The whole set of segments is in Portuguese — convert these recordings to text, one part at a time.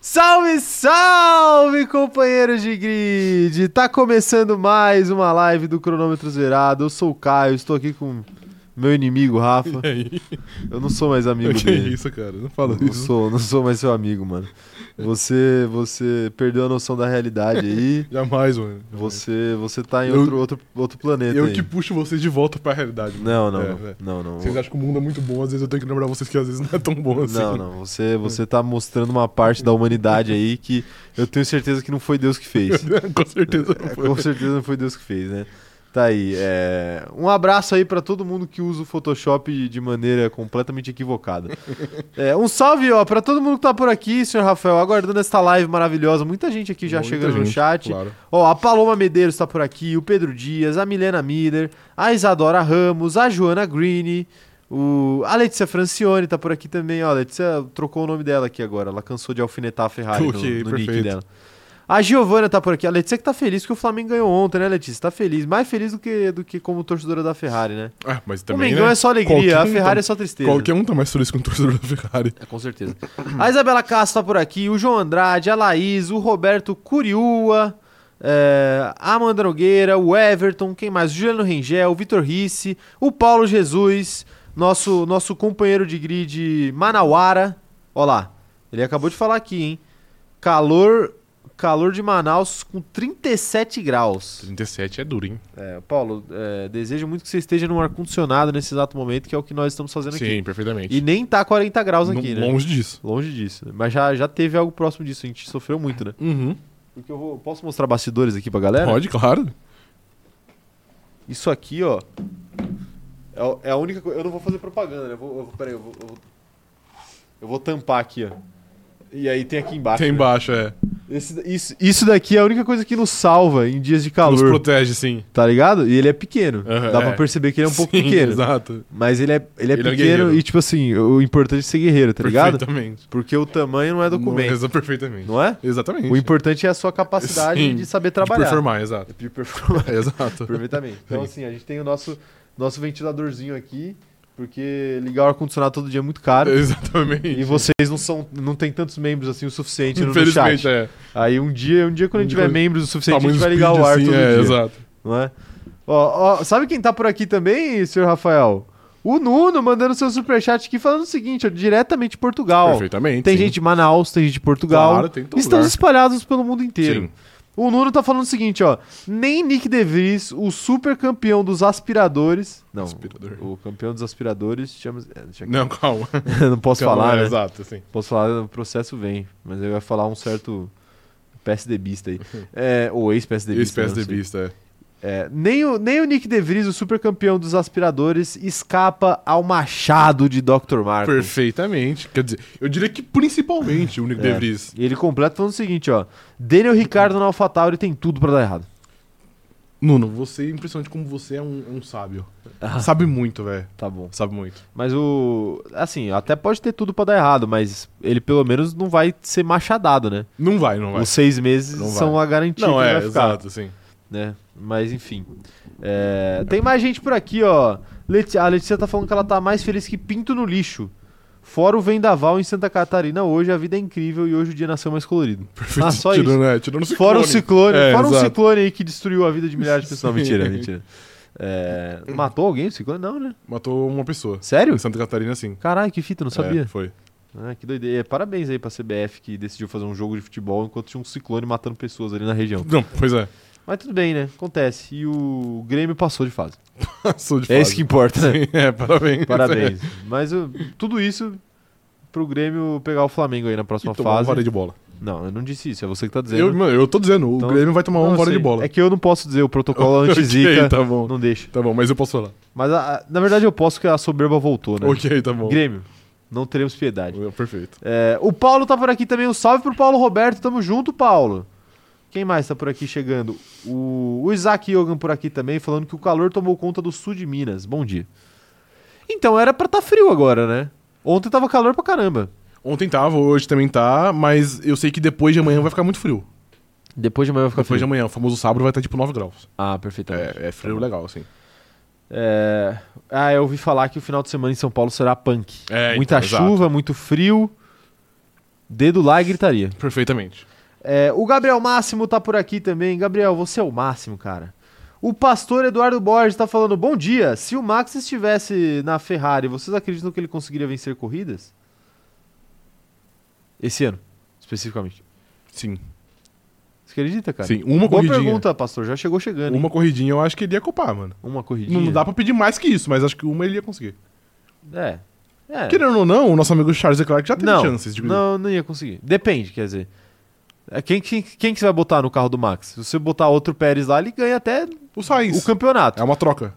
Salve, salve, companheiros de grid! Tá começando mais uma live do Cronômetro Zerado. Eu sou o Caio, estou aqui com meu inimigo, Rafa. E aí? Eu não sou mais amigo que dele. isso, cara? Não fala Não isso. sou, não sou mais seu amigo, mano. Você, você perdeu a noção da realidade aí. Jamais, mano. Jamais. Você, você tá em Eu- outro, outro, outro planeta Eu aí. que puxo vocês de volta pra realidade. Não, mano. não, É, não, é. não, não. Vocês acham que o mundo é muito bom, às vezes eu tenho que lembrar vocês que às vezes não é tão bom assim. Não, não. Você, você tá mostrando uma parte da humanidade aí que eu tenho certeza que não foi Deus que fez. Com certeza não É, foi. com certeza não foi Deus que fez, né? Tá aí. é, Um abraço aí pra todo mundo que usa o Photoshop de maneira completamente equivocada. É, um salve, ó, pra todo mundo que tá por aqui, senhor Rafael, aguardando esta live maravilhosa. Muita gente aqui já Muita chegando no gente, chat. Claro. Ó, a Paloma Medeiros tá por aqui, o Pedro Dias, a Milena Miller, a Isadora Ramos, a Joana Green, o... a Letícia Francione tá por aqui também. Ó, a Letícia trocou o nome dela aqui agora, ela cansou de alfinetar a Ferrari no- Ok, no, nick perfeito. dela. A Giovana tá por aqui. A Letícia que tá feliz que o Flamengo ganhou ontem, né, Letícia? Tá feliz, mais feliz do que, do que como torcedora da Ferrari, né? Ah, mas o também. Mengão né? é só alegria, Qualquer a um Ferrari tá- é só tristeza. Qualquer um tá mais feliz que um torcedor da Ferrari. É, com certeza. A Isabela Castro tá por aqui, o João Andrade, a Laís, o Roberto Curiúa, é, a Amanda Nogueira, o Everton, quem mais? O Juliano Rengel, o Vitor Risse, o Paulo Jesus, nosso, nosso companheiro de grid Manauara. Ó lá, ele acabou de falar aqui, hein? Calor, calor de Manaus com 37 graus. 37 é duro, hein? É, Paulo, é, desejo muito que você esteja num ar-condicionado nesse exato momento, que é o que nós estamos fazendo Sim, aqui. perfeitamente. E nem tá 40 graus aqui, Não- né? Longe disso. Longe disso. né? Mas já, já teve algo próximo disso, a gente sofreu muito, né? Uhum. Porque eu vou, posso mostrar bastidores aqui pra galera? Pode, claro. Isso aqui, ó. É, o- é a única coisa. Eu não vou fazer propaganda, né? Eu vou, eu vou, peraí, eu vou, eu vou. eu vou tampar aqui, ó. E aí tem aqui embaixo. Tem né? embaixo, é. Esse- isso, isso daqui é a única coisa que nos salva em dias de Nos calor. protege, sim. Tá ligado? E ele é pequeno. Aham, Dá é. pra perceber que ele é um pouco Sim, pequeno. Exato. Mas ele é, ele é Ele é pequeno guerreiro. e, tipo assim, o importante é ser guerreiro, tá ligado? Perfeitamente. Porque o tamanho não é documento, Exa- Perfeitamente. não é? Exatamente. O importante é a sua capacidade Sim, de saber De trabalhar. performar, exato. De performar. É, exato. Perfeitamente. Então, assim, a gente tem o nosso, nosso ventiladorzinho aqui, porque ligar o ar-condicionado todo dia é muito caro. Exatamente. E vocês não são, não tem tantos membros assim o suficiente no no Infelizmente, chat. é. Aí um dia, um dia quando a gente Um tiver dia quando- membros o suficiente, a Tamanho gente vai do ligar o speed, ar assim, todo é, dia, Exato. não é? Ó, ó, sabe quem tá por aqui também, senhor Rafael? O Nuno mandando seu superchat aqui falando o seguinte, ó, diretamente de Portugal. Perfeitamente. Tem sim. gente em Manaus, tem gente de Portugal. Claro, tem em todo Estamos lugar. espalhados pelo mundo inteiro. Sim. O Nuno tá falando o seguinte, ó. Nem Nick De Vries, o super campeão dos aspiradores. Não, Aspirador. o campeão dos aspiradores chama. é, deixa aqui. Não, calma. Não, posso Calma, falar, é, né? Exato, sim. Posso falar, o processo vem. Mas eu ia falar um certo PSDBista aí. É, ou Esse ex-PSDBista. né, não sei. PSDBista, é. É, nem, o, nem o Nick De Vries, o super campeão dos aspiradores, escapa ao machado de Dr. Marco. Perfeitamente. Quer dizer, eu diria que principalmente o Nick É. De Vries. E ele completa falando o seguinte, ó. Daniel Ricardo na AlphaTauri tem tudo pra dar errado. Nuno, você é impressionante como você é um, é um sábio. Ah. Sabe muito, velho. Tá bom. Sabe muito. Mas o. Assim, até pode ter tudo pra dar errado, mas ele pelo menos não vai ser machadado, né? Não vai, não vai. Os seis meses Não vai. são a garantia Não, que ele é, vai ficar. exato, sim. Né? Mas enfim. É, Tem mais gente por aqui, ó. Leti- A Letícia tá falando que ela tá mais feliz que pinto no lixo. Fora o vendaval em Santa Catarina, hoje a vida é incrível e hoje o dia nasceu mais colorido. Perfeito. Ah, só tirando, É, tirando o ciclone. Fora o ciclone, É, fora um exato. ciclone aí que destruiu a vida de milhares de pessoas. Não, Sim. mentira, mentira. É, Matou alguém o ciclone? Não, né? Matou uma pessoa. Sério? Em Santa Catarina, sim. Caralho, que fita, não sabia. É, foi. Ah, que doideira. Parabéns aí pra CBF que decidiu fazer um jogo de futebol enquanto tinha um ciclone matando pessoas ali na região. Não, pois é. Mas tudo bem, né? Acontece. E o Grêmio passou de fase. Passou de É fase. isso que importa, né? Sim, é, parabéns. Parabéns. Mas o- tudo isso pro Grêmio pegar o Flamengo aí na próxima E tomou uma fase. parede de bola. Não, eu não disse isso. É você que tá dizendo. Eu, mano, eu tô dizendo, Então- o Grêmio vai tomar Não, uma eu bola de sei. bola. É que eu não posso dizer o protocolo anti-zica. Ok, tá bom. Não deixa. Tá bom, mas eu posso falar. Mas a- a- na verdade eu posso que a soberba voltou, né? Ok, tá bom. Grêmio, não teremos piedade. Perfeito. É, o Paulo tá por aqui também. Um salve pro Paulo Roberto. Tamo junto, Paulo. Quem mais tá por aqui chegando? O, o Isaac Yogan por aqui também, falando que o calor tomou conta do sul de Minas. Bom dia. Então, era pra tá frio agora, né? Ontem tava calor pra caramba. Ontem tava, hoje também tá, mas eu sei que depois de amanhã vai ficar muito frio. Depois de amanhã vai ficar Depois de frio. amanhã, o famoso sábado vai estar tipo 9 graus. Ah, perfeitamente. É, é frio legal, assim. É, Ah, eu ouvi falar que o final de semana em São Paulo será punk. É, Muita então, exato. chuva, muito frio. Dedo lá e gritaria. Perfeitamente. É, o Gabriel Máximo tá por aqui também. Gabriel, você é o máximo, cara. O pastor Eduardo Borges tá falando: Bom dia. Se o Max estivesse na Ferrari, vocês acreditam que ele conseguiria vencer corridas? Esse ano, especificamente. Sim. Você acredita, cara? Sim, uma Boa corridinha. pergunta, pastor. Já chegou chegando. hein? Uma corridinha eu acho que ele ia copar, mano. Uma corridinha. Não dá pra pedir mais que isso, mas acho que uma ele ia conseguir. É. É. Querendo ou não, o nosso amigo Charles Leclerc já teve não, chances tipo de não, não ia conseguir. Depende, quer dizer. É, Quem, quem, quem que você vai botar no carro do Max? Se você botar outro Pérez lá, ele ganha até O Sainz. o campeonato. É uma troca.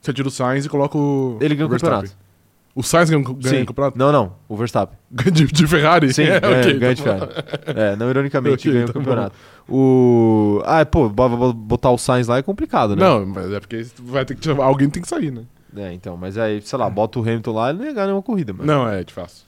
Você tira o Sainz e coloca o. Ele ganha o Verstappen. campeonato. O Sainz ganha, o- ganha o campeonato? Não, não. O Verstappen. Ganha de, de Ferrari? Sim, é, ganha, ok, ganha de tá Ferrari. É, não ironicamente, Ok, ganha o tá bom. campeonato. O... Ah, pô, bo- bo- botar o Sainz lá é complicado, bom. né? Não, mas é porque vai ter que tirar- alguém tem que sair, né? É, então, mas aí, sei lá, bota o Hamilton lá, ele não ia ganhar nenhuma corrida, mano. Não, é, de fácil.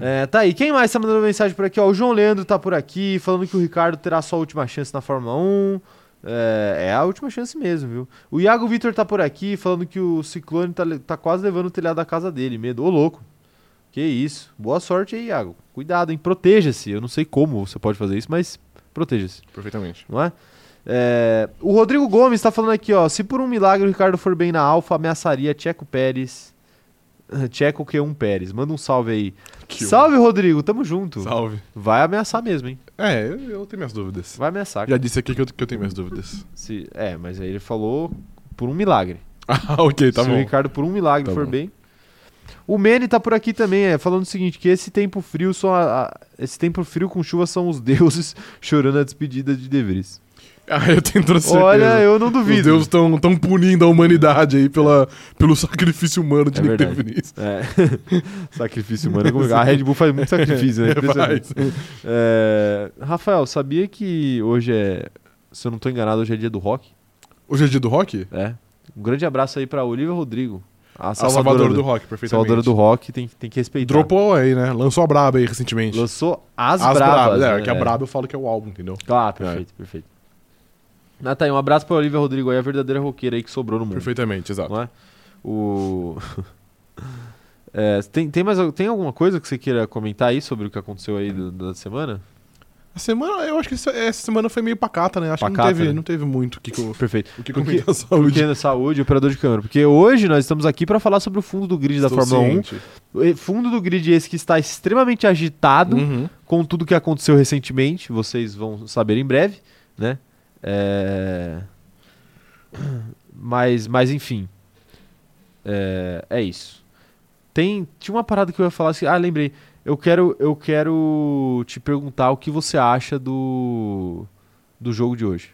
É, tá aí. Quem mais tá mandando mensagem por aqui? Ó, o João Leandro tá por aqui, falando que o Ricardo terá sua última chance na Fórmula 1. É, é a última chance mesmo, viu? O Iago Vitor tá por aqui, falando que o Ciclone tá, le- tá quase levando o telhado da casa dele. Medo. Ô, louco. Que isso. Boa sorte aí, Iago. Cuidado, hein? Proteja-se. Eu não sei como você pode fazer isso, mas proteja-se, Perfeitamente. não é? É, o Rodrigo Gomes tá falando aqui, ó. Se por um milagre o Ricardo for bem na Alfa, ameaçaria Tcheco Pérez. Tcheco Q1 Pérez. Manda um salve aí. Que Salve, Rodrigo, tamo junto. o- um. Salve. Vai ameaçar mesmo, hein? É, eu, eu tenho minhas dúvidas. Vai ameaçar. Já disse aqui que eu, que eu tenho minhas dúvidas. Se- É, mas aí ele falou por um milagre. Ah, ok, tá Se o bom. Ricardo por um milagre Tá for bom. bem. O Mene tá por aqui também, é, falando o seguinte: que esse tempo frio são a- a- esse tempo frio com chuva são os deuses chorando a despedida de De Vries. Ah, eu tenho toda certeza. Olha, eu não Os duvido. deuses estão tão punindo a humanidade aí pela, pelo sacrifício humano de É não ter verdade. Vinícius. É. sacrifício humano. é complicado. A Red Bull faz muito sacrifício, né? É, Impressionante. faz. É, Rafael, sabia que hoje é. Se eu não tô enganado, hoje é dia do rock? Hoje é dia do rock? É. Um grande abraço aí pra Olivia Rodrigo. A A salvadora, salvadora do, Ah, do rock, perfeitamente. salvadora do rock tá. tem, tem que respeitar. Dropou aí, né? Lançou a Braba aí recentemente. Lançou As, As Brabas. Brabas, né? Hum. É, que a Braba eu falo que é o álbum, entendeu? Claro, perfeito, perfeito. Ah, tá aí, um abraço pra Olivia Rodrigo aí, a verdadeira roqueira aí que sobrou no mundo. Perfeitamente, exato. Não é? O... É, tem, tem, mais, al- tem alguma coisa que você queira comentar aí sobre o que aconteceu aí do- da semana? A semana, eu acho que essa, essa semana foi meio pacata, né? Acho que Pacata, não teve, né? não teve muito o que, co- Perfeito. o Porque- que comentar saúde. Porque na saúde, operador de câmera. Porque hoje nós estamos aqui pra falar sobre o fundo do grid da Estou Fórmula ciente. 1. E- Fundo do grid esse que está extremamente agitado. Uhum. com tudo que aconteceu recentemente, vocês vão saber em breve, né? É... Mas, mas enfim, é, é isso. Tem tinha uma parada que eu ia falar assim, ah, lembrei. Eu quero eu quero te perguntar o que você acha do do jogo de hoje.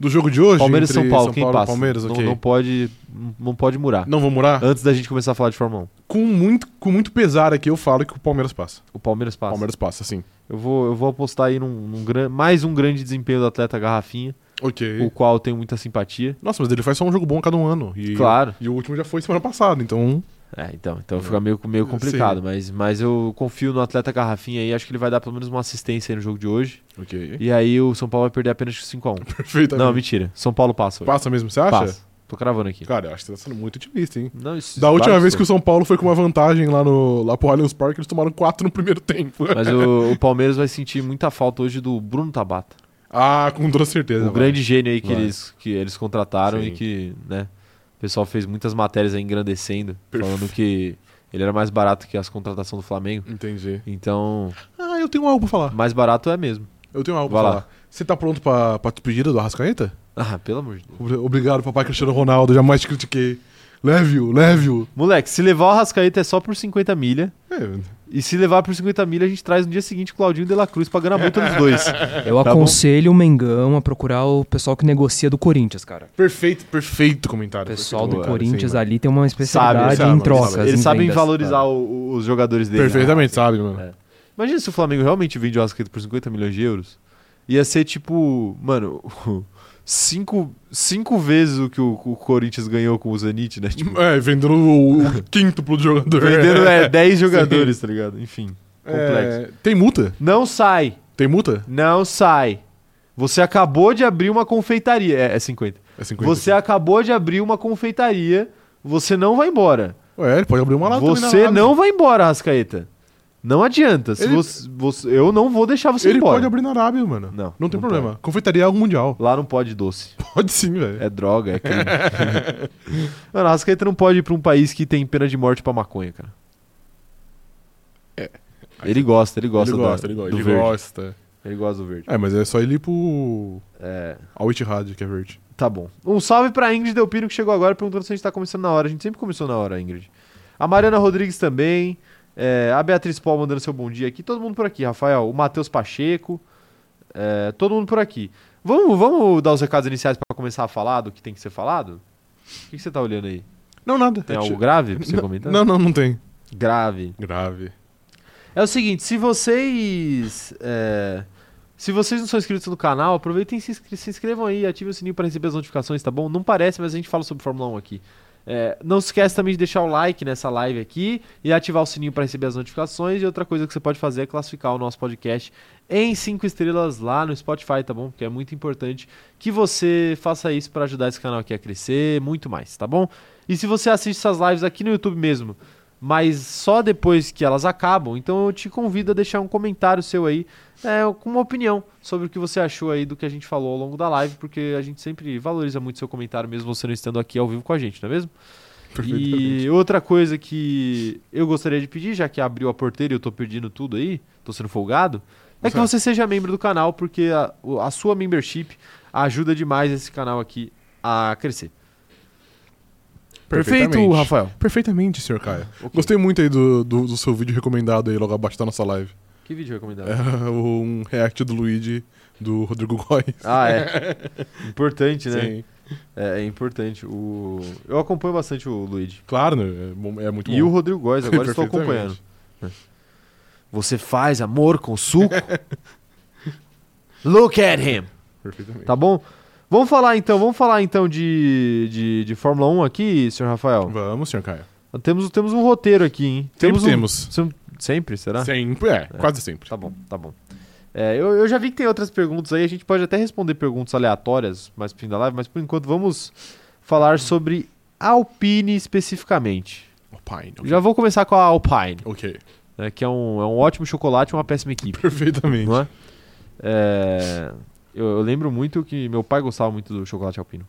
Do jogo de hoje? Palmeiras e entre São Paulo, quem passa? Palmeiras, não, ok. não pode não pode murar. Não vou morar? Antes da gente começar a falar de Fórmula 1, Com muito, com muito pesar aqui, eu falo que o Palmeiras passa. o Palmeiras passa. Palmeiras passa, sim. Eu vou eu vou apostar aí num, num gran- mais um grande desempenho do atleta Garrafinha, Ok. o qual eu tenho muita simpatia. Nossa, mas ele faz só um jogo bom a cada um ano. E, Claro. E o último já foi semana passada, então. É, então, então fica meio, meio complicado, Sim. mas, mas eu confio no atleta Garrafinha aí, acho que ele vai dar pelo menos uma assistência aí no jogo de hoje. Ok. E aí o São Paulo vai perder apenas 5x1. Perfeitamente. Não, mentira. São Paulo passa hoje. Passa mesmo, você acha? Tô cravando aqui. Cara, eu acho que você tá sendo muito otimista, hein? Não, isso- Da última claro vez que sou. o São Paulo foi com uma vantagem lá, no, lá pro Allianz Parque, eles tomaram quatro no primeiro tempo. Mas o, o Palmeiras vai sentir muita falta hoje do Bruno Tabata. ah, com toda certeza. O vai. grande gênio aí que Vai. eles, que eles contrataram Sim. e que, né, o pessoal fez muitas matérias aí engrandecendo, falando que ele era mais barato que as contratações do Flamengo. Entendi. Então, Ah, eu tenho algo pra falar. mais barato é mesmo. Eu tenho algo Vai pra lá. falar. Você tá pronto pra, pra despedida do Arrascaeta? Ah, pelo amor de Deus. Obri- Obrigado, papai Cristiano Ronaldo. Jamais te critiquei. Leve-o, leve-o. Moleque, se levar o Rascaeta é só por 50 milha. É, E se levar por 50 milha, a gente traz no dia seguinte o Claudinho de la Cruz pagando a multa dos dois. Eu Tá aconselho o Mengão a procurar o pessoal que negocia do Corinthians, cara. perfeito, perfeito O comentário. pessoal Perfeito do comentário, Corinthians sim, mano. ali tem uma especialidade sabe, em sabe, trocas. sabe. Eles em sabem vendas, valorizar cara. o- o- os jogadores dele. Perfeitamente, sabe, mano. É. Imagina se o Flamengo realmente vende o Rascaeta por 50 milhões de euros. Ia ser tipo, mano, cinco, cinco vezes o que o, o Corinthians ganhou com o Zenit, né? Tipo, É, vendendo o, o quíntuplo do jogador. vendendo é, 10 jogadores, tá ligado? Enfim, complexo. É, tem multa? Não sai. Tem multa? Não sai. Você acabou de abrir uma confeitaria. É, é 50. É 50. Você acabou de abrir uma confeitaria. Você não vai embora. Ué, ele pode abrir uma lata também na você Arábia. não vai embora, Rascaeta. Não adianta. Se Ele- você, você- eu não vou deixar você ir Ele embora. pode abrir na Arábia, mano. Não, Não tem não problema. Confeitaria é algo mundial. Lá não pode doce. Pode sim, velho. É droga, é crime. Mano, a Rascaeta não pode ir pra um país que tem pena de morte pra maconha, cara. Ele gosta, ele gosta É. ele da- gosta, ele gosta. do Ele verde. gosta. Ele gosta do verde. É, mas é só ele ir pro. É, Al Ittihad, que é verde. tá bom. Um salve pra Ingrid Delpino que chegou agora perguntando se a gente tá começando na hora. A gente sempre começou na hora, Ingrid. A Mariana Rodrigues também. É, a Beatriz Paul mandando seu bom dia aqui. Todo mundo por aqui, Rafael. O Matheus Pacheco. É, todo mundo por aqui. Vamos, vamos dar os recados iniciais pra começar a falar do que tem que ser falado? O que, que você tá olhando aí? Não, nada. Tem É algo ti- grave pra você Não, comentar? Não, não, não tem. Grave. Grave. É o seguinte, se vocês. é, se vocês não são inscritos no canal, aproveitem e se, inscre- se inscrevam aí, ativem o sininho para receber as notificações, tá bom? Não parece, mas a gente fala sobre Fórmula 1 aqui. É, não se esquece também de deixar o like nessa live aqui e ativar o sininho para receber as notificações. E outra coisa que você pode fazer é classificar o nosso podcast em 5 estrelas lá no Spotify, tá bom? Porque é muito importante que você faça isso para ajudar esse canal aqui a crescer, muito mais, tá bom? E se você assiste essas lives aqui no YouTube mesmo, mas só depois que elas acabam. Então eu te convido a deixar um comentário seu aí, é, com uma opinião sobre o que você achou aí do que a gente falou ao longo da live, porque a gente sempre valoriza muito seu comentário, mesmo você não estando aqui ao vivo com a gente, não é mesmo? E outra coisa que eu gostaria de pedir, já que abriu a porteira e eu tô perdendo tudo aí, tô sendo folgado, é que Certo. você seja membro do canal, porque a, o- a sua membership ajuda demais esse canal aqui a crescer. Perfeito, Perfeitamente. Rafael. Perfeitamente, senhor Caio. Ok. Gostei muito aí do, do, do seu vídeo recomendado aí logo abaixo da nossa live. Que vídeo recomendado? É um react do Luigi, do Rodrigo Góes. Ah, é. Importante, né? Sim. É, é importante. O... Eu acompanho bastante o Luigi. Claro, né? É bom- É, muito e o bom. Rodrigo Góes, agora estou Perfeitamente. acompanhando. Você faz amor com suco? Look at him! Perfeitamente. Tá bom? Vamos falar então, vamos falar então de, de, de Fórmula 1 aqui, senhor Rafael. Vamos, senhor Caio. Temos, temos um roteiro aqui, hein? Sempre um- temos. Sem- Sempre, será? Sempre, é, quase sempre. Tá bom, tá bom. É, eu, eu já vi que tem outras perguntas aí, a gente pode até responder perguntas aleatórias mais pro fim da live, mas por enquanto vamos falar sobre Alpine especificamente. Alpine. ok. Já vou começar com a Alpine, Ok, né, que é um, é um ótimo chocolate e uma péssima equipe, perfeitamente. não é? É, eu, eu lembro muito que meu pai gostava muito do chocolate alpino.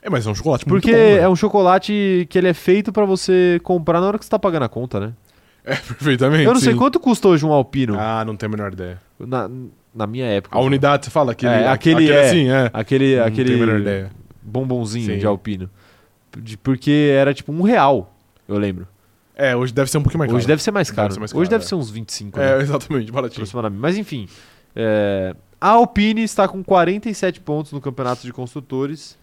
É, mas é um chocolate Porque muito bom. né? é um chocolate que ele é feito pra você comprar na hora que você tá pagando a conta, né? É, perfeitamente. Eu não sei sim. quanto custa hoje um alpino Ah, não tenho a menor ideia. na, na minha época. A unidade, você fala? Aquele, É, a- aquele é. assim, é. Aquele, Não tenho a menor aquele ideia. bombonzinho Sim. de alpino. De- porque era tipo um real, eu lembro. É, hoje deve ser um pouquinho mais hoje caro. deve ser mais Deve caro. ser mais hoje caro, deve é. ser uns 25. né? É, exatamente, baratinho. aproximadamente. Mas enfim, é, a Alpine está com 47 pontos no campeonato de construtores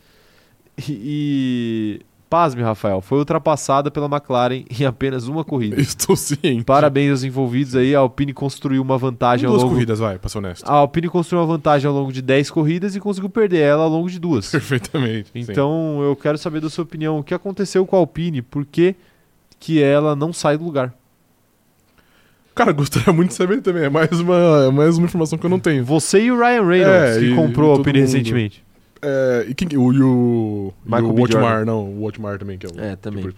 e, e pasme, Rafael, foi ultrapassada pela McLaren em apenas uma corrida. Estou ciente. Parabéns aos envolvidos aí, a Alpine construiu uma vantagem ao Duas longo corridas, vai, pra ser honesto. a Alpine construiu uma vantagem ao longo de 10 corridas e conseguiu perder ela ao longo de duas. Perfeitamente. sim. Então, eu quero saber da sua opinião, o que aconteceu com a Alpine? Por que que ela não sai do lugar? Cara, gostaria muito de saber também. É mais uma, é mais uma informação que eu não tenho. Você e o Ryan Reynolds, É, que e- comprou a e todo Alpine mundo. recentemente. É, e, quem, o, e o. Michael e o B. Otmar, não. O Otmar também, que é o. É, também. Tipo,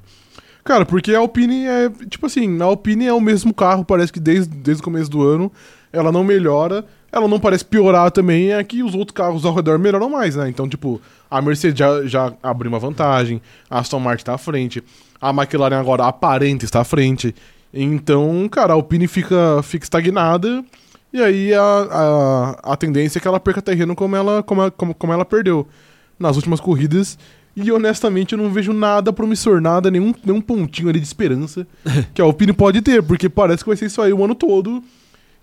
Cara, porque a Alpine é. Tipo assim, a Alpine é o mesmo carro, parece que desde, desde o começo do ano ela não melhora, ela não parece piorar também, é que os outros carros ao redor melhoram mais, né? Então, tipo, a Mercedes já, já abriu uma vantagem, a Aston Martin tá à frente, a McLaren agora aparenta estar à frente. Então, cara, a Alpine fica, fica estagnada. E aí a, a, a tendência é que ela perca terreno como ela, como, ela- como, como ela perdeu nas últimas corridas. E honestamente eu não vejo nada promissor, nada, nenhum, nenhum pontinho ali de esperança que a Alpine pode ter, porque parece que vai ser isso aí o ano todo.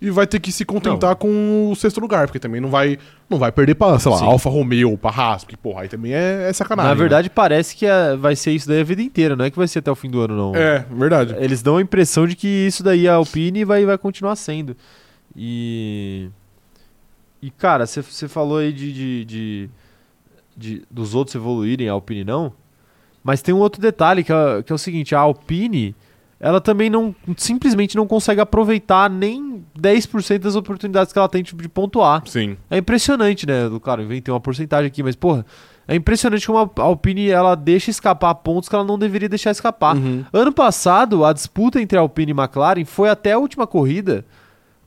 E vai ter que se contentar com o sexto lugar, porque também não vai, não vai perder pra, sei lá, Sim. Alfa Romeo, pra Haas, porque, porra, aí também é, é sacanagem. Na né? verdade, parece que ah, vai ser isso daí a vida inteira, não é que vai ser até o fim do ano, não. É, verdade. Eles dão a impressão de que isso daí a Alpine vai, vai continuar sendo. E. E, cara, você falou aí de, de, de- de- dos outros evoluírem, a Alpine não. Mas tem um outro detalhe que é, que é o seguinte: a Alpine, ela também não simplesmente não consegue aproveitar nem 10% das oportunidades que ela tem tipo, de pontuar. Sim. É impressionante, né? do- Claro, inventei uma porcentagem aqui, mas, porra, É impressionante como a Alpine ela deixa escapar pontos que ela não deveria deixar escapar. Uhum. Ano passado, a disputa entre a Alpine e McLaren foi até a última corrida,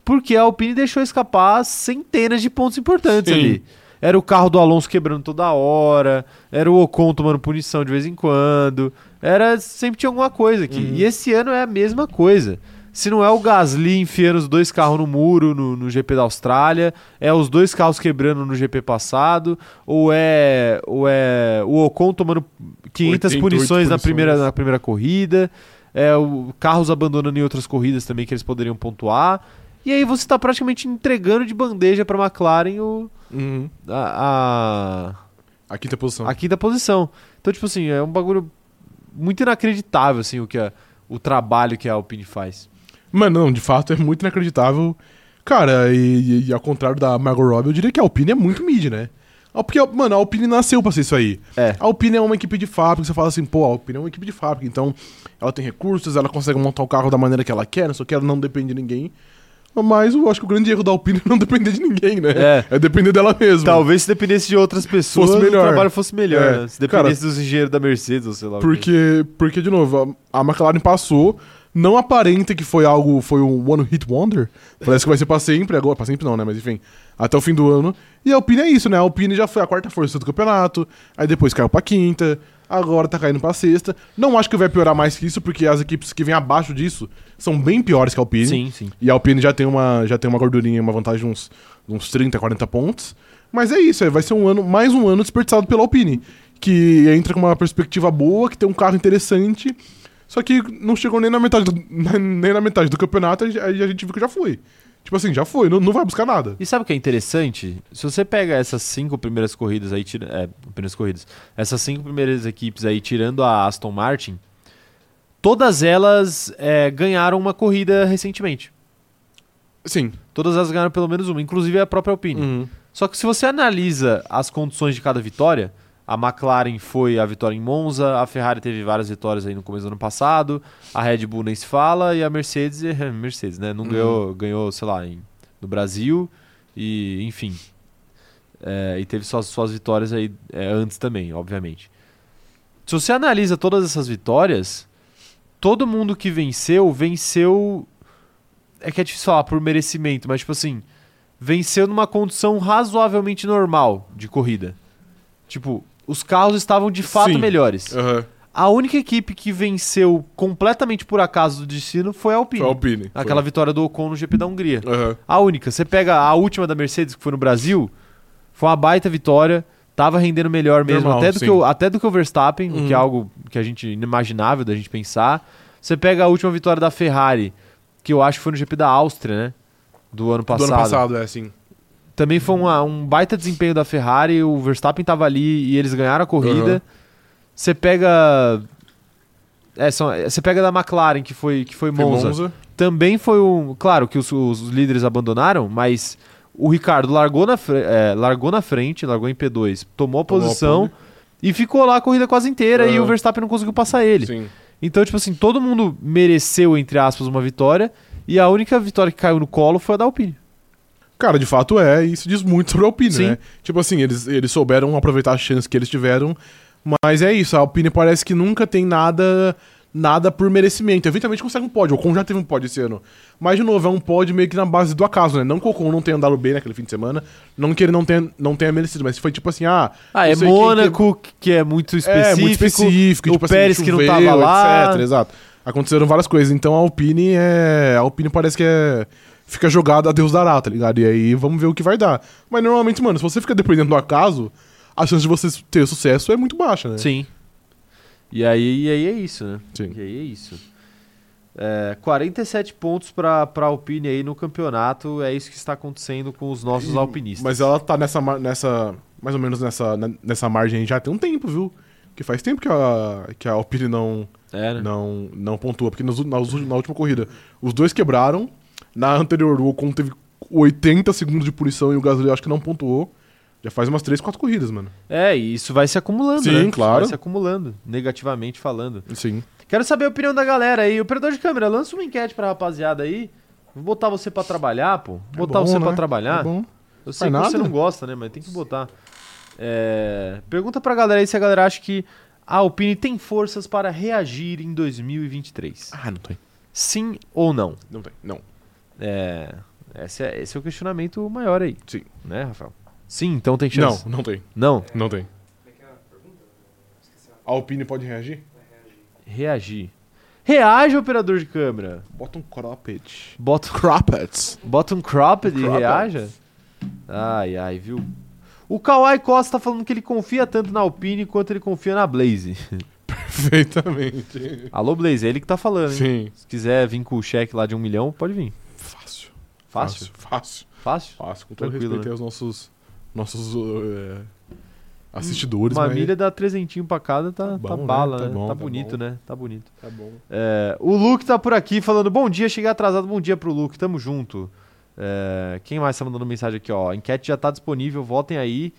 porque a Alpine deixou escapar centenas de pontos importantes Sim. ali. Era o carro do Alonso quebrando toda hora, era o Ocon tomando punição de vez em quando, era sempre tinha alguma coisa aqui. E esse ano é a mesma coisa. Se não é o Gasly enfiando os dois carros no muro no, no GP da Austrália, é os dois carros quebrando no GP passado, ou é, ou é o Ocon tomando 500 88 punições na punições. primeira, na primeira corrida, é, o, carros abandonando em outras corridas também que eles poderiam pontuar. E aí você está praticamente entregando de bandeja para McLaren o, Uhum. a, A quinta posição. a, a quinta posição. Então, tipo assim, é um bagulho muito inacreditável assim, o, que a- o trabalho que a Alpine faz. Mano, não, de fato é muito inacreditável. Cara, e, e- e ao contrário da Margot Robbie, eu diria que a Alpine é muito mid, né? Al- Porque, mano, a Alpine nasceu pra ser isso aí. É. A Alpine é uma equipe de fábrica, você fala assim, pô, a Alpine é uma equipe de fábrica, então ela tem recursos, ela consegue montar o carro da maneira que ela quer, não sei o que, ela não depende de ninguém. Mas eu acho que o grande erro da Alpine é não depender de ninguém, né? É. Tá, depender dela mesma. Talvez se dependesse de outras pessoas, Fosse melhor. o trabalho fosse melhor. É. né? Se dependesse dos engenheiros da Mercedes, ou sei lá. o quê. Porque, porque de novo, a, a McLaren passou, não aparenta que foi algo, foi um one hit wonder. Parece que vai ser pra sempre, agora, pra sempre não, né? Mas enfim, até o fim do ano. E a Alpine é isso, né? A Alpine já foi a quarta força do campeonato, aí depois caiu pra quinta, agora tá caindo pra sexta. Não acho que vai piorar mais que isso, porque as equipes que vêm abaixo disso são bem piores que a Alpine. Sim, sim. E a Alpine já tem uma, já tem uma gordurinha, uma vantagem de uns, de uns 30, 40 pontos. Mas é isso, é, vai ser um ano, mais um ano desperdiçado pela Alpine. Que entra com uma perspectiva boa, que tem um carro interessante. Só que não chegou nem na metade do, nem na metade do campeonato, aí a gente viu que já foi. Tipo assim, já foi, não, não vai buscar nada. E sabe o que é interessante? Se você pega essas cinco primeiras corridas aí, tira, é, primeiras corridas, essas cinco primeiras equipes aí, tirando a Aston Martin, todas elas é, ganharam uma corrida recentemente. Sim. Todas elas ganharam pelo menos uma, inclusive a própria Alpine. Hum. Só que se você analisa as condições de cada vitória, a McLaren foi a vitória em Monza, a Ferrari teve várias vitórias aí no começo do ano passado, a Red Bull nem se fala e a Mercedes, Mercedes, né, não Uhum. ganhou, ganhou, sei lá, em- no Brasil e enfim. É, e teve suas, suas vitórias aí é, antes também, obviamente. Se você analisa todas essas vitórias, todo mundo que venceu, venceu. É que é difícil falar por merecimento, mas tipo assim, venceu numa condição razoavelmente normal de corrida. Tipo, os carros estavam de fato Sim. melhores. Aham. A única equipe que venceu completamente por acaso do destino foi a Alpine. Foi a Alpine. foi. Aquela vitória do Ocon no GP da Hungria. Aham. A única. Você pega a última da Mercedes, que foi no Brasil, foi uma baita vitória. Tava rendendo melhor mesmo, Normal, até, do sim. que o, até do que o Verstappen, o que é Uhum. algo que a gente inimaginável da gente pensar. Você pega a última vitória da Ferrari, que eu acho que foi no GP da Áustria, né? Do ano Do passado. ano passado, é assim. Também foi uma- um baita desempenho da Ferrari, o Verstappen tava ali e eles ganharam a Uhum. corrida. Você pega. É, são- é, você pega da McLaren, que foi, que foi Foi Monza também foi um. Claro que os, os líderes abandonaram, mas o Ricardo largou na, fre- é, largou na frente, largou em P2, tomou a Tomou a posição pole. e ficou lá a corrida quase inteira e Aham. o Verstappen não conseguiu passar ele. Sim. Então, tipo assim, todo mundo mereceu, entre aspas, uma vitória e a única vitória que caiu no colo foi a da Alpine. Cara, de fato é, e isso diz muito sobre a Alpine, Sim. né? Tipo assim, eles, eles souberam aproveitar as chances que eles tiveram, mas é isso, a Alpine parece que nunca tem nada nada por merecimento. Eventualmente consegue um pódio, o Ocon já teve um pódio esse ano. Mas, de novo, é um pódio meio que na base do acaso, né? Não que o Ocon não tenha andado bem naquele fim de semana, não que ele não tenha, não tenha merecido, mas foi tipo assim, ah... não Ah, é sei quem que- Mônaco, que... é muito específico. é, muito específico. o tipo assim, né? Pérez que não tava lá. Etc, exato. Aconteceram várias coisas. Então a Alpine é... A Alpine parece que é... Fica jogada a Deus dará, tá ligado? E aí vamos ver o que vai dar. Mas normalmente, mano, se você fica dependendo do acaso, a chance de você ter sucesso é muito baixa, né? Sim. E aí, e aí é isso, né? Sim. E aí é isso. É, 47 pontos pra, pra Alpine aí no campeonato. É isso que está acontecendo com os nossos alpinistas. Mas ela tá nessa... mar- nessa mais ou menos nessa, na- nessa margem aí já tem um tempo, viu? Que faz tempo que a, que a Alpine não... É, né? não, não pontua, porque nos, nas- na última corrida os dois quebraram. Na anterior, o Ocon teve 80 segundos de punição e o Gasly acho que não pontuou. Já faz umas 3, 4 corridas, mano. É, e isso vai se acumulando, Sim, né? Isso claro. Vai se acumulando, negativamente falando. Sim. Quero saber a opinião da galera aí. Operador de câmera, lança uma enquete pra rapaziada aí. Vou botar você pra trabalhar, pô. Botar bom, você né? pra trabalhar. Tá bom. Eu sei que Faz você nada. não gosta, né? Mas tem que botar. É, pergunta pra galera aí se a galera acha que a Alpine tem forças para reagir em 2023. Ah, não tem. Sim ou não? Não tem. Não. É, esse, é, esse é o questionamento maior aí. Sim. Né, Rafael? Sim, então tem Não, chance. não tem. Não. Não tem. A Alpine pode reagir? Reagir. Reage, operador de câmera. Bota um cropped. Bota, Cropped. bota um cropped e Cropped. reaja. Ai, ai, viu? O Kawhi Costa tá falando que ele confia tanto na Alpine quanto ele confia na Blaze. Perfeitamente. Alô, Blaze, é ele que tá falando, hein? Sim. Se quiser vir com o cheque lá de um milhão, pode vir. Fácil. Fácil? Fácil. Fácil? Fácil. Com todo Tranquilo, né? respeito aí aos nossos. Nossos. eh, assistidores, Uma mas- milha dá trezentinho pra cada, tá, Tá tá bom, né? bala, né? Tá Tá, bom, tá bonito, bom. né? Tá bonito. Tá bom. É, o Luke tá por aqui falando, bom dia, cheguei atrasado, bom dia pro Luke, tamo junto. É, quem mais tá mandando mensagem aqui, ó? A enquete já tá disponível, votem aí.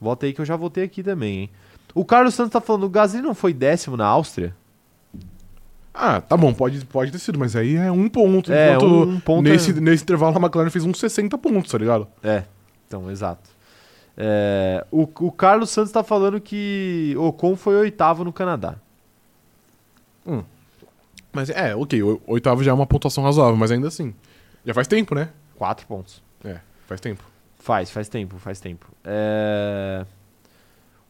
Votem aí que eu já votei aqui também, hein? O Carlos Santos tá falando, o Gasly não foi décimo na Áustria? Ah, tá bom, pode, pode ter sido, mas aí é um ponto. É, enquanto um ponto Nesse, é- nesse intervalo a McLaren fez uns 60 pontos, tá ligado? É, então, exato. É, o, o Carlos Santos tá falando que Ocon foi oitavo no Canadá. Mas é, ok, o- oitavo já é uma pontuação razoável, mas ainda assim. Já faz tempo, né? Quatro pontos. É, faz tempo. Faz, faz tempo, faz tempo. É...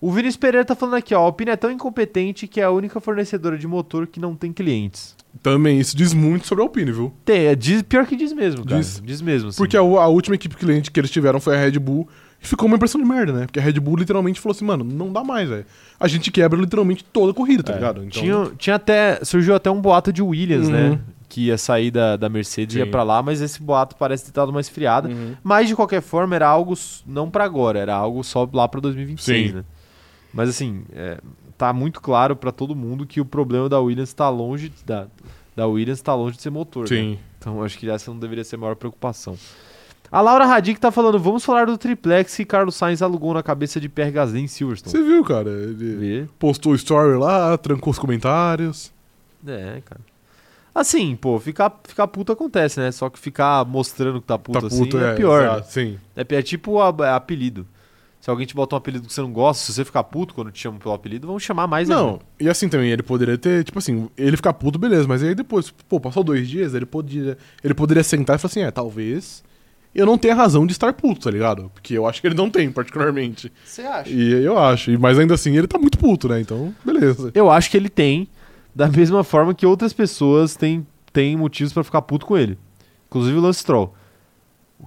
O Vinícius Pereira tá falando aqui, ó. A Alpine é tão incompetente que é a única fornecedora de motor que não tem clientes. Também isso diz muito sobre a Alpine, viu? Tem, é, diz, pior que diz mesmo, cara. Diz. Diz, mesmo, assim. Porque a, a última equipe cliente que eles tiveram foi a Red Bull e ficou uma impressão de merda, né? Porque a Red Bull literalmente falou assim, mano, não dá mais, velho. A gente quebra literalmente toda a corrida, tá É, ligado? Então, tinha, tinha até... Surgiu até um boato de Williams, Uhum. né? Que ia sair da, da Mercedes e Sim. ia pra lá, mas esse boato parece ter dado uma esfriada. Uhum. Mas, de qualquer forma, era algo s- não pra agora, era algo só lá pra 2026, Sim. né? Mas, assim, é, tá muito claro pra todo mundo que o problema da Williams tá longe de- da, da Williams tá longe de ser motor, né? Sim. Então, acho que essa não deveria ser a maior preocupação. A Laura Radic tá falando, vamos falar do triplex que Carlos Sainz alugou na cabeça de Pierre Gasly em Silverstone. Você viu, cara? Ele Vê? postou o story lá, trancou os comentários. É, cara. Assim, pô, ficar, ficar puto acontece, né? Só que ficar mostrando que tá puto, tá assim puto, é, pior. né? exato, Sim. É, pi- é tipo a, é apelido. Se alguém te botar um apelido que você não gosta, se você ficar puto quando te chamam pelo apelido, vão chamar mais não, ainda. e assim também, ele poderia ter, tipo assim, ele ficar puto, beleza, mas aí depois, pô, passou dois dias, ele poderia, ele poderia sentar e falar assim, é, talvez eu não tenha razão de estar puto, tá ligado? Porque eu acho que ele não tem, particularmente. Você acha? E eu acho, e- mas ainda assim, ele tá muito puto, né? Então, beleza. Eu acho que ele tem, da mesma forma que outras pessoas têm, têm motivos pra ficar puto com ele. Inclusive o Lance Troll.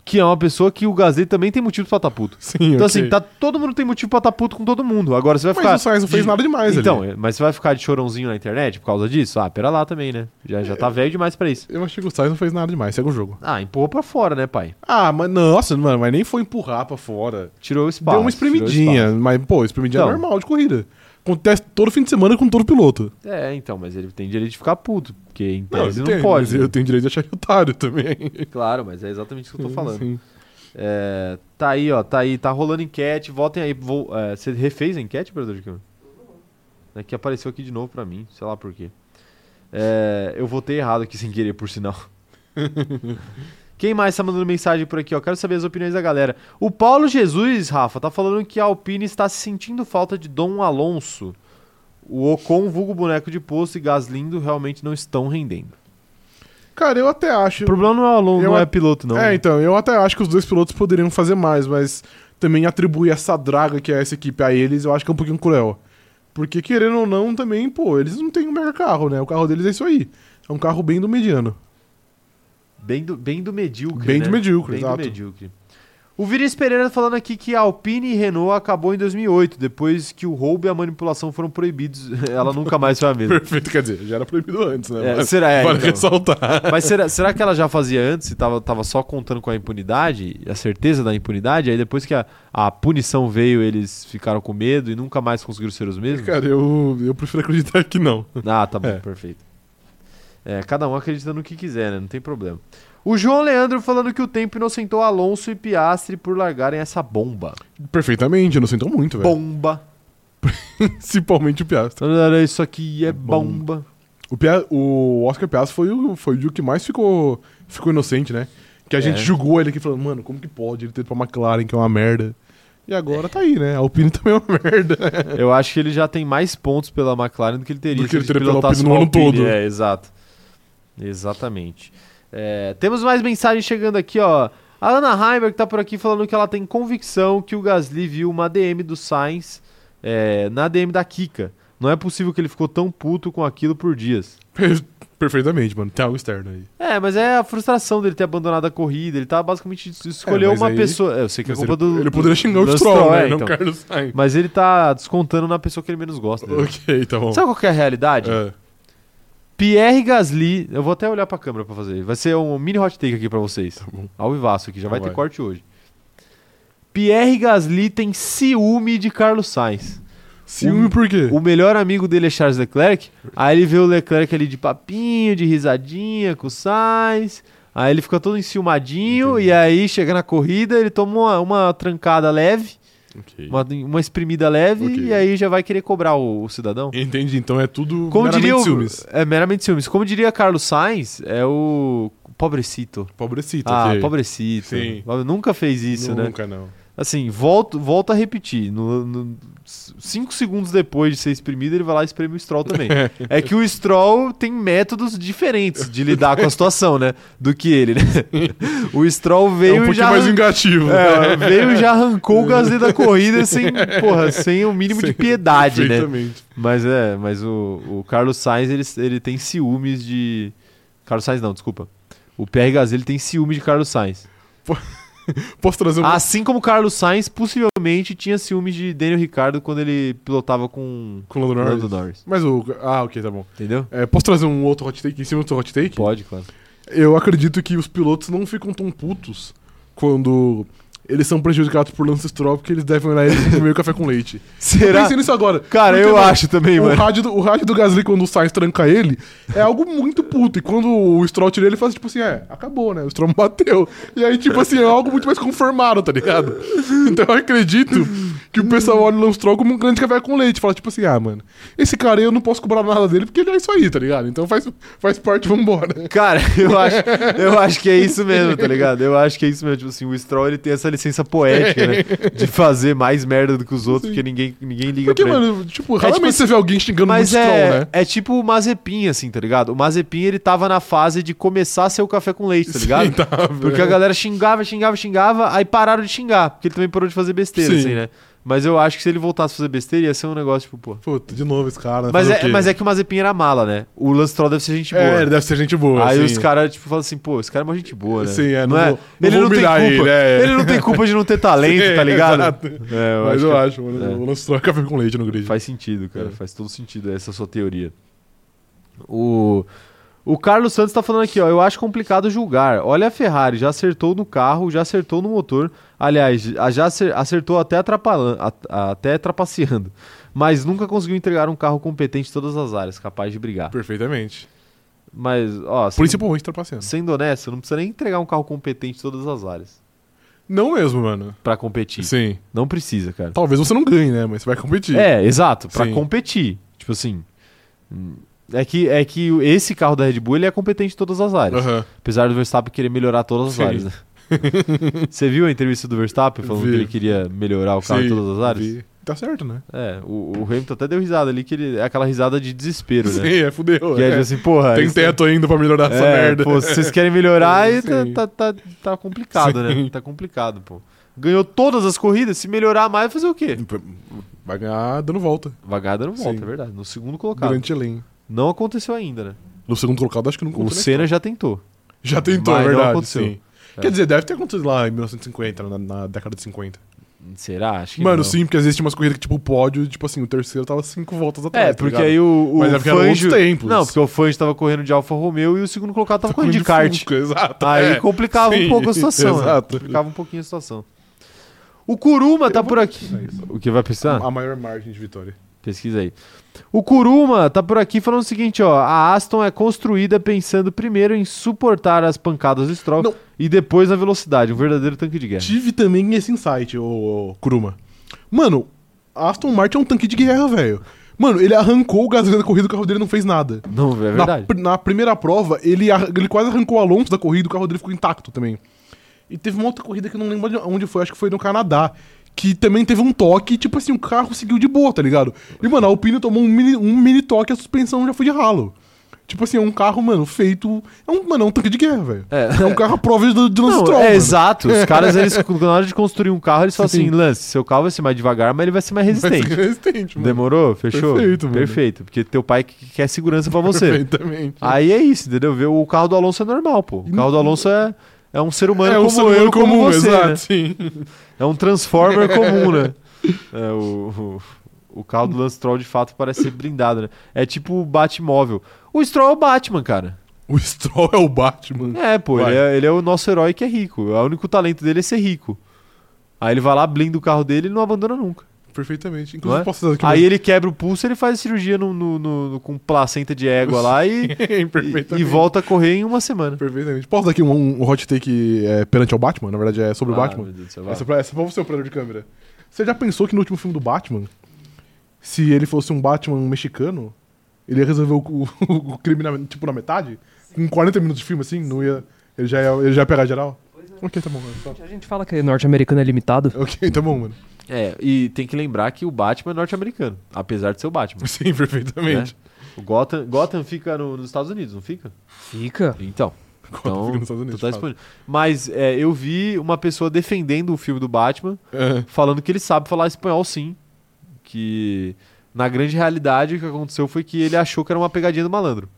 Que é uma pessoa que o Gazeta também tem motivos pra estar puto. Sim, Então, ok. assim, tá, todo mundo tem motivo pra estar puto com todo mundo. Agora você vai Mas ficar. o Sainz não fez de- nada demais Então, ali. é, mas você vai ficar de chorãozinho na internet por causa disso? Ah, pera lá também, né? Já, já tá velho demais pra isso. Eu achei que o Sainz não fez nada demais, segue o jogo. Ah, empurrou pra fora, né, pai? Ah, mas nossa, mano, mas nem foi empurrar pra fora. Tirou o espaço. Deu uma tirou o espremidinha, mas, pô, espremidinha é Então. normal de corrida. Acontece todo fim de semana com todo piloto. É, então, mas ele tem direito de ficar puto, porque em Não, tese não, entendo, mas pode. né? Eu tenho direito de achar ele otário também. Claro, mas é exatamente isso que eu tô falando. Sim. É, tá aí, ó, tá aí, tá rolando enquete, votem aí. Vou, é, você refez a enquete, operador de câmera? É que apareceu aqui de novo pra mim, sei lá por quê. É, eu votei errado aqui sem querer, por sinal. Quem mais tá mandando mensagem por aqui, ó? Quero saber as opiniões da galera. O Paulo Jesus, Rafa, tá falando que a Alpine está sentindo falta de Dom Alonso. O Ocon, vulgo boneco de posto e Gaslindo realmente não estão rendendo. Cara, eu até acho. O problema não é o aluno, Eu não a- é piloto, não. É, então, eu até acho que os dois pilotos poderiam fazer mais, mas também atribuir essa draga que é essa equipe a eles, eu acho que é um pouquinho cruel. Porque, querendo ou não, também, pô, eles não têm um mega carro, né? O carro deles é isso aí. É um carro bem do mediano. Bem do, bem do medíocre. Bem né? do medíocre, bem exato. Do medíocre. O Vinícius Pereira falando aqui que a Alpine e Renault acabou em 2008, depois que o roubo e a manipulação foram proibidos. Ela nunca mais foi a mesma. Perfeito, quer dizer, já era proibido antes, né? É, Mas será, é, vale então. ressaltar. Mas será, será que ela já fazia antes e tava, tava só contando com a impunidade, a certeza da impunidade? Aí depois que a, a punição veio, eles ficaram com medo e nunca mais conseguiram ser os mesmos? Cara, eu, eu prefiro acreditar que não. Ah, tá bom, É. perfeito. É, cada um acredita no que quiser, né? Não tem problema. O João Leandro falando que o tempo inocentou Alonso e Piastri por largarem essa bomba. Perfeitamente, eu não sinto muito, É. velho. Bomba. Principalmente o Piastra. Isso aqui é bomba. O, Pia... o Oscar Piastra foi o, foi o que mais ficou, ficou inocente, né? Que a É. gente julgou ele aqui falando, mano, como que pode ele ter ido pra McLaren, que é uma merda. E agora tá aí, né? A Alpine também é uma merda. Eu acho que ele já tem mais pontos pela McLaren do que ele teria Do que ele teria pela pilotasse Alpine no uma ano Alpine. todo. É, exato. Exatamente. É, temos mais mensagens chegando aqui, ó. A Ana Heimberg tá por aqui falando que ela tem convicção que o Gasly viu uma DM do Sainz é, na DM da Kika. Não é possível que ele ficou tão puto com aquilo por dias. Per- Perfeitamente, mano. Tem algo externo aí. É, mas é a frustração dele ter abandonado a corrida. Ele tá basicamente es- escolheu É, mas uma aí- pessoa. É, eu sei que é Mas culpa ele, do. ele poderia xingar do o Stroll, é, né? Não então. Carlos Sainz. Mas ele tá descontando na pessoa que ele menos gosta. né? Ok, tá bom. Sabe qual que é a realidade? É. Pierre Gasly, eu vou até olhar pra câmera pra fazer. Vai ser um mini hot take aqui pra vocês. Tá bom. Ao vivaço aqui, já Então vai, ter vai. corte hoje. Pierre Gasly tem ciúme de Carlos Sainz. Ciúme Um- por quê? O melhor amigo dele é Charles Leclerc. Aí ele vê o Leclerc ali de papinho, de risadinha com o Sainz. Aí ele fica todo enciumadinho Entendi. e aí chega na corrida, ele toma uma, uma trancada leve, Ok. uma, uma espremida leve Ok. e aí já vai querer cobrar o- o cidadão. Entendi, então é tudo Como meramente diria o, ciúmes. É, meramente ciúmes. Como diria Carlos Sainz, é o pobrecito. Pobrecito, Ah, ok. pobrecito. Sim. Nunca fez isso, né? Nunca não. Assim, volto, volto a repetir. No, no- cinco segundos depois de ser exprimido, ele vai lá e espreme o Stroll também. é que o Stroll tem métodos diferentes de lidar com a situação, né? Do que ele, né? o Stroll É um veio e pouquinho já... mais arran- vingativo. né? é, veio e já arrancou o Gasly da corrida sem, porra, sem o mínimo de Sem- piedade, né? Perfeitamente. Mas é, mas o, o Carlos Sainz, ele, ele tem ciúmes de. Carlos Sainz não, desculpa. O Pierre Gasly ele tem ciúme de Carlos Sainz. Posso trazer um... Assim como o Carlos Sainz possivelmente tinha ciúmes de Daniel Ricardo quando ele pilotava com com o Lando o Norris? Lando Norris. Mas o... Ah, ok, tá bom. Entendeu? É, posso trazer um outro hot take em cima do seu hot take? Pode, claro. Eu acredito que os pilotos não ficam tão putos quando eles são prejudicados por Lance Stroll porque eles devem olhar eles no meio café com leite. Eu Será? pensei nisso agora. Cara, Porque, eu mano, acho também, O mano. rádio, do, o rádio do Gasly quando o Sainz tranca ele é algo muito puto. E quando o Stroll tira ele, ele faz tipo assim: é, acabou, né? O Stroll bateu. E aí, tipo assim, é algo muito mais conformado, tá ligado? Então eu acredito que o pessoal olha o Lance Stroll como um grande café com leite. Fala tipo assim: ah, mano, esse cara aí eu não posso cobrar nada dele porque ele é isso aí, tá ligado? Então faz, faz parte, vambora. Cara, eu acho, eu acho que é isso mesmo, tá ligado? Eu acho que é isso mesmo. Tipo assim, o Stroll ele tem essa licença poética, né? De fazer mais merda do que os outros, Sim. porque ninguém, ninguém liga Porque, pra ele. mano, tipo, raramente tipo você vê alguém xingando Mas muito é, Stroll, né? é tipo o Mazepin, assim, tá ligado? O Mazepin, ele tava na fase de começar a ser o café com leite, tá ligado? Sim, tá, Porque a galera xingava, xingava, xingava, aí pararam de xingar, porque ele também parou de fazer besteira, Sim. assim, né? Mas eu acho que se ele voltasse a fazer besteira, ia ser um negócio, tipo, pô. Puta, de novo esse cara. né? Mas Fazer é, o quê? mas é que o Mazepin era mala, né? O Lance Troll deve ser gente boa. É, ele deve ser gente boa. Aí assim. os caras, tipo, falam assim, pô, esse cara é uma gente boa, né? Sim, é, não vou- não ele vou não tem culpa. humilhar ele, é. Ele não tem culpa de não ter talento, Sim, tá ligado? exato. É, eu Mas acho eu que- acho, mano. é. O lance do café com leite no grid. Faz sentido, cara. É. Faz todo sentido essa sua teoria. O, o Carlos Santos tá falando aqui, ó. Eu acho complicado julgar. Olha a Ferrari, já acertou no carro, já acertou no motor. Aliás, a- já acer- acertou até, atrapalhan- a- a- até trapaceando. Mas nunca conseguiu entregar um carro competente em todas as áreas, capaz de brigar. Perfeitamente. Mas, ó, sendo, Principalmente trapaceando. sendo honesto, não precisa nem entregar um carro competente em todas as áreas Não mesmo, mano. pra competir. Sim. Não precisa, cara. Talvez você não ganhe, né? Mas você vai competir. É, exato, pra Sim. competir. Tipo assim, hum, é que é que o- esse carro da Red Bull ele é competente em todas as áreas. Aham. Apesar do Verstappen querer melhorar todas as Ah. Sim. áreas, né? Você viu a entrevista do Verstappen falando Vi. que ele queria melhorar o carro em Sim, todas as áreas? vi. Tá certo, né? É, o, o Hamilton até deu risada ali que ele é aquela risada de desespero, Sim, né? é, fudeu. Que é é. tipo assim, porra, Tem isso- teto ainda pra melhorar essa é, merda. Pô, se vocês querem melhorar, aí tá, Sim. tá, tá, tá complicado, né? Tá complicado, pô. Ganhou todas as corridas, se melhorar mais, fazer o quê? Vai ganhar dando volta. Vagada não volta, Sim. é verdade. No segundo colocado. Durante a lane. Não aconteceu ainda, né? No segundo colocado, acho que não O conta, né? Senna já tentou. Já tentou, Mas é não verdade. aconteceu. Sim. É. Quer dizer, deve ter acontecido lá em 1950, na, na década de 50. Será? Acho que Mano, não. sim, porque às vezes tinha umas corridas que, tipo, o pódio, tipo assim, o terceiro tava cinco voltas atrás. É, tá porque ligado? aí o, o Mas é porque eram Fangio- outros tempos. Não, porque o Fangio tava correndo de Alfa Romeo e o segundo colocado tava Tá correndo correndo de kart. Fusca, exato. Aí é. complicava um Sim, pouco a situação. né? exato. Complicava um pouquinho a situação. O Kuruma tá por aqui. O que vai precisar? A maior margem de vitória. Pesquisa aí. O Kuruma tá por aqui falando o seguinte, ó. A Aston é construída pensando primeiro em suportar as pancadas do Stroll Não. e depois na velocidade. Um verdadeiro tanque de guerra. Tive também esse insight, ô, ô Kuruma. Mano, a Aston Martin é um tanque de guerra, velho. Mano, ele arrancou o gasolina da corrida, o carro dele não fez nada. Não, é Na, verdade. pr- na primeira prova, ele, arran- ele quase arrancou o Alonso da corrida, o carro dele ficou intacto também. E teve uma outra corrida que eu não lembro de onde foi, acho que foi no Canadá, que também teve um toque, tipo assim, o carro seguiu de boa, tá ligado? E, mano, a Alpine tomou um mini, um mini toque, a suspensão já foi de ralo. Tipo assim, é um carro, mano, feito. É um, mano, é um tanque de guerra, velho. É. É. um carro à prova de, de lance Não, troll, é mano. exato. Os caras, eles, na hora de construir um carro, eles falam Sim. assim: Lance, seu carro vai ser mais devagar, mas ele vai ser mais Vai ser resistente. resistente, mano. Demorou? Fechou? Perfeito, mano. Perfeito, porque teu pai que- quer segurança pra você. Perfeitamente. Aí é isso, entendeu? Ver o carro do Alonso é normal, pô. O carro do Alonso é, é um ser humano é comum, um ser humano comum, você, exato, né? sim. É um transformer comum, né? É, o, o, o carro do Lance Troll de fato parece ser blindado, né? É tipo o Batmóvel. O Stroll é o Batman, cara. O Stroll é o Batman. É, pô, Vai. ele é, ele é o nosso herói que é rico. O único talento dele é ser rico. Aí ele vai lá, blinda o carro dele e não abandona nunca. Perfeitamente. Não é? Inclusive, posso fazer aqui Aí ele quebra o pulso, ele faz cirurgia no, no- no- com placenta de égua lá e, ele... e, Perfeitamente. e volta a correr em uma semana. Perfeitamente. Posso dar aqui um, um hot take é, perante ao Batman? Na verdade, é sobre o Ah, Batman. meu Deus do céu, vai. Essa, é pra- essa é pra você, operador de câmera. Você já pensou que no último filme do Batman, se ele fosse um Batman mexicano, ele ia resolver o, o- o crime, na, tipo, na metade? Com 40 minutos de filme, assim, não ia... Ele já ia, ele já ia pegar geral? Ok, tá bom, mano. Tá- A gente fala que norte-americano é limitado. Ok, tá bom, mano. É, e tem que lembrar que o Batman é norte-americano, apesar de ser o Batman. Sim, perfeitamente. O Gotham, Gotham fica no- nos Estados Unidos, não fica? Fica. Então. Então, fica nos Estados tu Unidos, tá de fato. expondo. Mas é, eu vi uma pessoa defendendo o filme do Batman, É. falando que ele sabe falar espanhol sim. Que na grande realidade o que aconteceu foi que ele achou que era uma pegadinha do malandro.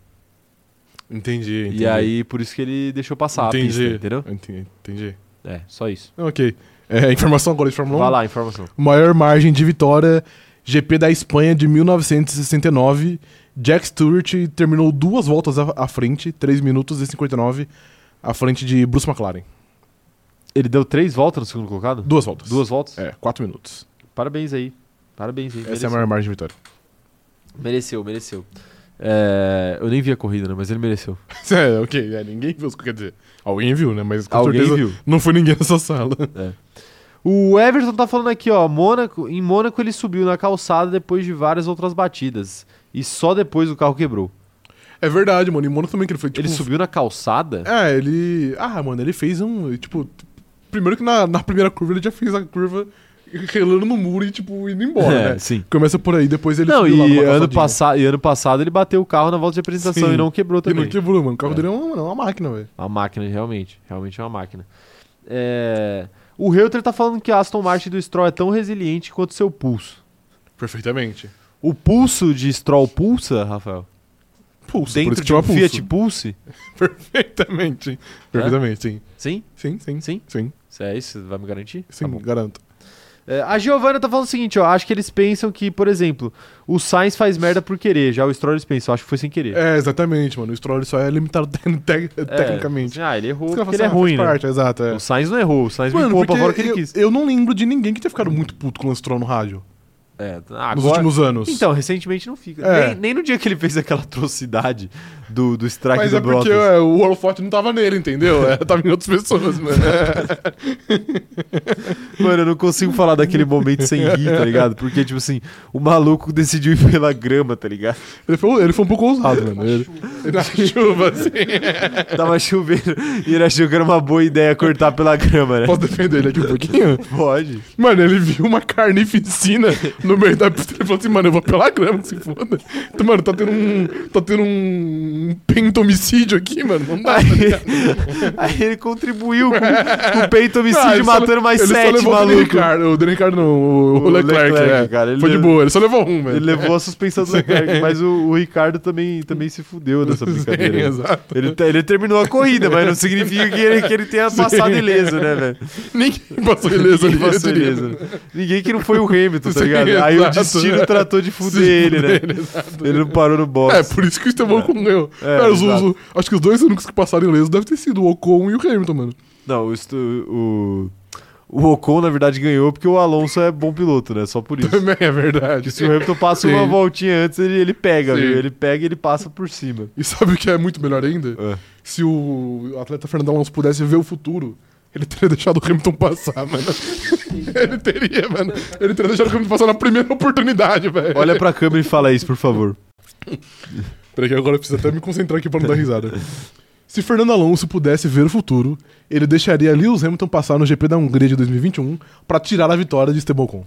Entendi, E aí, por isso que ele deixou passar a pista, entendeu? Entendi, entendi. É, só isso. Ok. É, informação agora de Fórmula 1. Vai lá, informação. Maior margem de vitória, GP da Espanha de 1969. Jack Stewart terminou duas voltas à à frente, 3 minutos e 59, à frente de Bruce McLaren. Ele deu três voltas no segundo colocado? Duas voltas. Duas voltas? É, 4 minutos. Parabéns aí. Parabéns aí. Essa é mereceu. a maior margem de vitória. Mereceu, mereceu. É, eu nem vi a corrida, né? Mas ele mereceu. é, ok. É, ninguém viu, quer dizer, alguém viu, né? Mas com Alguém certeza viu. não foi ninguém nessa sala. O Everton tá falando aqui, ó. Mônaco, em Mônaco ele subiu na calçada depois de várias outras batidas. E só depois o carro quebrou. É verdade, mano. E Mônaco também que ele foi, tipo... ele subiu na calçada? É, ele... Ah, mano, ele fez um, tipo... Primeiro que na, na primeira curva ele já fez a curva relando no muro e, tipo, indo embora, né? É, sim. Começa por aí, depois ele Não, subiu lá e numa ano, calçadinha. passa e ano passado ele bateu o carro na volta de apresentação Sim. e não quebrou E também. não quebrou, mano. O carro É. dele é uma, é uma máquina, velho. Uma máquina, realmente. Realmente é uma máquina. É, O Reuter tá falando que a Aston Martin do Stroll é tão resiliente quanto seu pulso. Perfeitamente. O pulso de Stroll pulsa, Rafael? Pulso, por isso Dentro que de um chama pulso. Fiat Pulse? Perfeitamente. Perfeitamente, sim. Sim? Sim, sim. Sim? Sim, Se é isso, vai me garantir? sim, Tá bom. garanto. É, a Giovanna tá falando o seguinte, ó. Acho que eles pensam que, por exemplo, o Sainz faz merda por querer. Já o Stroll eles pensam, acho que foi sem querer. É, exatamente, mano. O Stroll ele só é limitado te- te- É, tecnicamente. assim, ah, ele errou Os caras porque ele falam assim, é ah, faz ruim, né? parte, Exato, é. O Sainz não errou, o Sainz Mano, limpou pra fora o que porque ele eu, quis. eu não lembro de ninguém que tenha ficado muito puto com o Lance Stroll no rádio É, nos últimos anos. Então, recentemente não fica. É. Nem, nem no dia que ele fez aquela atrocidade do, do strike Mas do é porque Bottas. é, o holofote não tava nele, entendeu? É, tava em outras pessoas, mano. É. Mano, eu não consigo falar daquele momento sem rir, tá ligado? Porque, tipo assim, o maluco decidiu ir pela grama, tá ligado? Ele foi, ele foi um pouco ousado, mano. Ele, na chuva, assim. Tava chovendo e ele achou que era uma boa ideia cortar pela grama, né? Posso defender ele aqui um pouquinho? Pode. Mano, ele viu uma carnificina no meio da pista. Ele falou assim, mano, eu vou pela grama, que se foda. Então, mano, tá tendo um. Tá tendo um pentomicídio aqui, mano. Não dá. tá Aí, aí ele contribuiu com, com o peito Ah, homicídio ele só matando le- mais ele só sete, levou O Daniel maluco. Ricardo, o Daniel Ricardo não, o, o O Leclerc, Leclerc, é. cara, ele Foi de le- boa, ele só levou um, velho. Ele levou a suspensão do Leclerc, mas o, o Ricardo também, também se fudeu nessa brincadeira. Sim, exato. Ele, te- ele terminou a corrida, mas não significa que ele, que ele tenha passado ileso, né, velho? Ninguém passou beleza ali. Ninguém passou ele teria- ileso. né? Ninguém que não foi o Hamilton, tá Sim, ligado? Aí o exato. né? destino tratou de fuder Sim, ele, né? fuder ele, exato. Ele não parou no box. É, por isso que o Esteban Ocon ganhou. É, Cara, os- os- exato. acho que os dois únicos que passaram ileso deve ter sido o Ocon e o Hamilton, mano. Não, o, Stu- o, o Ocon, na verdade, ganhou porque o Alonso é bom piloto, né? Só por isso. Também é verdade. Porque se o Hamilton passa uma Sim. voltinha antes, ele, ele pega, Sim. viu? Ele pega e ele passa por cima. E sabe o que é muito melhor ainda? É. Se o atleta Fernando Alonso pudesse ver o futuro, ele teria deixado o Hamilton passar, mano. ele teria, mano. Ele teria deixado o Hamilton passar na primeira oportunidade, velho. Olha pra câmera e fala isso, por favor. Peraí, que agora eu preciso até me concentrar aqui pra não dar risada. Se Fernando Alonso pudesse ver o futuro, ele deixaria Lewis Hamilton passar no GP da Hungria de 2021 pra tirar a vitória de Esteban Ocon.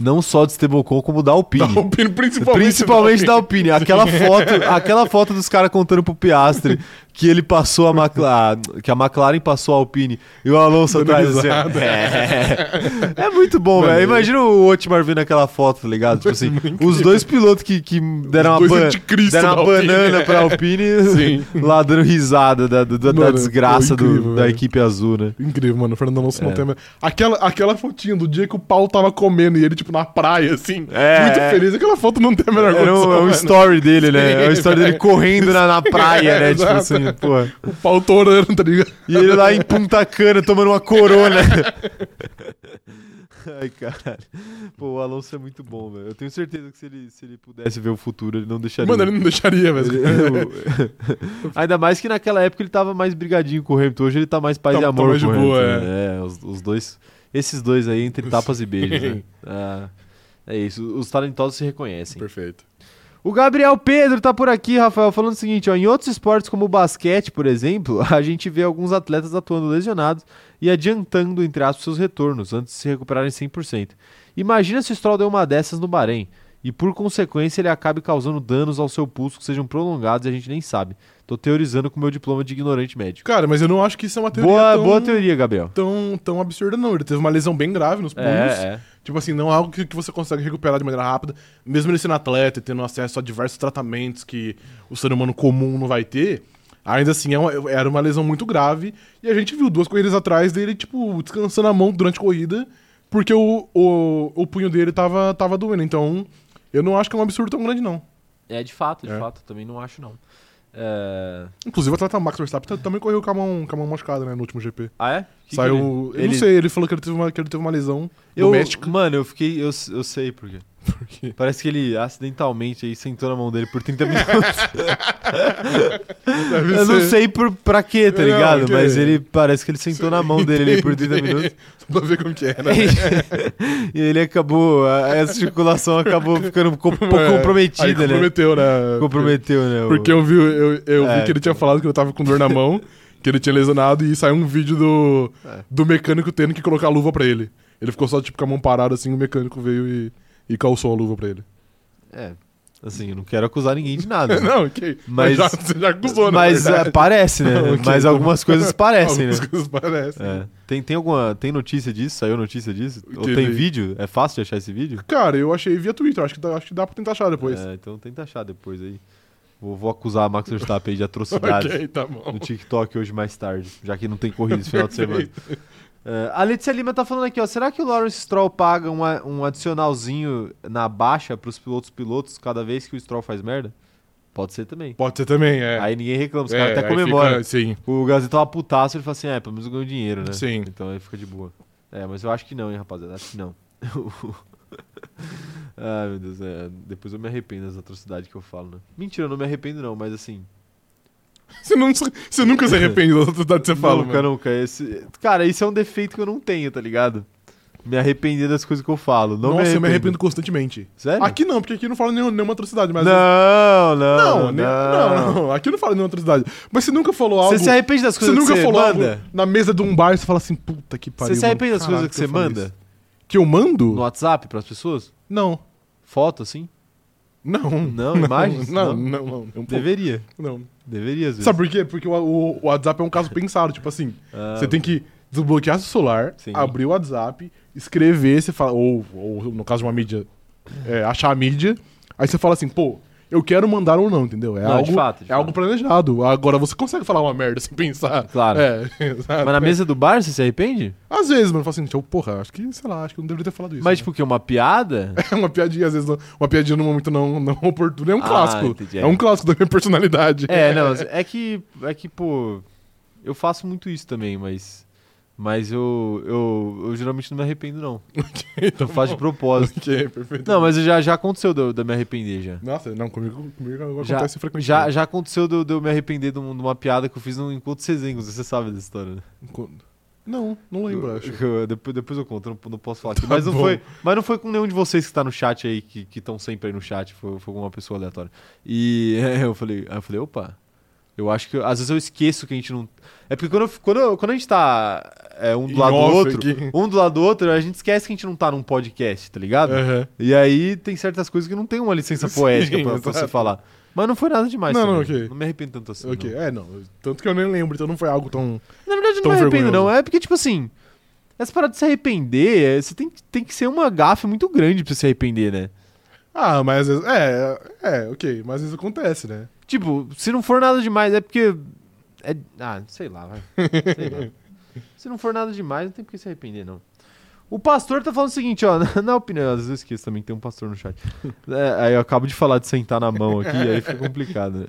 Não só de Estebocon, como da Alpine. Da Alpine, principalmente. Principalmente da Alpine. Aquela foto, aquela foto dos caras contando pro Piastre que ele passou a McLaren, que a McLaren passou a Alpine e o Alonso Dando atrás. Assim, risada. é. É muito bom, Mano, velho. eu- Imagina o Otmar vendo aquela foto, tá ligado? Tipo assim, os dois pilotos que, que deram Os uma, dois ba- anticristo deram da uma Alpine. banana pra Alpine Sim. lá dando risada da, da- da Mano, desgraça do- foi incrível, da velho. equipe azul, né? Incrível, mano. O Fernando É. Alonso não tem. a men- Aquela, aquela fotinha do dia que o pau tava comendo e ele, tipo, na praia, assim. É, muito é. feliz. Aquela foto não tem a menor Era um, condição. é um mano. story dele, né? É Sim, o story dele velho. correndo na, na praia, né? É, Tipo exato. assim, pô. O pau torando, tá ligado? E ele lá em Punta Cana tomando uma corona. Ai, caralho. Pô, o Alonso é muito bom, velho. Eu tenho certeza que se ele, se ele pudesse ver o futuro, ele não deixaria. Mano, ele não deixaria, velho. Eu- Ainda mais que naquela época ele tava mais brigadinho com o Hamilton. Hoje ele tá mais paz Tá- e tá amor mais de com o boa, Hamilton, né? É, os, os dois... Esses dois aí, entre tapas e beijos, né? Ah, é isso. Os talentosos se reconhecem. Perfeito. O Gabriel Pedro tá por aqui, Rafael, falando o seguinte, ó, em outros esportes como o basquete, por exemplo, a gente vê alguns atletas atuando lesionados e adiantando, entre aspas, seus retornos antes de se recuperarem 100%. Imagina se o Stroll deu uma dessas no Bahrein e, por consequência, ele acabe causando danos ao seu pulso que sejam prolongados e a gente nem sabe. Tô teorizando com meu diploma de ignorante médico. Cara, mas eu não acho que isso é uma teoria Boa, tão, boa teoria, Gabriel. tão, tão absurda, não. Ele teve uma lesão bem grave nos pulmos. É, é. Tipo assim, não é algo que, que você consegue recuperar de maneira rápida, mesmo ele sendo atleta e tendo acesso a diversos tratamentos que o ser humano comum não vai ter. Ainda assim, é uma- era uma lesão muito grave. E a gente viu duas corridas atrás dele, tipo, descansando a mão durante a corrida, porque o, o, o punho dele tava, tava doendo. Então, eu não acho que é um absurdo tão grande, não. É, de fato, de É. fato. Também não acho, não. É... Inclusive, o atleta Max Verstappen t- também correu com a mão, com a mão machucada, né, no último GP. Ah, é? Que que ele- Saiu. Eu ele- não sei, ele falou que ele teve uma, que ele teve uma lesão Eu, doméstica. Mano, eu fiquei. Eu, eu sei por quê. quê? Parece que ele acidentalmente aí sentou na mão dele por 30 minutos. Deve eu não ser. sei por, pra quê, tá Não, ligado? que- Mas ele parece que ele sentou na mão dele ali por 30 minutos. Só pra ver como que é, né? e ele acabou. a- Essa circulação acabou ficando com- um pouco É, aí comprometida, né? comprometeu, né? Comprometeu, né? o- Porque eu vi, eu, eu É. vi que ele tinha falado que eu tava com dor na mão, que ele tinha lesionado, e saiu um vídeo do, É. do mecânico tendo que colocar a luva pra ele. Ele ficou só, tipo, com a mão parada, assim, o mecânico veio e, e calçou a luva pra ele. É. Assim, eu não quero acusar ninguém de nada. Não, ok. É. Mas- já, você já acusou, né? Mas é, parece, né? Não, ok, Mas então- algumas coisas parecem, né? Algumas coisas parecem. É. Tem, tem alguma. Tem notícia disso? Saiu notícia disso? Ou Que tem ele- vídeo? É fácil de achar esse vídeo? Cara, eu achei via Twitter, acho que dá, acho que dá pra tentar achar depois. É, então tenta achar depois aí. Vou, vou acusar a Max Verstappen aí de atrocidades ok, tá bom. no TikTok hoje mais tarde, já que não tem corrida esse final de semana. É, a Letícia Lima tá falando aqui, ó. Será que o Lawrence Stroll paga um, a- um adicionalzinho na baixa pros pilotos pilotos cada vez que o Stroll faz merda? Pode ser também. Pode ser também, é. Aí ninguém reclama, os É, caras aí até comemoram. fica- sim. O Gasly tava putaço, ele fala assim, é, pelo menos eu ganho dinheiro, né? Sim. Então aí fica de boa. É, mas eu acho que não, hein, rapaziada? Acho que não. Ai, meu Deus, é, depois eu me arrependo das atrocidades que eu falo, né? Mentira, eu não me arrependo não, mas assim... Você, não, você nunca se arrepende da autoridade que você fala, nunca, mano. nunca. Esse, cara, isso é um defeito que eu não tenho, tá ligado? Me arrepender das coisas que eu falo. Não Nossa, me eu me arrependo constantemente. Sério? Aqui não, porque aqui não fala nenhum- nenhuma atrocidade, mas. Não, não, Não, né? não, não. Aqui não fala nenhuma atrocidade. Mas você nunca falou algo. Você se arrepende das você coisas que nunca você falou manda? algo na mesa de um bar e você fala assim, puta que pariu. Você se mano. arrepende das Caraca, coisas que você eu falei manda? isso. Que eu mando? No WhatsApp pras pessoas? Não. Foto, assim? Não. Não, imagens? Não, Não. não, não. não, Deveria. não. Deveria, às vezes. Sabe por quê? Porque o, o- o WhatsApp é um caso pensado. Tipo assim, Ah, você tem que desbloquear seu celular, Sim. abrir o WhatsApp, escrever, você fala, ou, ou no caso de uma mídia, é, achar a mídia, aí você fala assim, pô, eu quero mandar ou não, entendeu? É, Não, de algo, fato, de é fato. algo planejado. Agora você consegue falar uma merda sem pensar. Claro. É, exato. Mas na mesa do bar você se arrepende? Às vezes, mano, eu falo assim, tipo, porra, acho que, sei lá, acho que eu não deveria ter falado isso. Mas, né? tipo, o quê? Uma piada? É uma piadinha, às vezes, não- uma piadinha num momento não, não oportuno. É um Ah, clássico. entendi, é. É um clássico da minha personalidade. é, não. É que, é que, pô, eu faço muito isso também, mas. Mas eu, eu, eu geralmente não me arrependo, não. eu faço de propósito. tá Ok, é perfeito. Não, mas já, já aconteceu de eu, de eu me arrepender já. Nossa, não, comigo, comigo Já, acontece frequentemente. já, já aconteceu de eu, de eu me arrepender de, um- de uma piada que eu fiz no Encontro Sesengos, você sabe dessa história, né? Quando? Não, não lembro, acho. Eu- depois, depois eu conto, não, não posso falar aqui. Tá mas, não bom. foi, mas não foi com nenhum de vocês que tá no chat aí, que estão sempre aí no chat, foi, foi com uma pessoa aleatória. E é, eu falei, aí eu falei, opa, Eu acho que às vezes eu esqueço que a gente não. É porque quando, eu fi- quando, eu- quando a gente tá é, um do Em lado do off outro, aqui. um do lado do outro, a gente esquece que a gente não tá num podcast, tá ligado? Aham. E aí tem certas coisas que não tem uma licença É. Sim, poética pra, pra exato. você falar. Mas não foi nada demais. Não, não, também. ok. Não me arrependo tanto assim. Ok, não. é, não. Tanto que eu nem lembro, então não foi algo tão. Na verdade, eu não Tão me arrependo, vergonhoso. não. É porque, tipo assim, essa parada de se arrepender, é, você tem, que- tem que ser uma gafe muito grande pra você se arrepender, né? Ah, mas às vezes. É, é, ok, mas às vezes acontece, né? Tipo, se não for nada demais, é porque. É... Ah, sei lá, vai. Sei lá. Se não for nada demais, não tem por que se arrepender, não. O pastor tá falando o seguinte, ó, na, na opinião, às vezes eu esqueço também que tem um pastor no chat. É, aí eu acabo de falar de sentar na mão aqui, aí fica complicado, né?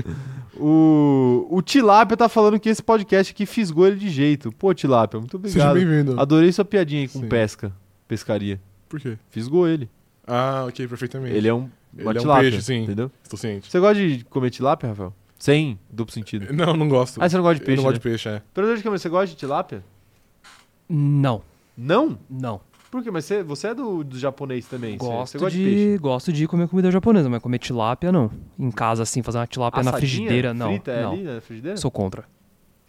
O, o Tilápia tá falando que esse podcast aqui fisgou ele de jeito. Pô, Tilápia, muito Seja obrigado. bem-vindo. Adorei sua piadinha aí com Sim. pesca, pescaria. Por quê? Fisgou ele. Ah, ok, perfeitamente. Ele é um, uma Ele é um tilápia, peixe, sim. entendeu? Estou ciente. Você gosta de comer tilápia, Rafael? Sem duplo sentido. Não, não gosto. Ah, você não gosta de eu peixe, não né? gosto de peixe, é. Operador de câmera, você gosta de tilápia? Não, Não? não. Por quê? Mas você, você é do, do japonês também. você- Gosto você gosta de, de, peixe? gosto de comer comida japonesa, mas comer tilápia não. Em casa assim, fazer uma tilápia na Assadinha, frigideira não. Frita é não. ali na frigideira? Sou contra.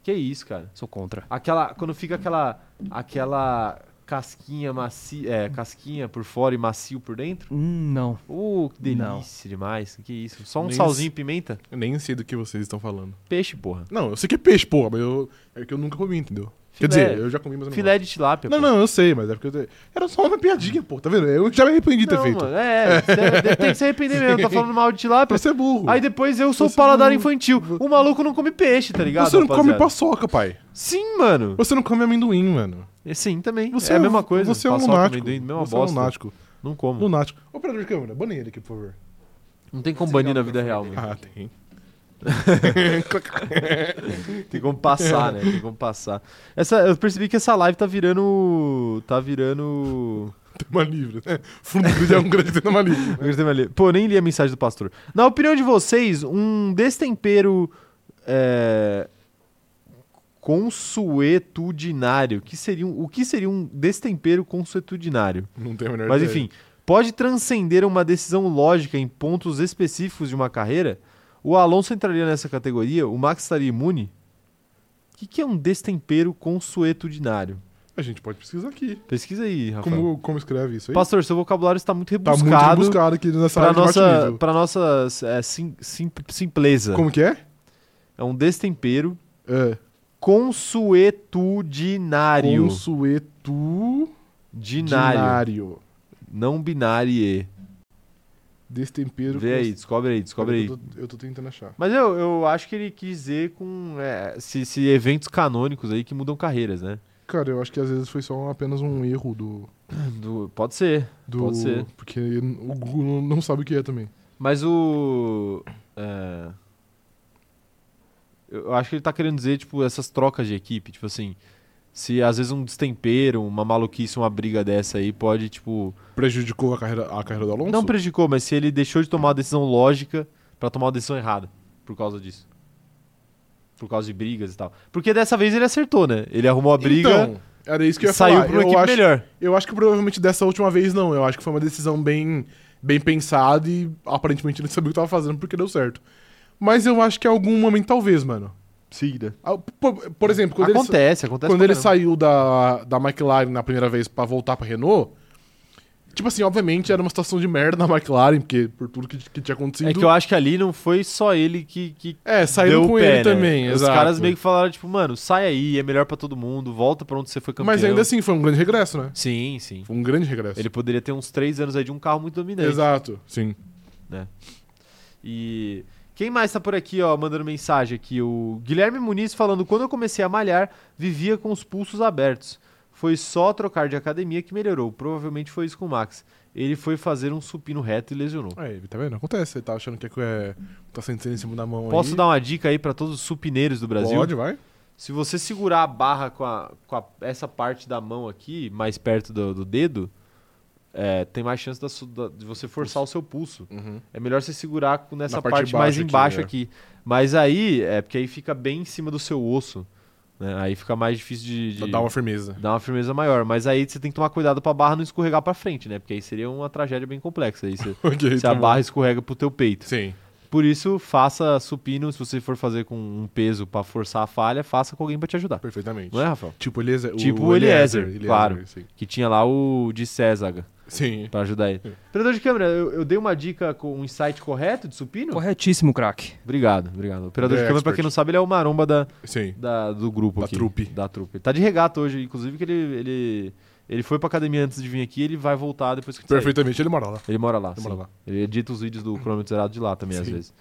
Que isso, cara. Sou contra. Aquela, quando fica aquela, aquela casquinha macia, é, casquinha por fora e macio por dentro. Hum, não. Uh, que delícia Não. demais. Que isso. Só um Nem salzinho e pimenta? Eu nem sei do que vocês estão falando. Peixe, porra. Não, eu sei que é peixe, porra, mas eu, é que eu nunca comi, entendeu? Quer Filé. dizer, eu já comi, mas eu não Filé de tilápia. gosto. Não, pô. não, eu sei, mas é porque eu te- era só uma piadinha, pô, tá vendo? Eu já me arrependi de ter Não, feito. mano, é, você- tem que se arrepender mesmo. Tá falando mal de tilápia. Você é burro. Aí depois eu sou o Você paladar não- infantil. O maluco não come peixe, tá ligado? você não come rapaziada? paçoca, pai. Sim, mano. Você não come amendoim, mano. Sim, também. Você é a mesma coisa. Você é um Paçoca, lunático. amendoim, mesma você bosta. é um lunático. Não como. Não, Lunático. Operador de câmera, banei ele aqui, por favor. tem como banir na vida real, mano. Ah, tem. Tem como passar, né? Tem como passar. Essa, eu percebi que essa live tá virando. Tá virando. Tema livre, né? Fundo do é um grande tema livre. Eu gritei ali. Pô, nem li a mensagem do pastor. Na opinião de vocês, um destempero. É... Consuetudinário. Que seria um- o que seria um destempero consuetudinário? Não tem a menor Mas ideia. enfim, pode transcender uma decisão lógica em pontos específicos de uma carreira? O Alonso entraria nessa categoria? O Max estaria imune? O que, que é um destempero consuetudinário? A gente pode pesquisar aqui. Pesquisa aí, Rafael. Como, como escreve isso aí? Pastor, seu vocabulário está muito tá rebuscado, muito rebuscado aqui nessa para área de baixo nossa, nível. pra nossa é, sim- sim- simpleza. Como que é? É um destempero É. consuetudinário. Consuetudinário. Dinário. Não binário. Destempero. Vê aí, descobre aí, descobre aí. Eu tô, eu tô tentando achar. Mas eu, eu acho que ele quis dizer com é, se, se eventos canônicos aí que mudam carreiras, né? Cara, eu acho que às vezes foi só apenas um erro do. Do- pode ser. do Pode ser. Porque o Google não- não sabe o que é também. Mas o. é, eu acho que ele tá querendo dizer, tipo, essas trocas de equipe. Tipo assim, se às vezes um destempero, uma maluquice, uma briga dessa aí pode, tipo. Prejudicou a carreira, a carreira do Alonso? Não prejudicou, mas se ele deixou de tomar a decisão lógica pra tomar uma decisão errada por causa disso. Por causa de brigas e tal. Porque dessa vez ele acertou, né? Ele arrumou a briga. Então, era isso que eu e ia saiu falar. pra uma eu equipe acho, melhor. Eu acho que provavelmente dessa última vez não. Eu acho que foi uma decisão bem, bem pensada e aparentemente ele sabia o que tava fazendo porque deu certo. Mas eu acho que em algum momento talvez, mano. Seguida. Ah, Por, por exemplo, quando ele, acontece, acontece. quando pra ele caramba. saiu da, da McLaren na primeira vez pra voltar pra Renault, tipo assim, obviamente era uma situação de merda na McLaren, porque por tudo que, que tinha acontecido. É que eu acho que ali não foi só ele que, que É, deu saiu o com pé, ele né? também, Os exato. caras meio que falaram, tipo, mano, sai aí, é melhor pra todo mundo, volta pra onde você foi campeão. Mas ainda assim, foi um grande regresso, né? Sim, sim. Foi um grande regresso. Ele poderia ter uns três anos aí de um carro muito dominante. Exato, sim. E quem mais tá por aqui, ó, mandando mensagem aqui? O Guilherme Muniz falando: quando eu comecei a malhar, vivia com os pulsos abertos. Foi só trocar de academia que melhorou. Provavelmente foi isso com o Max. Ele foi fazer um supino reto e lesionou. É, ele tá vendo? Acontece. Ele tá achando que é. Tá sentindo em cima da mão Posso aí. dar uma dica aí pra todos os supineiros do Brasil? Pode, vai. Se você segurar a barra com, a- com a- essa parte da mão aqui, mais perto do, do dedo, é, tem mais chance da su- da- de você forçar o seu pulso. Uhum. É melhor você segurar com- nessa Na parte, parte de mais baixo aqui, embaixo é. aqui. Mas aí, é porque aí fica bem em cima do seu osso. né? Aí fica mais difícil de, de Dá uma firmeza. dar uma firmeza maior. Mas aí você tem que tomar cuidado pra barra não escorregar pra frente, né? Porque aí seria uma tragédia bem complexa. Aí você- Ok, se a tá bom. barra escorrega pro teu peito. Sim. Por isso, faça supino, se você for fazer com um peso pra forçar a falha, faça com alguém pra te ajudar. Perfeitamente. Não é, Rafael? Tipo Eliezer, Tipo o Eliezer, claro. Sim. Que tinha lá o de Césaga Sim. pra ajudar ele. É. Operador de câmera, eu, eu dei uma dica com um insight correto de supino? Corretíssimo, craque. Obrigado, obrigado. Operador É de câmera, pra expert. quem não sabe, ele é o maromba da, Sim. da- do grupo Da aqui. trupe. Da trupe. Ele tá de regata hoje, inclusive, que ele, ele, ele foi pra academia antes de vir aqui ele vai voltar depois que sair. Perfeitamente, ele mora lá. Ele mora lá. Ele sim. mora lá. Ele edita os vídeos do cronômetro zerado de lá também, às Hum. Sim. vezes.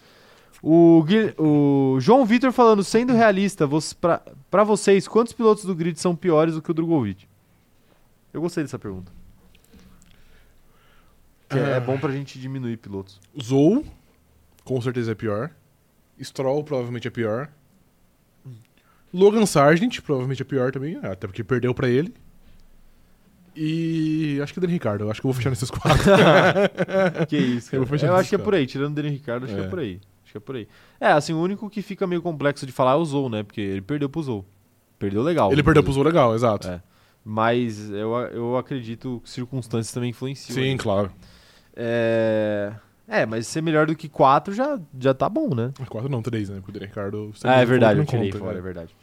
O, Guil- o João Vitor falando, sendo realista, você, pra, pra vocês, quantos pilotos do grid são piores do que o Drogovic? Eu gostei dessa pergunta. Que é, Ah. é bom pra gente diminuir pilotos. Zou, com certeza é pior. Stroll, provavelmente é pior. Logan Sargent, provavelmente é pior também, até porque perdeu pra ele. E acho que o Dani Ricardo, eu acho que eu vou fechar nesses quatro. Que isso, cara. Eu vou fechar Eu, essa acho que é discussão. por aí, tirando o Daniel Ricardo, acho que é É. por aí. Acho que é por aí. É, assim, o único que fica meio complexo de falar é o Zou, né? Porque ele perdeu pro Zou. Perdeu legal. ele perdeu inclusive. pro Zou legal, exato. É. Mas eu, a- eu acredito que circunstâncias também influenciam. Sim, né? claro. É... é, mas ser melhor do que 4 já, já tá bom, né? Quatro não, três, né? Porque o Dani Ricardo... você ah, é não verdade, eu conta, tirei né? fora, é verdade.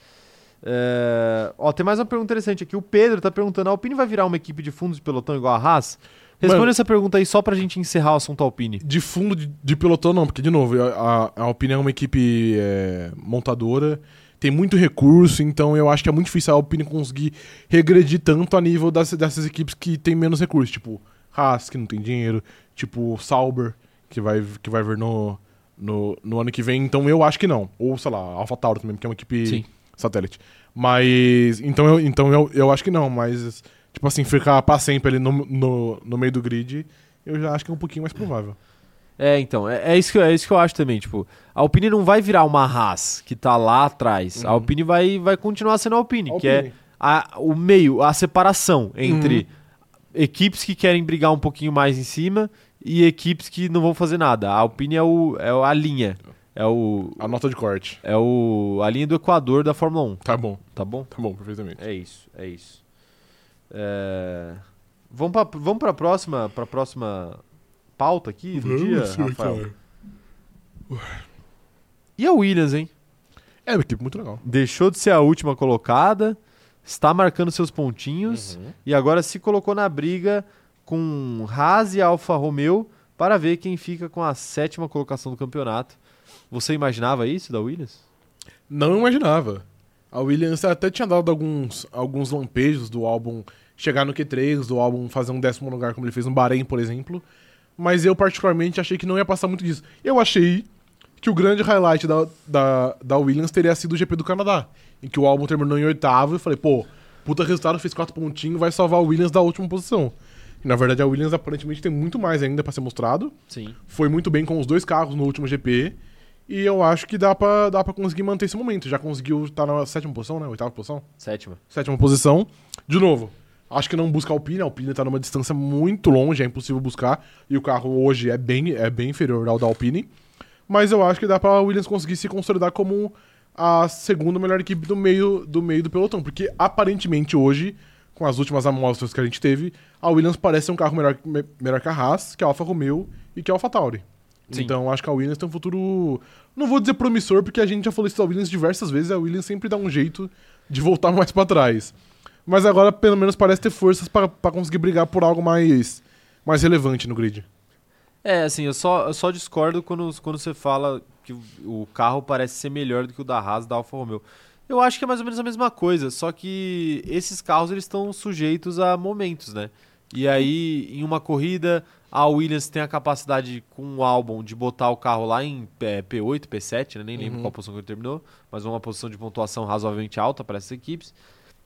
É, Ó, tem mais uma pergunta interessante aqui. O Pedro tá perguntando: a Alpine vai virar uma equipe de fundo de pelotão igual a Haas? Responda Mano- essa pergunta aí só pra gente encerrar o assunto Alpine. De fundo de, de pelotão, não, porque, de novo, a, a Alpine é uma equipe é, montadora, tem muito recurso, então eu acho que é muito difícil a Alpine conseguir regredir tanto a nível das, dessas equipes que tem menos recurso, tipo Haas, que não tem dinheiro, tipo Sauber, que vai, que vai ver no, no, no ano que vem, então eu acho que não. Ou, sei lá, AlphaTauri também, porque é uma equipe Sim. satélite. Mas, então, eu, então eu, eu acho que não, mas, tipo assim, ficar pra sempre ali no, no, no meio do grid, eu já acho que é um pouquinho mais provável. É, então, é, é isso que, eu- é isso que eu acho também. Tipo, a Alpine não vai virar uma Haas que tá lá atrás. A Alpine vai, vai continuar sendo a Alpine, que é Alpine. a- o meio, a separação entre equipes que querem brigar um pouquinho mais em cima e equipes que não vão fazer nada. A Alpine é, o, é a linha. É o. A nota de corte. É o. A linha do Equador da Fórmula 1, Tá bom, tá bom? tá bom, perfeitamente. É isso, é isso. É, Vamos pra, vamos pra próxima. Pra próxima pauta aqui do dia, Rafael. E a Williams, hein? É uma equipe muito legal. Deixou de ser a última colocada, está marcando seus pontinhos e agora se colocou na briga com Haas e Alfa Romeo para ver quem fica com a sétima colocação do campeonato. Você imaginava isso da Williams? Não imaginava. A Williams até tinha dado alguns, alguns lampejos do álbum chegar no Q3, do álbum fazer um décimo lugar, como ele fez no Bahrein, por exemplo. Mas eu, particularmente, achei que não ia passar muito disso. Eu achei que o grande highlight da, da, da Williams teria sido o GP do Canadá, em que o álbum terminou em oitavo e eu falei, pô, puta resultado, fez quatro pontinhos, vai salvar a Williams da última posição. E, na verdade, a Williams aparentemente tem muito mais ainda pra ser mostrado Sim. foi muito bem com os dois carros no último GP. E eu acho que dá pra, dá pra conseguir manter esse momento. Já conseguiu estar na sétima posição, né? Oitava posição? Sétima. Sétima posição. De novo, acho que não busca a Alpine. A Alpine tá numa distância muito longe, é impossível buscar. E o carro hoje é bem, é bem inferior ao da Alpine. Mas eu acho que dá pra Williams conseguir se consolidar como a segunda melhor equipe do meio do, meio do pelotão. Porque aparentemente hoje, com as últimas amostras que a gente teve, a Williams parece ser um carro melhor, me- melhor que a Haas, que a Alfa Romeo e que a Alfa Tauri. Sim. Então acho que a Williams tem um futuro. Não vou dizer promissor, porque a gente já falou isso da Williams diversas vezes. A Williams sempre dá um jeito de voltar mais pra trás. Mas agora, pelo menos, parece ter forças pra pra conseguir brigar por algo mais, mais relevante no grid. É, assim, eu só, eu só discordo quando, quando você fala que o o carro parece ser melhor do que o da Haas e da Alfa Romeo. Eu acho que é mais ou menos a mesma coisa, só que esses carros eles estão sujeitos a momentos, né? E aí, em uma corrida, a Williams tem a capacidade com o álbum de botar o carro lá em eh, P8, P7, né? nem lembro Uhum. qual posição que ele terminou, mas uma posição de pontuação razoavelmente alta para essas equipes.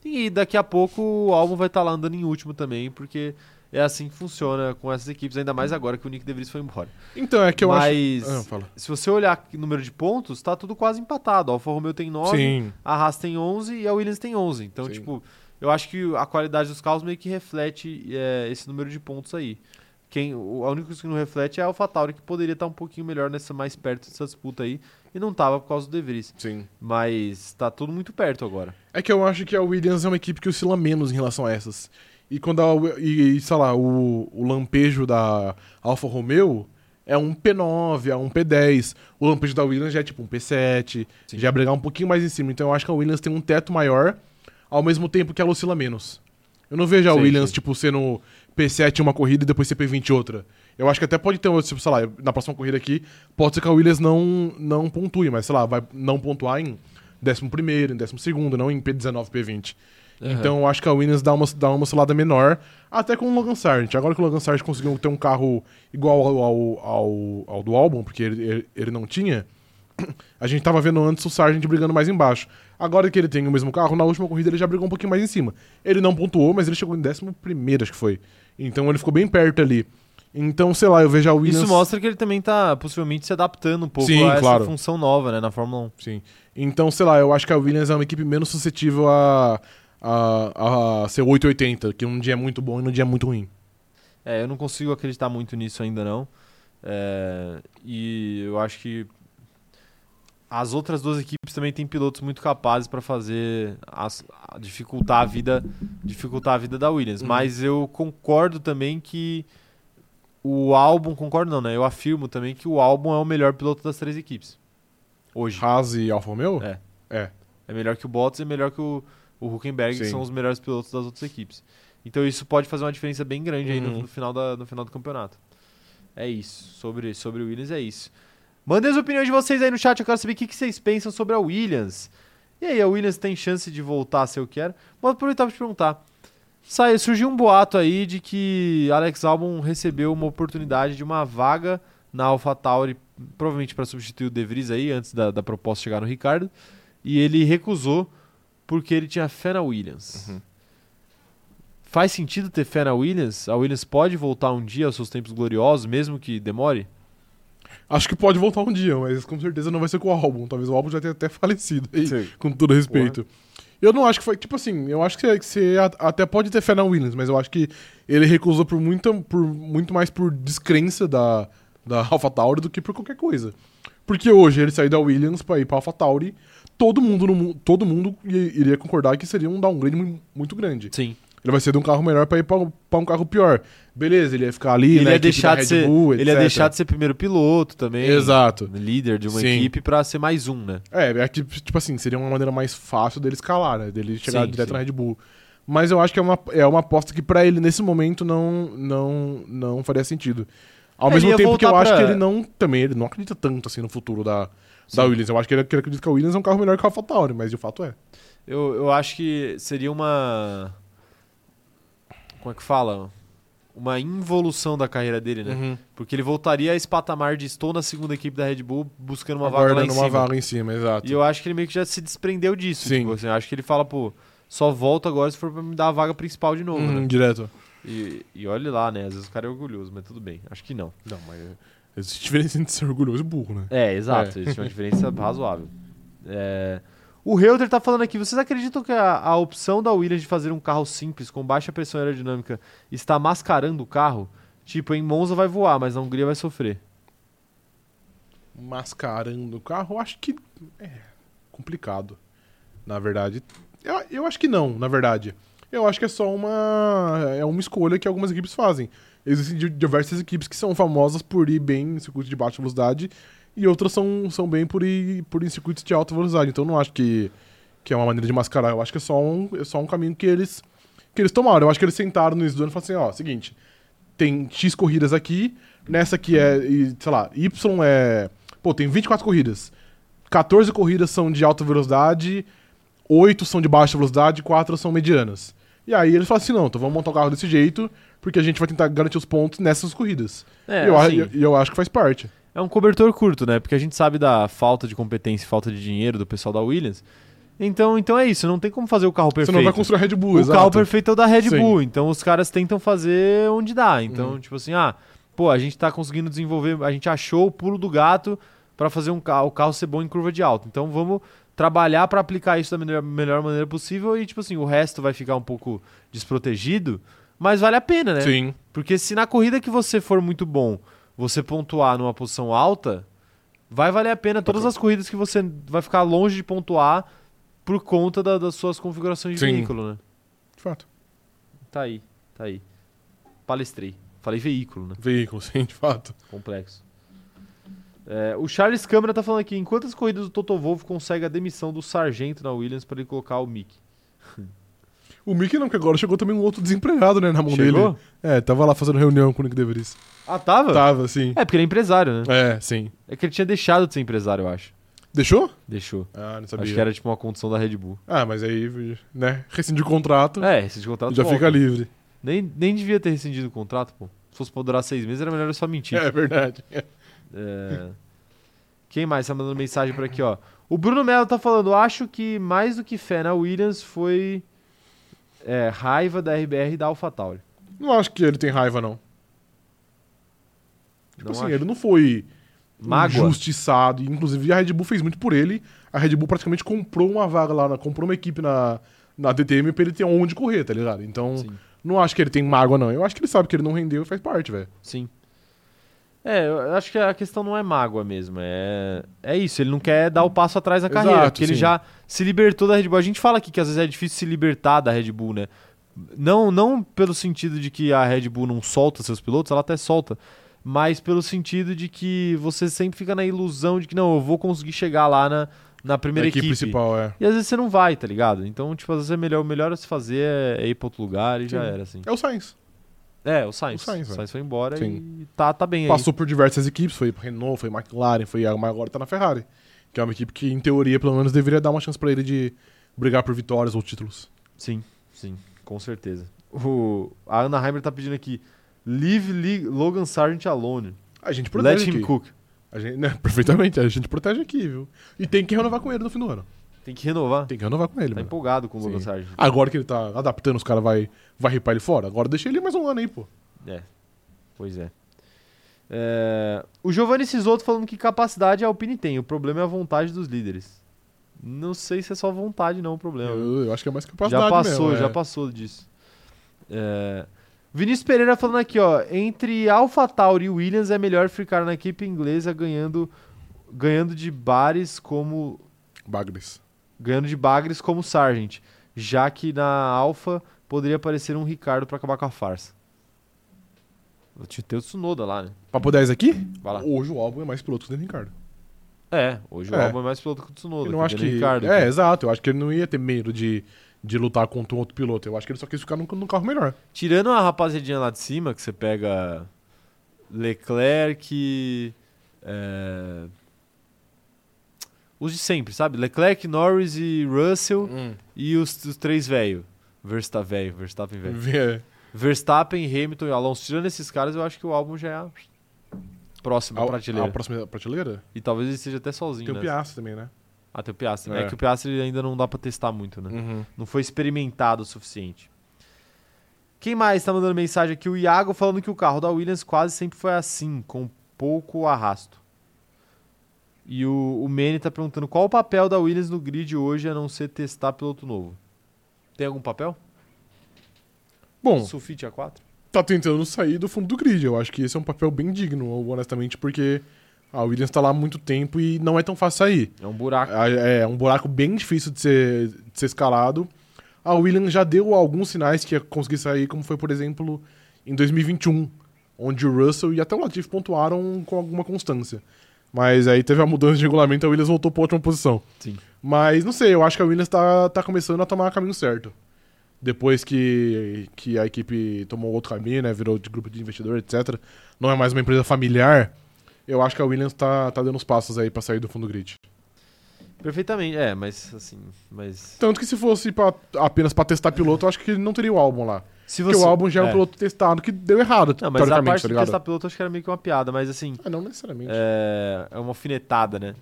E daqui a pouco o álbum vai estar lá andando em último também, porque é assim que funciona com essas equipes, ainda mais agora que o Nick DeVries foi embora. Então, é que eu Mas acho. Ah, fala. se você olhar o número de pontos, tá tudo quase empatado. A Alfa Romeo tem 9, Sim. a Haas tem 11 e a Williams tem 11. Então, Sim. tipo, eu acho que a qualidade dos carros meio que reflete é, esse número de pontos aí. Quem, o, a única coisa que não reflete é a AlphaTauri, que poderia estar um pouquinho melhor nessa mais perto dessa disputa aí. E não tava por causa do De Vries. Sim. Mas tá tudo muito perto agora. É que eu acho que a Williams é uma equipe que oscila menos em relação a essas. E quando a. Wi- E, e, sei lá, o, o lampejo da Alfa Romeo é um P9, é um P10. O Lampage da Williams já é tipo um P7, já é brigar um pouquinho mais em cima. Então eu acho que a Williams tem um teto maior, ao mesmo tempo que ela oscila menos. Eu não vejo a Sim, Williams, sim. tipo, sendo P7 uma corrida e depois ser P20 outra. Eu acho que até pode ter, um, tipo, sei lá, na próxima corrida aqui, pode ser que a Williams não, não pontue, mas sei lá, vai não pontuar em 11, em 12, não em P19, P20. Então eu acho que a Williams dá uma, dá uma oscilada menor, até com o Logan Sargent. Agora que o Logan Sargent conseguiu ter um carro igual ao, ao, ao- ao do álbum, porque ele, ele, ele não tinha, a gente tava vendo antes o Sargent brigando mais embaixo. Agora que ele tem o mesmo carro, na última corrida ele já brigou um pouquinho mais em cima. Ele não pontuou, mas ele chegou em 11, acho que foi. Então ele ficou bem perto ali. Então, sei lá, eu vejo a Williams. Isso mostra que ele também tá possivelmente se adaptando um pouco Sim, a essa claro. função nova, né, na Fórmula 1. Sim. Então, sei lá, eu acho que a Williams é uma equipe menos suscetível a, a, a ser 880, que um dia é muito bom e um dia é muito ruim. É, eu não consigo acreditar muito nisso ainda não. É, e eu acho que as outras duas equipes também têm pilotos muito capazes para fazer as- a- dificultar a vida, dificultar a vida da Williams. Uhum. Mas eu concordo também que o álbum concordo não, né? Eu afirmo também que o álbum é o melhor piloto das três equipes hoje. Haas e Alfa Romeo? É. É. É melhor que o Bottas e é melhor que o, o Huckenberg, que Sim. são os melhores pilotos das outras equipes. Então isso pode fazer uma diferença bem grande aí no, Uhum. no final da- no final do campeonato. É isso. Sobre, sobre o Williams é isso. Mandem as opiniões de vocês aí no chat, eu quero saber o que, que vocês pensam sobre a Williams. E aí, a Williams tem chance de voltar a ser o que era? Vou aproveitar pra te perguntar. Sai, surgiu um boato aí de que Alex Albon recebeu uma oportunidade de uma vaga na AlphaTauri, provavelmente para substituir o De Vries aí, antes da, da proposta chegar no Ricardo. E ele recusou porque ele tinha fé na Williams. Faz sentido ter fé na Williams? A Williams pode voltar um dia aos seus tempos gloriosos, mesmo que demore? Acho que pode voltar um dia, mas com certeza não vai ser com o álbum. Talvez o álbum já tenha até falecido aí, Sim. com todo respeito. Eu não acho que foi. Tipo assim, eu acho que você- que você a- até pode ter fé na Williams, mas eu acho que ele recusou por, muita, por muito mais por descrença da, da AlphaTauri do que por qualquer coisa. Porque hoje ele sair da Williams pra ir pra AlphaTauri, todo mundo, no, mu- todo mundo i- iria concordar que seria um downgrade mu- muito grande. Sim. Ele vai ser de um carro melhor pra ir pra, um- pra um carro pior. Beleza, ele ia ficar ali, Ele, né? ia, equipe da deixar de Red ser, Bull, ele ia etc. deixar de ser primeiro piloto também. Exato. Líder de uma Sim. equipe pra ser mais um, né? É, é que, tipo assim, seria uma maneira mais fácil dele escalar, né? Dele chegar Sim, direto sim. na Red Bull. Mas eu acho que é uma, é uma aposta que pra ele, nesse momento, não, não, não faria sentido. Ao Ele ia mesmo tempo que eu voltar acho que pra- ele não. Também ele não acredita tanto assim no futuro da, da Sim. Williams. Eu acho que ele, que ele acredita que a Williams é um carro melhor que a AlphaTauri, mas de fato é. Eu, eu acho que seria uma. Como é que fala? Uma involução da carreira dele, né? Porque ele voltaria a esse patamar de estou na segunda equipe da Red Bull buscando uma vaga lá em numa cima. vaga em cima, exato. E eu acho que ele meio que já se desprendeu disso. Sim. Tipo, assim, eu acho que ele fala, pô, só volto agora se for pra me dar a vaga principal de novo, Uhum, né? Direto. E, e olha lá, né? Às vezes o cara é orgulhoso, mas tudo bem. Acho que não. Não, mas. Existe diferença entre ser orgulhoso e burro, né? É, exato. Existe uma diferença razoável. É, O Reuter tá falando aqui, vocês acreditam que a, a opção da Williams de fazer um carro simples com baixa pressão aerodinâmica está mascarando o carro? Tipo, em Monza vai voar, mas na Hungria vai sofrer. mascarando o carro, eu acho que é complicado. Na verdade, eu, eu acho que não, na verdade. Eu acho que é só uma é uma escolha que algumas equipes fazem. Existem di- diversas equipes que são famosas por ir bem em circuitos de baixa velocidade e outras são, são bem por ir, por ir em circuitos de alta velocidade. Então eu não acho que, que é uma maneira de mascarar. Eu acho que é só um, é só um caminho que eles, que eles tomaram. Eu acho que eles sentaram no início do ano e falaram assim, ó, seguinte, tem X corridas aqui, nessa aqui é, e, sei lá, Y é... Pô, tem 24 corridas. 14 corridas são de alta velocidade, 8 são de baixa velocidade, 4 são medianas. E aí eles falam assim, não, então vamos montar o carro desse jeito, porque a gente vai tentar garantir os pontos nessas corridas. É, e eu, a- assim, eu, eu acho que faz parte. é um cobertor curto, né? Porque a gente sabe da falta de competência e falta de dinheiro do pessoal da Williams. Então, então é isso, não tem como fazer o carro Você perfeito. não vai construir a Red Bull, o exato. carro perfeito é o da Red Sim. Bull, então os caras tentam fazer onde dá. Então, Uhum. tipo assim, ah, pô, a gente tá conseguindo desenvolver, a gente achou o pulo do gato pra fazer um carro, o carro ser bom em curva de alta. Então, vamos trabalhar pra aplicar isso da melhor, melhor maneira possível e tipo assim, o resto vai ficar um pouco desprotegido, mas vale a pena, né? Sim. Porque se na corrida que você for muito bom, você pontuar numa posição alta, vai valer a pena todas as corridas que você vai ficar longe de pontuar por conta da- das suas configurações de Sim. veículo, né? De fato. Tá aí, tá aí. Palestrei. Falei veículo, né? Veículo, sim, de fato. Complexo. É, o Charles Câmara tá falando aqui, em quantas corridas o Toto Wolff consegue a demissão do sargento na Williams para ele colocar o Mick? O Mickey não, que agora chegou também um outro desempregado, né, na mão Chegou? dele. É, tava lá fazendo reunião com o Nick DeVries. Ah, tava? Tava, sim. É, porque ele é empresário, né? É, sim. É que ele tinha deixado de ser empresário, eu acho. Deixou? Deixou. Ah, não sabia. Acho que era tipo uma condição da Red Bull. Ah, mas aí, né, rescindiu o contrato, É, rescindir o contrato. já volta. fica livre. Nem, nem devia ter rescindido o contrato, pô. Se fosse pra durar seis meses, era melhor eu só mentir. É verdade. É. Quem mais tá mandando mensagem por aqui, ó? O Bruno Melo tá falando, acho que mais do que fé na Williams foi é, raiva da RBR e da AlphaTauri. Não acho que ele tem raiva, não. Tipo Não assim, acho. ele não foi Mágoa. injustiçado. Inclusive, a Red Bull fez muito por ele. A Red Bull praticamente comprou uma vaga lá, na- comprou uma equipe na, na DTM pra ele ter onde correr, tá ligado? Então, Sim. não acho que ele tem mágoa, não. Eu acho que ele sabe que ele não rendeu e faz parte, velho. Sim. É, eu acho que a questão não é mágoa mesmo. É, é isso, ele não quer dar o passo atrás na Exato, carreira, porque ele sim. já se libertou da Red Bull. A gente fala aqui que às vezes é difícil se libertar da Red Bull, né? Não, não pelo sentido de que a Red Bull não solta seus pilotos, ela até solta, mas pelo sentido de que você sempre fica na ilusão de que não, eu vou conseguir chegar lá na, na primeira a equipe, principal, é. E às vezes você não vai, tá ligado? Então, tipo, às vezes é melhor, o melhor a se fazer é- é ir pra outro lugar e já Sim. era, assim. É o Sainz. É, o Sainz. O O Sainz, né? Sainz, velho. foi embora Sim. e tá, tá bem aí. Passou por diversas equipes, foi Renault, foi McLaren, foi mas agora tá na Ferrari. Que é uma equipe que, em teoria, pelo menos deveria dar uma chance pra ele de brigar por vitórias ou títulos. Sim, sim, com certeza. O, a Ana Heimer tá pedindo aqui: Leave Li- Logan Sargent alone. A gente Let protege him aqui. cook. A gente, né, perfeitamente, a gente protege aqui, viu? E tem que renovar com ele no fim do ano. Tem que renovar. Tem que renovar com ele, tá mano. empolgado com o Logan Sim. Sargent. Agora que ele tá adaptando, os caras vai, vai ripar ele fora. Agora deixa ele mais um ano aí, pô. É, pois é. É, o Giovanni Sisoto falando que capacidade a Alpine tem, o problema é a vontade dos líderes. Não sei se é só vontade, não, o problema. Eu, eu acho que é mais capacidade Já passou, mesmo, já é. passou disso. É... Vinícius Pereira falando aqui, ó. Entre AlphaTauri e Williams é melhor ficar na equipe inglesa ganhando, ganhando de bares como. Bagres. ganhando de bagres como Sargent. Já que na Alpha poderia aparecer um Ricardo pra acabar com a farsa. Tinha que ter o Tsunoda lá, né? Papo 10 aqui? Vai lá. Hoje o álbum é mais piloto que o Daniel Ricardo. É, hoje o É. Albon é mais piloto que o Tsunoda. Eu não o acho que. Daniel Ricciardo, é, que- exato. Eu acho que ele não ia ter medo de, de lutar contra um outro piloto. Eu acho que ele só quis ficar num, num carro melhor. Tirando a rapaziadinha lá de cima, que você pega Leclerc. é, Os de sempre, sabe? Leclerc, Norris e Russell e os, os três velho. Verstappen velho, Verstappen velho. Vê- Verstappen, Hamilton e Alonso. Tirando esses caras, eu acho que o álbum já é a próxima a, prateleira. a próxima prateleira? E talvez ele seja até sozinho, Tem o né? Piastri também, né? Ah, tem o Piastri. né? É. É. que o Piastri ainda não dá pra testar muito, né? Não foi experimentado o suficiente. Quem mais tá mandando mensagem aqui? O Iago falando que o carro da Williams quase sempre foi assim, com pouco arrasto. E o, o Manny tá perguntando qual o papel da Williams no grid hoje a não ser testar piloto novo. Tem algum papel? Bom, Sulfite A4? tá tentando sair do fundo do grid. Eu acho que esse é um papel bem digno, honestamente, porque a Williams tá lá há muito tempo e não é tão fácil sair. É um buraco. É é um buraco bem difícil de ser, de ser escalado. A Williams já deu alguns sinais que ia conseguir sair, como foi, por exemplo, em 2021, onde o Russell e até o Latifi pontuaram com alguma constância. Mas aí teve a mudança de regulamento, a Williams voltou para última posição. Sim. Mas não sei, eu acho que a Williams tá, tá começando a tomar o caminho certo. Depois que, que a equipe tomou outro caminho, né? Virou de grupo de investidor, etc. Não é mais uma empresa familiar. Eu acho que a Williams tá, tá dando uns passos aí para sair do fundo do grid. Perfeitamente. É, mas assim. Mas. Tanto que se fosse pra- apenas pra testar piloto, eu acho que ele não teria o álbum lá. Se Porque o álbum já é um piloto testado que deu errado, Não, mas a teoricamente, parte tá do ligado? testar piloto eu acho que era meio que uma piada, mas assim. Ah, não necessariamente. É, é uma alfinetada, né?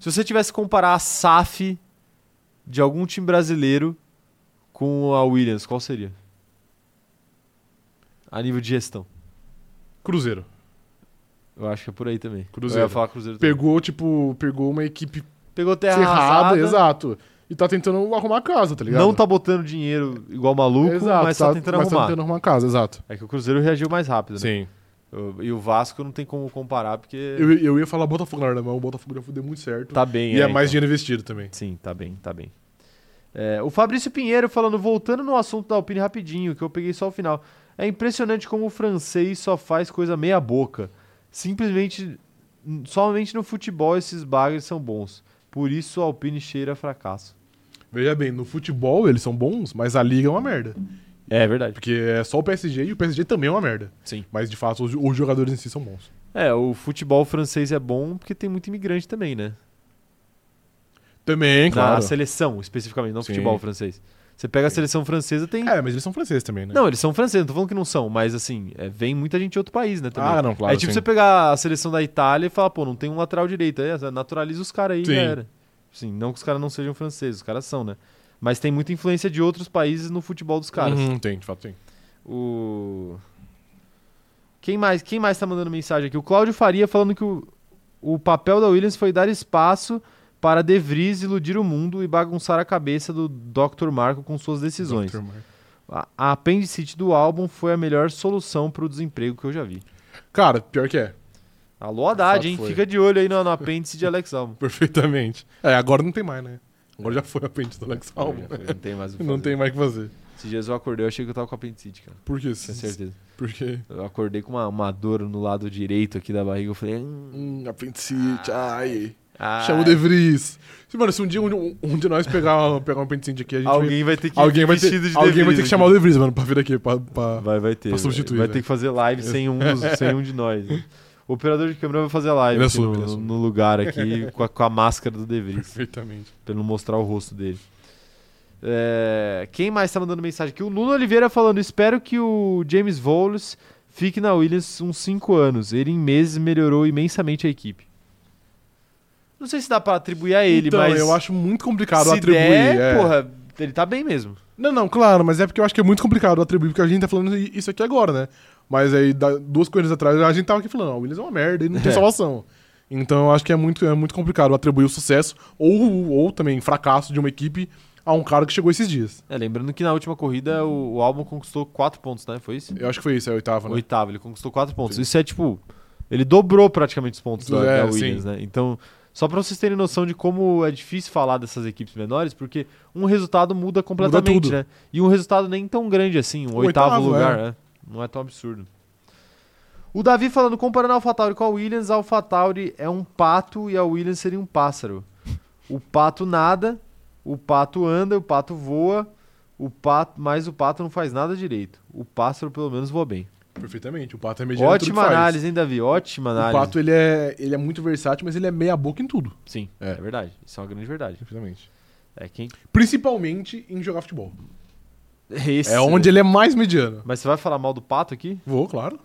Se você tivesse que comparar a SAF de algum time brasileiro com a Williams, qual seria? A nível de gestão. Cruzeiro. Eu acho que é por aí também. Cruzeiro. Eu ia falar Cruzeiro também. Pegou, tipo, pegou uma equipe Pegou terra ferrada, arrasada, exato. E tá tentando arrumar a casa, tá ligado? não tá botando dinheiro igual maluco, Exato, mas tá, tentando mas arrumar. tá tentando arrumar a casa, exato. É que o Cruzeiro reagiu mais rápido, né? Sim. O- E o Vasco não tem como comparar, porque Eu, eu ia falar Botafogo na hora, mas o Botafogo já deu muito certo. tá bem. e é, mais então. dinheiro investido também. Sim, tá bem, tá bem. É, o Fabrício Pinheiro falando, voltando no assunto da Alpine rapidinho, que eu peguei só o final. É impressionante como o francês só faz coisa meia boca. Simplesmente n- somente no futebol esses bagres são bons. Por isso a Alpine cheira a fracasso. Veja bem, no futebol eles são bons, mas a liga é uma merda. É verdade. Porque é só o PSG e o PSG também é uma merda. Sim. Mas de fato, os, os jogadores em si são bons. É, o futebol francês é bom porque tem muito imigrante também, né? Também, Na claro. seleção, especificamente, não Sim. futebol francês. Você pega a seleção francesa, tem. É, mas eles são franceses também, né? Não, eles são franceses, não tô falando que não são, mas assim, é, vem muita gente de outro país, né? Também. ah, não, claro. é tipo sim. você pegar a seleção da Itália e falar, pô, não tem um lateral direito. Aí naturaliza os caras aí, Sim. já era. Sim, não que os caras não sejam franceses, os caras são, né? Mas tem muita influência de outros países no futebol dos caras. Uhum, tem, de fato tem. O. Quem mais, quem mais tá mandando mensagem aqui? O Cláudio Faria falando que o, o papel da Williams foi dar espaço para De Vries iludir o mundo e bagunçar a cabeça do Dr. Marco com suas decisões. Dr. Mark. A, a apendicite do álbum foi a melhor solução para o desemprego que eu já vi. Cara, pior que é. Alô, Haddad, De fato hein? foi. Fica de olho aí no, no apêndice de Alex Almo. Perfeitamente. É, agora não tem mais, né? Agora já foi a pente do Alex Albon. Não tem mais o que Não fazer. tem mais o que fazer. Esses dias eu acordei, eu achei que eu tava com apendicite, cara. Por quê? Tenho certeza. Porque. Eu acordei com uma, uma dor no lado direito aqui da barriga. Eu falei. Hum, Hum, apendicite, ai. ah, Chama o De Vries. Se, Mano, se um dia um, um de nós pegar, pegar um apendicite aqui, a gente Alguém vai ter que vai, alguém vai ter, vestido de alguém De vai Vries ter aqui. que chamar o De Vries, mano, pra vir aqui. Pra, pra- Vai, vai ter. pra vai- substituir, Vai né? ter que fazer live sem um, dos- sem um de nós. né? O operador de câmera vai fazer live Ele aqui assume, no, ele é assume. no lugar aqui com a, com a máscara do De Vries, Perfeitamente. pra não mostrar o rosto dele. É, quem mais tá mandando mensagem aqui? O Nuno Oliveira falando: espero que o James Voles fique na Williams uns 5 anos. Ele em meses melhorou imensamente a equipe. Não sei se dá pra atribuir a ele, então, mas. eu acho muito complicado se atribuir. der, é. porra, ele tá bem mesmo. Não, não, claro, mas é porque eu acho que é muito complicado atribuir, porque a gente tá falando i- isso aqui agora, né? Mas aí, da- duas corridas atrás, a gente tava aqui falando, ah, o Williams é uma merda e não tem É. salvação. Então eu acho que é muito, é muito complicado atribuir o sucesso ou, ou também fracasso de uma equipe a um cara que chegou esses dias. É, lembrando que na última corrida o, o álbum conquistou 4 pontos, né? Foi isso? Eu acho que foi isso, é a oitava, né? Oitavo, ele conquistou 4 pontos. Sim. Isso é tipo. Ele dobrou praticamente os pontos da, É, da Williams, sim. né? Então, só pra vocês terem noção de como é difícil falar dessas equipes menores, porque um resultado muda completamente, tudo. né? E um resultado nem tão grande assim, um O oitavo, oitavo, lugar, né? Não é tão absurdo. O Davi falando, comparando a AlphaTauri com a Williams, a AlphaTauri é um pato e a Williams seria um pássaro. O pato nada, o pato anda, o pato voa, o pato, mas o pato não faz nada direito. O pássaro pelo menos voa bem. Perfeitamente, o Pato é mediano em tudo que Ótima faz. análise, hein, Davi? Ótima O análise. Pato, ele é, ele é muito versátil, mas ele é meia boca em tudo. Sim, é. É. verdade. Isso é uma grande verdade. Perfeitamente. É quem. Principalmente em jogar futebol. Esse- É onde ele é mais mediano. Mas você vai falar mal do pato aqui? Vou, claro.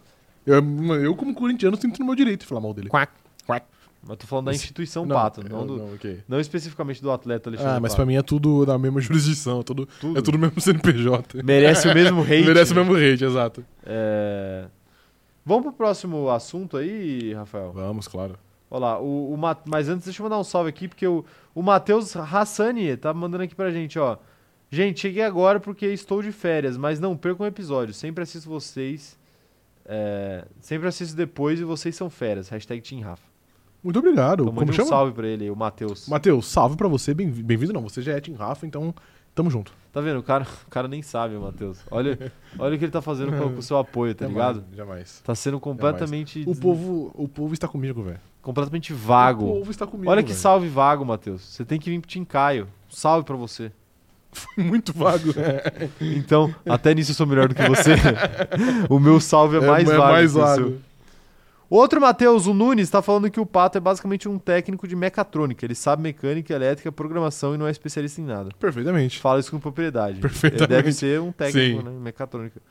Eu, eu como corintiano, sinto no meu direito de falar mal dele. Quack. Quack. Mas tô falando da Esse- instituição um pato, não, eu- do- não, ok. não especificamente do atleta Alexandre. Ah, mas pra Pato. mim é tudo da mesma jurisdição, é tudo, Tudo. é tudo mesmo CNPJ. Merece o mesmo hate. Merece o mesmo rate, exato. É... Vamos pro próximo assunto aí, Rafael? Vamos, claro. Olha lá, o, o Ma- mas antes deixa eu mandar um salve aqui, porque o, o Matheus Hassani tá mandando aqui pra gente, ó. Gente, cheguei agora porque estou de férias, mas não percam o episódio. Sempre assisto vocês. é, sempre assisto depois e vocês são feras. Hashtag Team Rafa. Muito obrigado. Então Como mande um chama? salve pra ele aí, o Matheus. Matheus, salve pra você. Bem- Bem-vindo, não. Você já é Tim Rafa, então tamo junto. Tá vendo? O cara, o cara nem sabe, o Matheus. Olha, olha o que ele tá fazendo com, com o seu apoio, É tá ligado? Jamais. Tá sendo completamente, É O povo, o povo está comigo, velho. completamente O vago. povo está comigo. Olha que velho. salve vago, Matheus. Você tem que vir pro Team Caio. Salve pra você. Muito vago. Então, até nisso eu sou melhor do que você. o meu salve é mais é vago. mais que o vago. seu. Outro Matheus, o Nunes, tá falando que o Pato é basicamente um técnico de mecatrônica. Ele sabe mecânica, elétrica, programação e não é especialista em nada. Perfeitamente. Fala isso com propriedade. Ele Perfeitamente. deve ser um técnico, Sim. né? em Mecatrônica.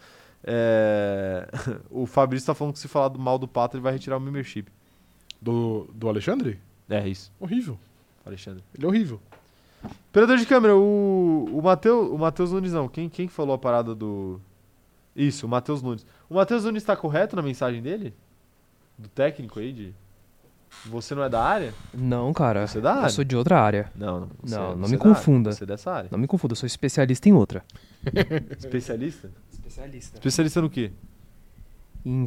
É, o Fabrício tá falando que se falar do mal do Pato, ele vai retirar o membership. Do, do Alexandre? É isso, Horrível. Alexandre. Ele é horrível. Operador de câmera, o, o Matheus o Mateus Nunes não. Quem, quem que falou a parada do. Isso, o Matheus Nunes. O Matheus Nunes tá correto na mensagem dele? Do técnico aí de. Você não é da área? Não, cara. Você é da área? Eu sou de outra área. Não, não. você- Não, não você me é da área. confunda. Você é dessa área. Não me confunda, eu sou especialista em outra. Especialista? Especialista. Especialista no quê? Em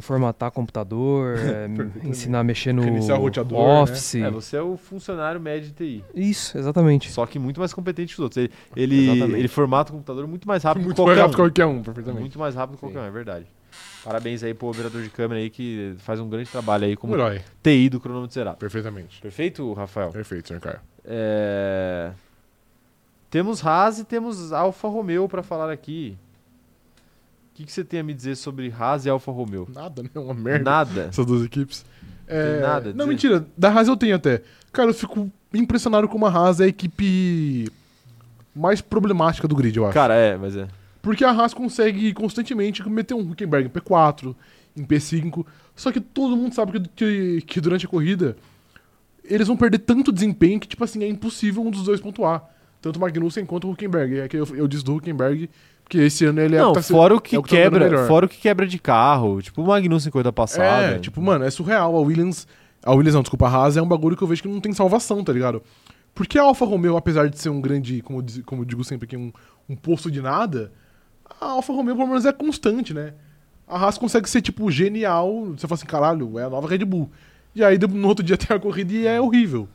formatar computador, é, me ensinar a mexer no Reiniciar o roteador, né? Office. É, você é o funcionário médio de TI. Isso, exatamente. Só que muito mais competente que os outros. Ele, ele, Exatamente. ele formata o computador muito mais rápido que Muito qualquer mais rápido que um. qualquer um, perfeitamente. Muito mais rápido que qualquer Sim. um, é verdade. Parabéns aí pro operador de câmera aí que faz um grande trabalho aí Um como herói. TI do cronômetro zerado. Perfeitamente. Perfeito, Rafael? Perfeito, senhor Caio. É, Temos Haas e temos Alfa Romeo pra falar aqui. O que, que você tem a me dizer sobre Haas e Alfa Romeo? Nada, né? Uma merda. Nada. Essas duas equipes. É, Tem nada a Não, dizer? mentira. Da Haas eu tenho até. Cara, eu fico impressionado como a Haas é a equipe mais problemática do grid, eu acho. Cara, é, mas é. Porque a Haas consegue constantemente meter um Huckenberg em P4, em P5. Só que todo mundo sabe que, que, que durante a corrida eles vão perder tanto desempenho que, tipo assim, é impossível um dos dois pontuar. Tanto o Magnussen quanto o Huckenberg. É que eu, eu disse do Huckenberg, porque esse ano ele é não, o que tá se- fora o que é o que tá andando quebra, melhor. fora o que quebra de carro, tipo o Magnussen coisa passada. É, tipo, mano, é surreal. A Williams. A Williams, não, desculpa, a Haas é um bagulho que eu vejo que não tem salvação, tá ligado? Porque a Alfa Romeo, apesar de ser um grande, como eu, diz- como eu digo sempre aqui, um, um poço de nada, a Alfa Romeo pelo menos é constante, né? A Haas consegue ser, tipo, genial. Você fala assim, caralho, é a nova Red Bull. E aí de- no outro dia tem a corrida e é horrível.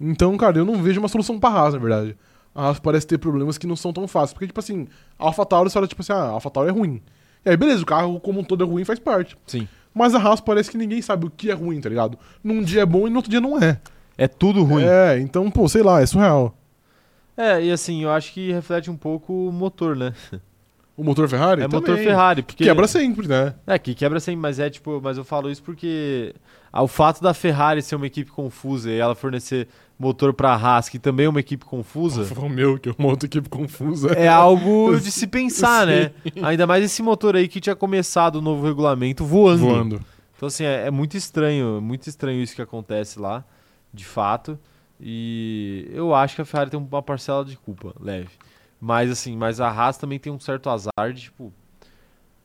Então, cara, eu não vejo uma solução pra Haas, na verdade. A Haas parece ter problemas que não são tão fáceis. Porque, tipo assim, a Alfa Tauri, você fala, tipo assim, ah, a Alfa Tauri é ruim. E aí, beleza, o carro como um todo é ruim faz parte. Sim. Mas a Haas parece que ninguém sabe o que é ruim, tá ligado? Num dia é bom e no outro dia não é. É tudo ruim. É, então, pô, sei lá, é surreal. É, e assim, eu acho que reflete um pouco o motor, né? O motor Ferrari? é também. motor Ferrari, porque Quebra sempre, né? É, que quebra sempre, mas é tipo, mas eu falo isso porque ah, o fato da Ferrari ser uma equipe confusa e ela fornecer motor pra Haas, que também é uma equipe confusa, Foi o meu, que é uma outra equipe confusa. é algo de se pensar, Sim. né? Ainda mais esse motor aí que tinha começado o novo regulamento voando. Voando. Então assim, é, é muito estranho, é muito estranho isso que acontece lá, de fato. E eu acho que a Ferrari tem uma parcela de culpa leve. Mas assim, mas a Haas também tem um certo azar de tipo,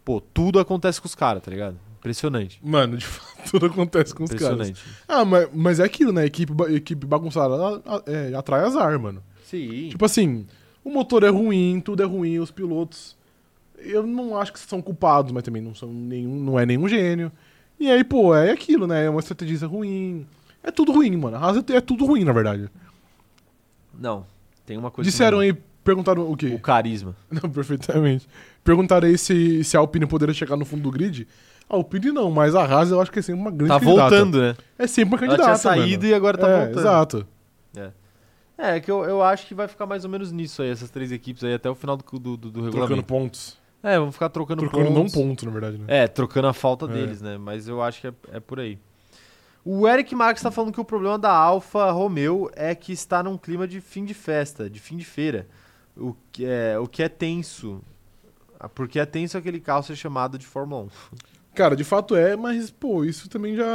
pô, tudo acontece com os caras, tá ligado? Impressionante. Mano, de fato, tudo acontece com os caras. Impressionante. Ah, mas, mas é aquilo, né? Equipe, ba- equipe bagunçada ela- a- é, atrai azar, mano. Sim. Tipo assim, o motor é ruim, tudo é ruim, os pilotos. Eu não acho que são culpados, mas também não são nenhum, não é nenhum gênio. E aí, pô, é aquilo, né? É uma estratégia ruim. É tudo ruim, mano. A Haas é, é tudo ruim, na verdade. Não, tem uma coisa. Disseram que aí, perguntaram o não- quê? O carisma. Não, perfeitamente. Perguntaram aí se, se a Alpine poderia chegar no fundo do grid. A Alpine não, mas a Haas eu acho que é sempre uma grande Tá candidata. voltando, né? É sempre uma candidata, Ela tinha saído e mano. agora tá é, voltando. Exato. É, que eu, eu acho que vai ficar mais ou menos nisso aí, essas três equipes aí, até o final do, do, do- do Trocando regulamento. pontos. É, vamos ficar trocando, Trocando pontos. não ponto, na verdade, né? É, trocando a falta É. deles, né? Mas eu acho que é, é por aí. O Eric Marques tá falando que o problema da Alfa Romeo é que está num clima de fim de festa, de fim de feira. O que é, o que é tenso. Ah, Porque é tenso aquele carro ser chamado de Fórmula 1. Cara, de fato é, mas, pô, isso também já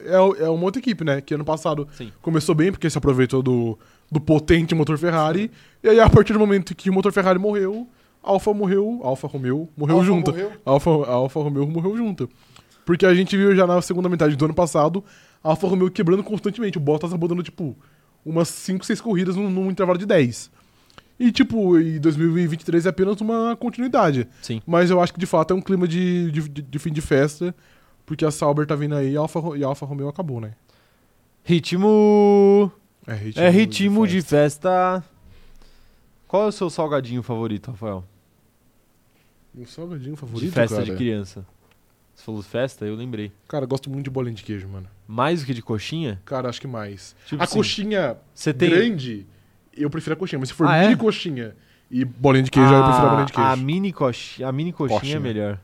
é, é uma outra equipe, né? Que ano passado Sim. começou bem, porque se aproveitou do, do potente motor Ferrari. E aí, a partir do momento que o motor Ferrari morreu, a Alfa morreu, a Alfa Romeo morreu Alfa junto. morreu? A Alfa, a Alfa Romeo morreu junto. Porque a gente viu já na segunda metade do ano passado a Alfa Romeo quebrando constantemente. O Bottas abandonando, tipo, umas 5, 6 corridas num, num intervalo de 10. E, tipo, e 2023 é apenas uma continuidade. Sim. Mas eu acho que de fato é um clima de, de, de- de fim de festa, porque a Sauber tá vindo aí e a Alfa, Ro- e a Alfa Romeo acabou, né? Ritmo. É ritmo, É ritmo de festa. Qual é o seu salgadinho favorito, Rafael? Um salgadinho favorito, de festa cara? de criança. Você falou festa, eu lembrei. Cara, eu gosto muito de bolinha de queijo, mano. Mais do que de coxinha? Cara, acho que mais. Tipo a assim, coxinha Você tem. grande, eu prefiro a coxinha. Mas se for Ah, é? Ah, mini coxinha e bolinha de queijo, eu prefiro a bolinha de queijo. A mini, coxi... a mini coxinha, Coxinha. é melhor.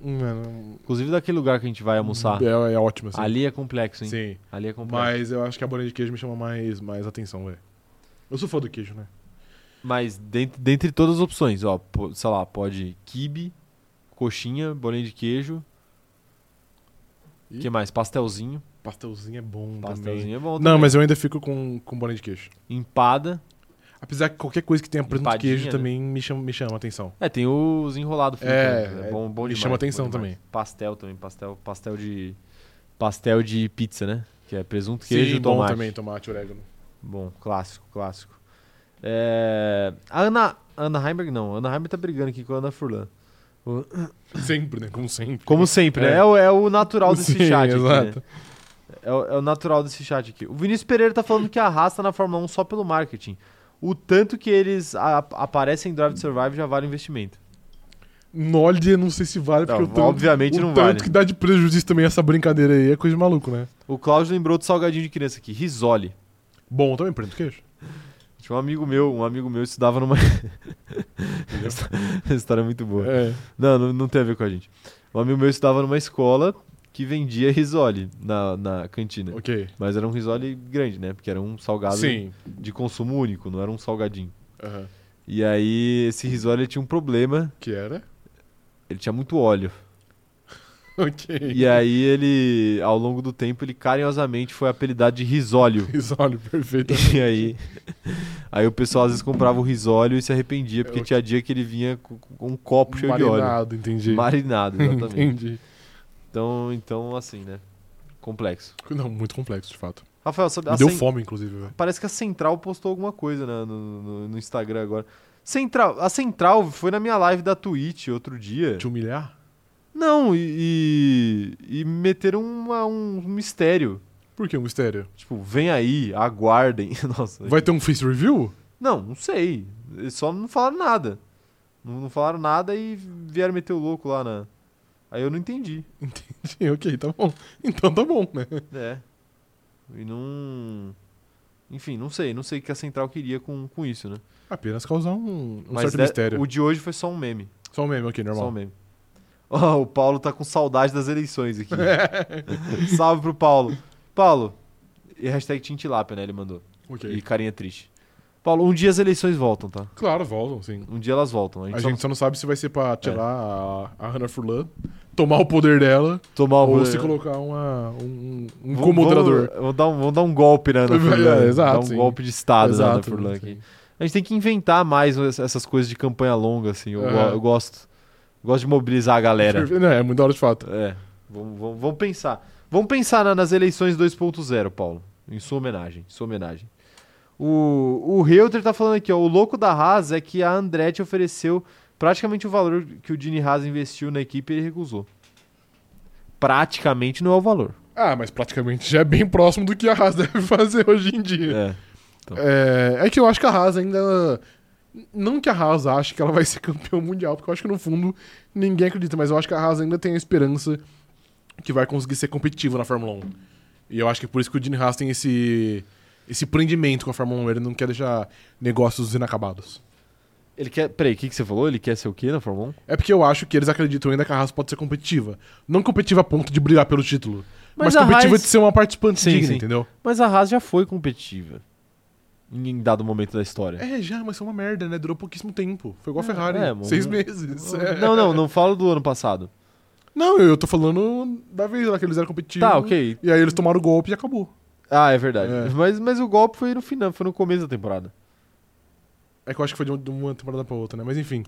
Hum, Mano, Inclusive daquele lugar que a gente vai almoçar. é, é ótimo, assim. Ali é complexo, hein? Sim. Ali é complexo. Mas eu acho que a bolinha de queijo me chama mais, mais atenção, velho. Eu sou fã do queijo, né? Mas, dent- dentre todas as opções, ó, po- sei lá, pode quibe, coxinha, bolinha de queijo. O Ih. que mais? Pastelzinho. Pastelzinho é bom também. Pastelzinho é bom. Não, também. mas eu ainda fico com, com bolinha de queijo. Empada. Apesar que qualquer coisa que tenha presunto de Empadinha, queijo né? também me chama, me chama a atenção. É, tem os enrolados É, filipino, é, bom, bom me demais, chama bom atenção demais. também. Pastel também, pastel, pastel de pastel de pizza, né? Que é presunto, queijo e tomate. bom também, tomate, orégano. Bom, clássico, clássico. É, a Ana Ana Heimberg não, Ana Heimberg tá brigando aqui com a Ana Furlan. O- Sempre, né? Como sempre. Como sempre, né? É. É o, é o natural desse Sim, chat aqui, né? exato. É o, é o natural desse chat aqui. O Vinícius Pereira tá falando que arrasta na Fórmula 1 só pelo marketing. O tanto que eles a- aparecem em Drive to Survive já vale o investimento. Nolde, não sei se vale, porque Não, o tanto, obviamente o não tanto vale. que dá de prejuízo também essa brincadeira aí é coisa de maluco, né? O Cláudio lembrou do salgadinho de criança aqui, risole. Bom, também prende queijo. Tinha um amigo meu, um amigo meu estudava numa. Essa essa história é muito boa. É. Não, não, não tem a ver com a gente. Um amigo meu estudava numa escola que vendia risole na, na cantina. Ok. Mas era um risole grande, né? Porque era um salgado Sim. de consumo único, não era um salgadinho. Aham. E aí, esse risole ele tinha um problema, Que era? ele tinha muito óleo. Ok. E aí, ele, ao longo do tempo, ele carinhosamente foi apelidado de risólio. Risole, perfeito. E aí, aí o pessoal às vezes comprava o risólio e se arrependia, porque Eu- tinha dia que ele vinha com, com um copo cheio de Marinado, entendi. óleo. Marinado, exatamente. entendi. então, então, assim, né? Complexo. Não, muito complexo, de fato. Rafael, sobre Me a deu cen- fome, inclusive, velho. Parece que a Central postou alguma coisa né, no, no- no Instagram agora. Central, a Central foi na minha live da Twitch outro dia. Te humilhar? Não, e, e, e meteram uma- um mistério. Por que um mistério? Tipo, vem aí, aguardem. Nossa. Vai ter um face review? Não, não sei. Eles só não falaram nada. Não, não falaram nada e vieram meter o louco lá na. Aí eu não entendi. Entendi, ok, tá bom. Então tá bom, né? É. E não. Enfim, não sei. Não sei o que a Central queria com, com isso, né? Apenas causar um, um Mas é certo de- mistério. o de hoje foi só um meme. Só um meme, ok, Só normal. mesmo. Ó, o Paulo tá com saudade das eleições aqui. Salve pro Paulo. Paulo, e hashtag Tintilápia, né? Ele mandou. Ok. E carinha triste. Paulo, um dia as eleições voltam, tá? Claro, voltam, sim. Um dia elas voltam. A gente, A só É. gente só não sabe se vai ser pra tirar a, a Hannah Furlan, tomar o poder dela, tomar ou o- se colocar uma, um, um Vamos- comodrador. Vamos, vamos dar um, vamos dar um golpe na Ana É, Furlan. exato, Dar um sim. golpe de Estado na Ana Exato, Furlan sim. aqui. A gente tem que inventar mais ess- essas coisas de campanha longa, assim. Eu, go- Aham. eu gosto. Gosto de mobilizar a galera. Não, é muito da hora de fato. É, vamos, vamos- vamos pensar. Vamos pensar na- nas eleições 2.0, Paulo. Em sua homenagem, em sua homenagem. O, o Reuter tá falando aqui, ó. O louco da Haas é que a Andretti ofereceu praticamente o valor que o Gini Haas investiu na equipe e ele recusou. Praticamente não é o valor. Ah, mas praticamente já é bem próximo do que a Haas deve fazer hoje em dia. É. É, é que eu acho que a Haas ainda. Não que a Haas ache que ela vai ser campeão mundial, porque eu acho que no fundo ninguém acredita, mas eu acho que a Haas ainda tem a esperança que vai conseguir ser competitivo na Fórmula 1. E eu acho que é por isso que o Gene Haas tem esse, esse prendimento com a Fórmula 1, ele não quer deixar negócios inacabados. Ele quer. Peraí, o que, que você falou? Ele quer ser o quê na Fórmula 1? É porque eu acho que eles acreditam ainda que a Haas pode ser competitiva. Não competitiva a ponto de brigar pelo título, Mas mas, a competitiva Haas- de ser uma participante Sim, digna, sim. entendeu? Mas a Haas já foi competitiva. Em em dado momento da história. É, já, mas foi uma merda, né? Durou pouquíssimo tempo. Foi igual a É, Ferrari. é, mano. seis meses. É. Não, não, não falo do ano passado. Não, eu tô falando da vez lá que eles eram competitivos. Tá, ok. E aí eles tomaram o golpe e acabou. Ah, é verdade. É. Mas, mas o golpe foi no final, foi no começo da temporada. É que eu acho que foi de um- de uma temporada pra outra, né? Mas enfim.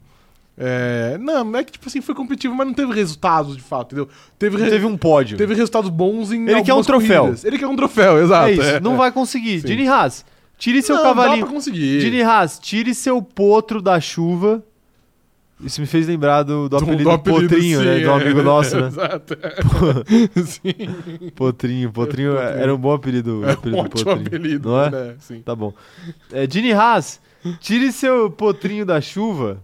É... Não, é que tipo assim, foi competitivo, mas não teve resultados de fato, entendeu? Teve, re- Teve um pódio. teve resultados bons em Ele quer um algumas troféu. corridas. Ele quer um troféu, exato. é isso, não vai conseguir. Sim. Dini Haas, tire seu não, Dá cavalinho. pra conseguir. Dini Haas, tire seu potro da chuva. Isso me fez lembrar do, do Do- apelido do apelido, Potrinho, né? sim, Do é. amigo nosso, né? Exato. é. sim. Potrinho, Potrinho é- era um bom apelido. o É apelido um do ótimo Potrinho, apelido, Não é? né? Sim. Tá bom. É, Dini Haas, tire seu potrinho da chuva.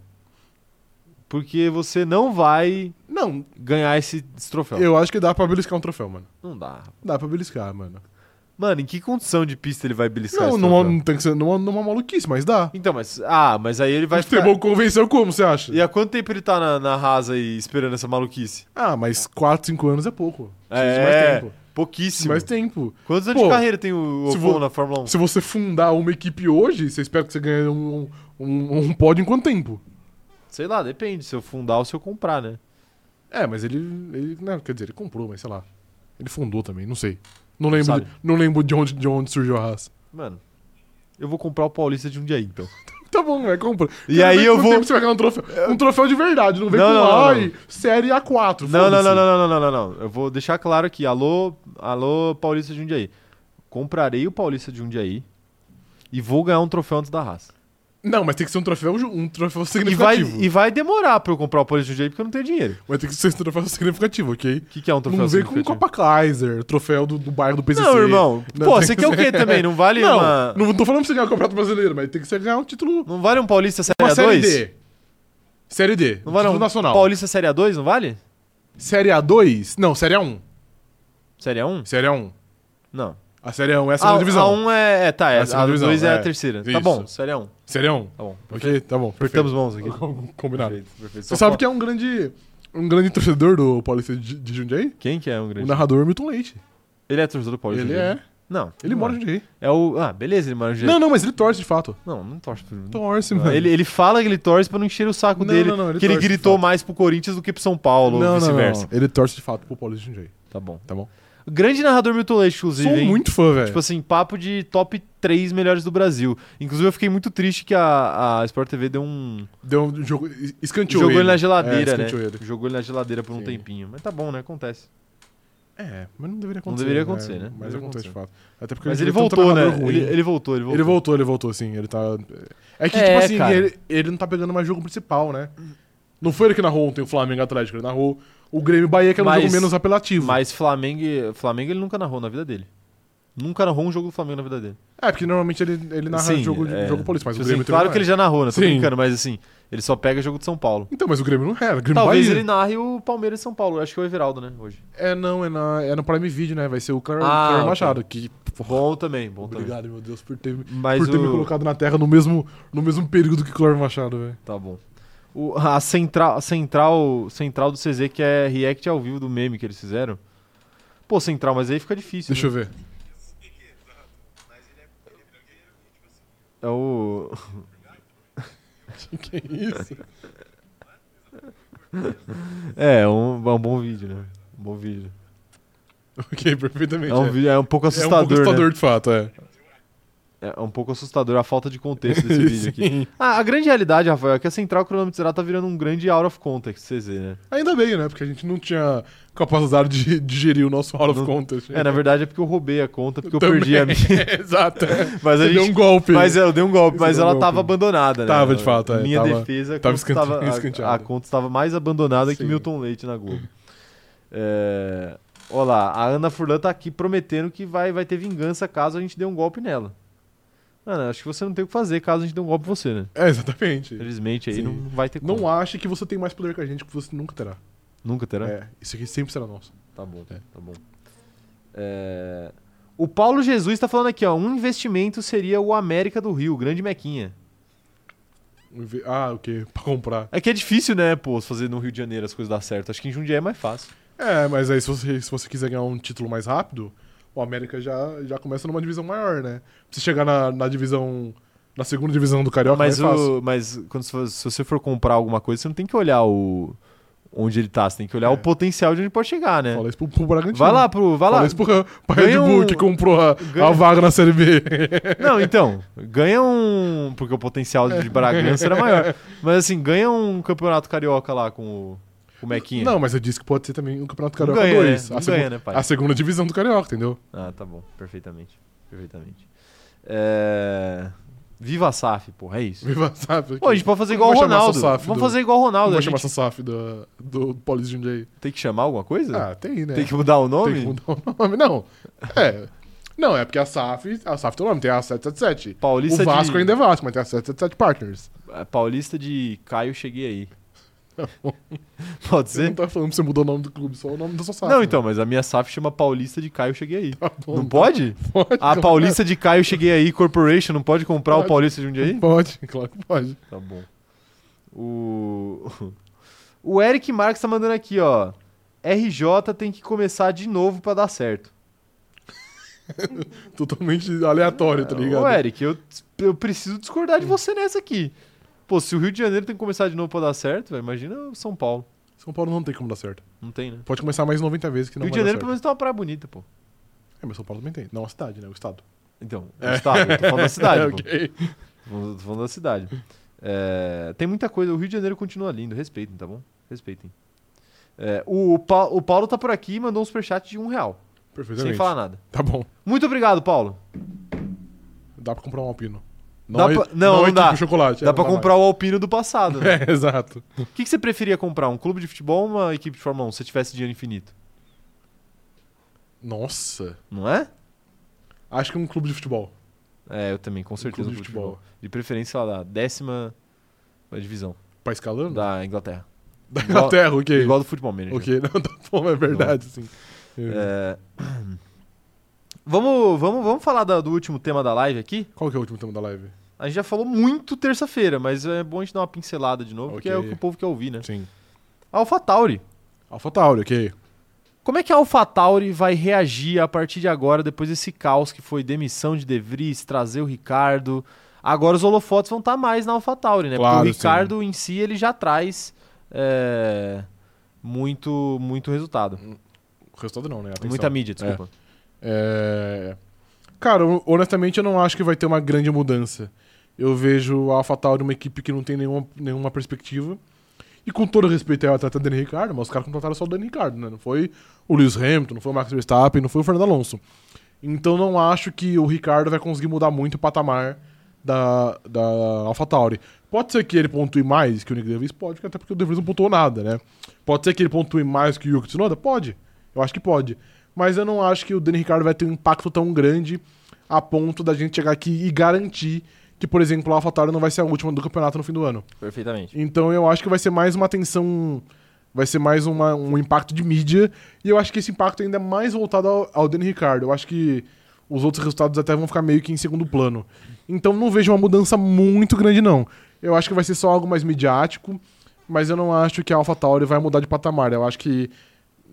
Porque você não vai Não, ganhar esse, esse troféu. eu acho que dá pra beliscar um troféu, mano. Não dá. Dá pra beliscar, mano. Mano, em que condição de pista ele vai beliscar Não, esse não, troféu? não tem que ser numa, numa maluquice, mas dá. Então, mas. Ah, mas aí ele vai o futebol convenceu como, você acha? E há quanto tempo ele tá na, na Haas aí esperando essa maluquice? Ah, mas 4, 5 anos é pouco. Precisa de É, mais tempo. pouquíssimo. Precisa de mais tempo. Quantos anos Pô, de carreira tem o se Ocon vo- na Fórmula 1? Se você fundar uma equipe hoje, você espera que você ganhe um, um, um pódio em quanto tempo? Sei lá, depende. Se eu fundar ou se eu comprar, né? É, mas ele. ele não, quer dizer, ele comprou, mas sei lá. Ele fundou também, não sei. Não lembro, Sabe. não lembro de, onde, de onde surgiu a raça. Mano, eu vou comprar o Paulista de um dia aí, então. Tá bom, vai, compra. E Quero aí ver eu quanto vou- tempo você vai ganhar um troféu. Um troféu de verdade, não vem Não, com não, não, ai, série A4. Não, não, não, foda-se. não, não, não, não, não. Eu vou deixar claro aqui. Alô, alô, Paulista de um dia aí. Comprarei o Paulista de um dia aí e vou ganhar um troféu antes da Haas. Não, mas tem que ser um troféu, ju- um troféu E vai, significativo. e vai demorar pra eu comprar o Paulista de um dia aí porque eu não tenho dinheiro. Mas tem que ser um troféu significativo, ok? O que, que é um troféu não vem com significativo? Copa Kaiser, troféu do, do bairro do PCC. Não, irmão. Não, Pô, tem você que quer o ser- quê também? Não vale Não, uma... não tô falando pra você ganhar o Campeonato Brasileiro, mas tem que você ganhar um título. Não vale um Paulista Série Uma Série A2? D. Série D. Não vale um título não. nacional. Paulista Série A2, não vale? Série A2? Não, Série A1. Série A1? Série A1. Não. A Série A1 é a A, segunda divisão. A1 é, é, tá, é, É a a segunda divisão, A2 é, a é. terceira. Tá Isso. bom, Série A1. Série A1. Tá bom. Ok, tá bom. Apertamos Perfeito. mãos aqui. Combinado. Perfeito, perfeito. Você sabe que é um grande, um grande torcedor do Paulista de, de Jundiaí? Quem que é um O grande? narrador Milton Leite. Ele é torcedor do Paulista. ele né? é. Não. Ele não mora é. em Jundiaí. É o... Ah, beleza, ele mora em Não, não, mas ele torce de fato. Não, não torce pro... Torce, Não, mano. Ele, é ele fala que ele torce pra não encher o saco Não, dele, não, não, ele que ele torce, gritou de fato. mais pro Corinthians do que pro São Paulo, ou não, não, vice-versa. não. Ele torce de fato pro Paulista de Jundiaí. Tá bom. Tá bom. Grande narrador Milton Leite, inclusive, Sou hein? muito fã, velho. Tipo assim, papo de top 3 melhores do Brasil. Inclusive, eu fiquei muito triste que a, a Sport TV deu um. Deu um jogo. Escanteou jogou ele, ele na geladeira, é, né? escanteou ele. Jogou ele na geladeira por um Sim. tempinho. Mas tá bom, né? Acontece. É, mas não deveria Não acontecer. deveria acontecer, né? Mas Deveria acontece de acontecer. fato. Até porque Mas ele ele tem tanto voltou, né? narrador ruim. Ele, ele voltou, ele voltou. Ele voltou, ele voltou, sim. Ele tá. É que, É, tipo assim, cara. ele, ele não tá pegando mais jogo principal, né? Não foi ele que narrou ontem o Flamengo e Atlético, ele narrou o Grêmio e Bahia, que era um Mas- jogo menos apelativo. Mas Flamengo, Flamengo ele nunca narrou na vida dele. Nunca narrou um jogo do Flamengo na vida dele. É, porque normalmente ele, ele narra Sim, jogo, de- é. jogo paulista, mas Tipo o assim, Grêmio um claro que ele ele já narrou, né? Tô Sim. brincando, mas assim, ele só pega jogo de São Paulo. Então, mas o Grêmio não era. o Grêmio e Talvez Bahia. ele narre o Palmeiras e São Paulo. Eu acho que é o Everaldo, né? Hoje. É, não, é, na, é no Prime Video, né? Vai ser o Cleber Ah, ok. Machado, que. porra, Bom também, bom também. Obrigado, meu Deus, por ter, Mas por ter o... me colocado na Terra no mesmo, no mesmo período que Cleber Machado, velho. Tá bom. O- a central, a central, central do CZ, que é react ao vivo do meme que eles fizeram. Pô, central, mas aí fica difícil. Deixa né? eu ver. É o. que isso? É, um, é um bom vídeo, né? Um bom vídeo. ok, perfeitamente. É um, vídeo, é um pouco assustador. É um pouco né? assustador, de fato, é. É um pouco assustador a falta de contexto desse vídeo aqui. Ah, a grande realidade, Rafael, é que a central cronometrada tá virando um grande out of context, CZ, né? Ainda bem, né? Porque a gente não tinha capacidade de digerir o nosso out of Não- contest. É, na verdade é porque eu roubei a conta, porque eu Também. perdi a minha. Exato. Mas a Você gente. deu um golpe. Mas é, eu dei um golpe, Você mas deu um ela golpe. tava abandonada, né? Tava, de fato, é, Minha tava- defesa, a conta tava escante- tava, a, a escanteada. conta estava mais abandonada que Sim. Milton Leite na Globo. é, olha lá, a Ana Furlan tá aqui prometendo que vai, vai ter vingança caso a gente dê um golpe nela. Ana, acho que você não tem o que fazer caso a gente dê um golpe em você, né? É, exatamente. Infelizmente aí Sim. não vai ter como. Não ache que você tem mais poder que a gente, que você nunca terá. Nunca terá? É, isso aqui sempre será nosso. Tá bom, É. tá bom. É, O Paulo Jesus tá falando aqui, ó. Um investimento seria o América do Rio, grande Mequinha. Um vi- Ah, o quê? Pra comprar. É que é difícil, né, pô, fazer no Rio de Janeiro as coisas dar certo. Acho que em Jundiaí é mais fácil. É, mas aí se você, se você quiser ganhar um título mais rápido, o América já, já começa numa divisão maior, né? Pra você chegar na, na divisão. Na segunda divisão do Carioca, mas, é mais fácil. o, mas quando você for- se você for comprar alguma coisa, você não tem que olhar o onde ele tá, você tem que olhar É. o potencial de onde pode chegar, né? Fala isso pro, pro Bragantino. Vai lá pro, vai lá. Fala isso pro, pro Red Ganha Bull um- que comprou a, ganha- a vaga na Série B. Não, então, ganha um, porque o potencial de Bragança era maior. Mas assim, ganha um campeonato carioca lá com o, com o Mequinha. Não, mas eu disse que pode ser também o Campeonato não Carioca ganha, 2. né? A, Não segu- ganha, né, pai? a segunda divisão do Carioca, entendeu? Ah, tá bom. Perfeitamente. Perfeitamente. É... Viva a SAF, porra, é isso. Viva SAF. Pô, a gente pode fazer Não igual o vou chamar Ronaldo. só SAF Vamos do- fazer igual o Não Ronaldo. vai a chamar gente essa SAF do, do Paulista de Jundiaí. Tem que chamar alguma coisa? Ah, tem, né? Tem que mudar o nome? Tem que mudar o nome. Não, é... Não, é porque a SAF... A SAF tem o nome, tem a 777. Paulista o Vasco de... ainda é Vasco, mas tem a 777 Partners. é Paulista de Caio, cheguei aí. Pode Você ser? Tá não tá falando que você mudou o nome do clube, só o nome da sua SAF. Não, então, mas a minha SAF chama Paulista de Caio, cheguei aí. Tá bom, Não pode? Pode, A Paulista de Caio, cheguei aí Corporation não pode comprar o Pode. Paulista de um dia aí? Não Pode, claro que pode. Tá bom. O... o Eric Marques tá mandando aqui, ó. RJ tem que começar de novo pra dar certo. Totalmente aleatório, tá ligado? Ô, Eric, eu, eu preciso discordar de você nessa aqui. Pô, se o Rio de Janeiro tem que começar de novo pra dar certo, velho, imagina o São Paulo. São Paulo não tem como dar certo. Não tem, né? Pode começar mais 90 vezes que não Rio de vai dar Janeiro certo. pelo menos tem uma praia bonita, pô. É, mas São Paulo também tem. Não a cidade, né? O estado. Então, o estado, eu tô falando da cidade, É, pô. ok. Tô falando- tô falando da cidade. É, tem muita coisa. O Rio de Janeiro continua lindo. Respeitem, tá bom? Respeitem. É, o, Pa- o Paulo tá por aqui e mandou um superchat de um real. Sem Perfeitamente. falar nada. Tá bom. Muito obrigado, Paulo. Dá pra comprar um alpino. Dá é- pra- não, não é dá. tipo chocolate. Dá pra comprar o Alpino do passado. né? É, exato. O que, que você preferia comprar? Um clube de futebol ou uma equipe de Fórmula 1 se você tivesse dinheiro infinito? Nossa. Não é? Acho que é um clube de futebol. É, eu também, com certeza. um clube de Um futebol. De preferência, sei lá da décima divisão. País calando? Da, da Inglaterra. Inglaterra, Hum. ok. Igual do futebol manager. ok, não, tá bom, é verdade, sim. É. É, Vamos, vamos, vamos falar da- do último tema da live aqui? Qual que é o último tema da live? A gente já falou muito terça-feira, mas é bom a gente dar uma pincelada de novo, porque é o Ok. que o povo quer ouvir, né? Sim. AlphaTauri. AlphaTauri, ok. Como é que a AlphaTauri vai reagir a partir de agora, depois desse caos que foi demissão de De Vries, trazer o Ricardo? Agora os holofotes vão estar mais na AlphaTauri, né? Claro, Porque o Ricardo em si ele já traz é, muito, muito resultado. O resultado não, né? Atenção. Muita mídia, desculpa. É... Cara, eu- honestamente eu não acho que vai ter uma grande mudança. Eu vejo a AlphaTauri uma equipe que não tem nenhuma, nenhuma perspectiva. E com todo respeito ao atleta Dani Ricardo, mas os caras contrataram só o Dani Ricardo, né? Não foi o Lewis Hamilton, não foi o Max Verstappen, não foi o Fernando Alonso. Então não acho que o Ricardo vai conseguir mudar muito o patamar da, da AlphaTauri. Pode ser que ele pontue mais que o Nick DeVries? Pode, porque até porque o DeVries não pontuou nada, né? Pode ser que ele pontue mais que o Yuki Tsunoda? Pode. Eu acho que pode. Mas eu não acho que o Dani Ricardo vai ter um impacto tão grande a ponto da gente chegar aqui e garantir que, por exemplo, a AlphaTauri não vai ser a última do campeonato no fim do ano. Perfeitamente. Então eu acho que vai ser mais uma atenção. Vai ser mais uma- um impacto de mídia. E eu acho que esse impacto ainda é mais voltado ao, ao Dani Ricardo. Eu acho que os outros resultados até vão ficar meio que em segundo plano. Então não vejo uma mudança muito grande, não. Eu acho que vai ser só algo mais midiático. Mas eu não acho que a AlphaTauri vai mudar de patamar. Eu acho que.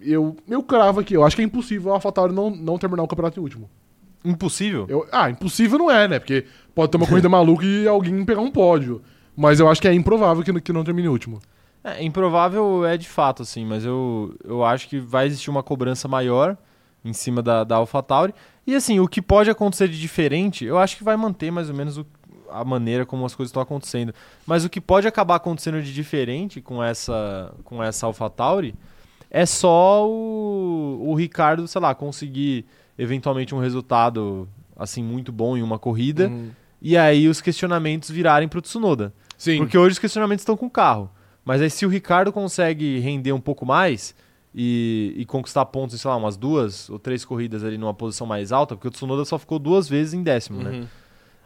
Eu, eu cravo aqui. Eu acho que é impossível a AlphaTauri não, não terminar o campeonato em último. Impossível? Eu- ah, impossível não é, né? Porque pode ter uma corrida maluca e alguém pegar um pódio. Mas eu acho que é improvável que, que não termine em último. É, improvável é de fato, assim, mas eu, eu acho que vai existir uma cobrança maior em cima da, da AlphaTauri. E assim, o que pode acontecer de diferente, eu acho que vai manter mais ou menos o- a maneira como as coisas estão acontecendo. Mas o que pode acabar acontecendo de diferente com essa, com essa AlphaTauri é só o, o Ricardo, sei lá, conseguir eventualmente um resultado assim muito bom em uma corrida. Uhum. E aí os questionamentos virarem pro Tsunoda. Sim. Porque hoje os questionamentos estão com o carro. Mas aí se o Ricardo consegue render um pouco mais e, e conquistar pontos em, sei lá, umas duas ou três corridas ali numa posição mais alta, porque o Tsunoda só ficou duas vezes em décimo, né?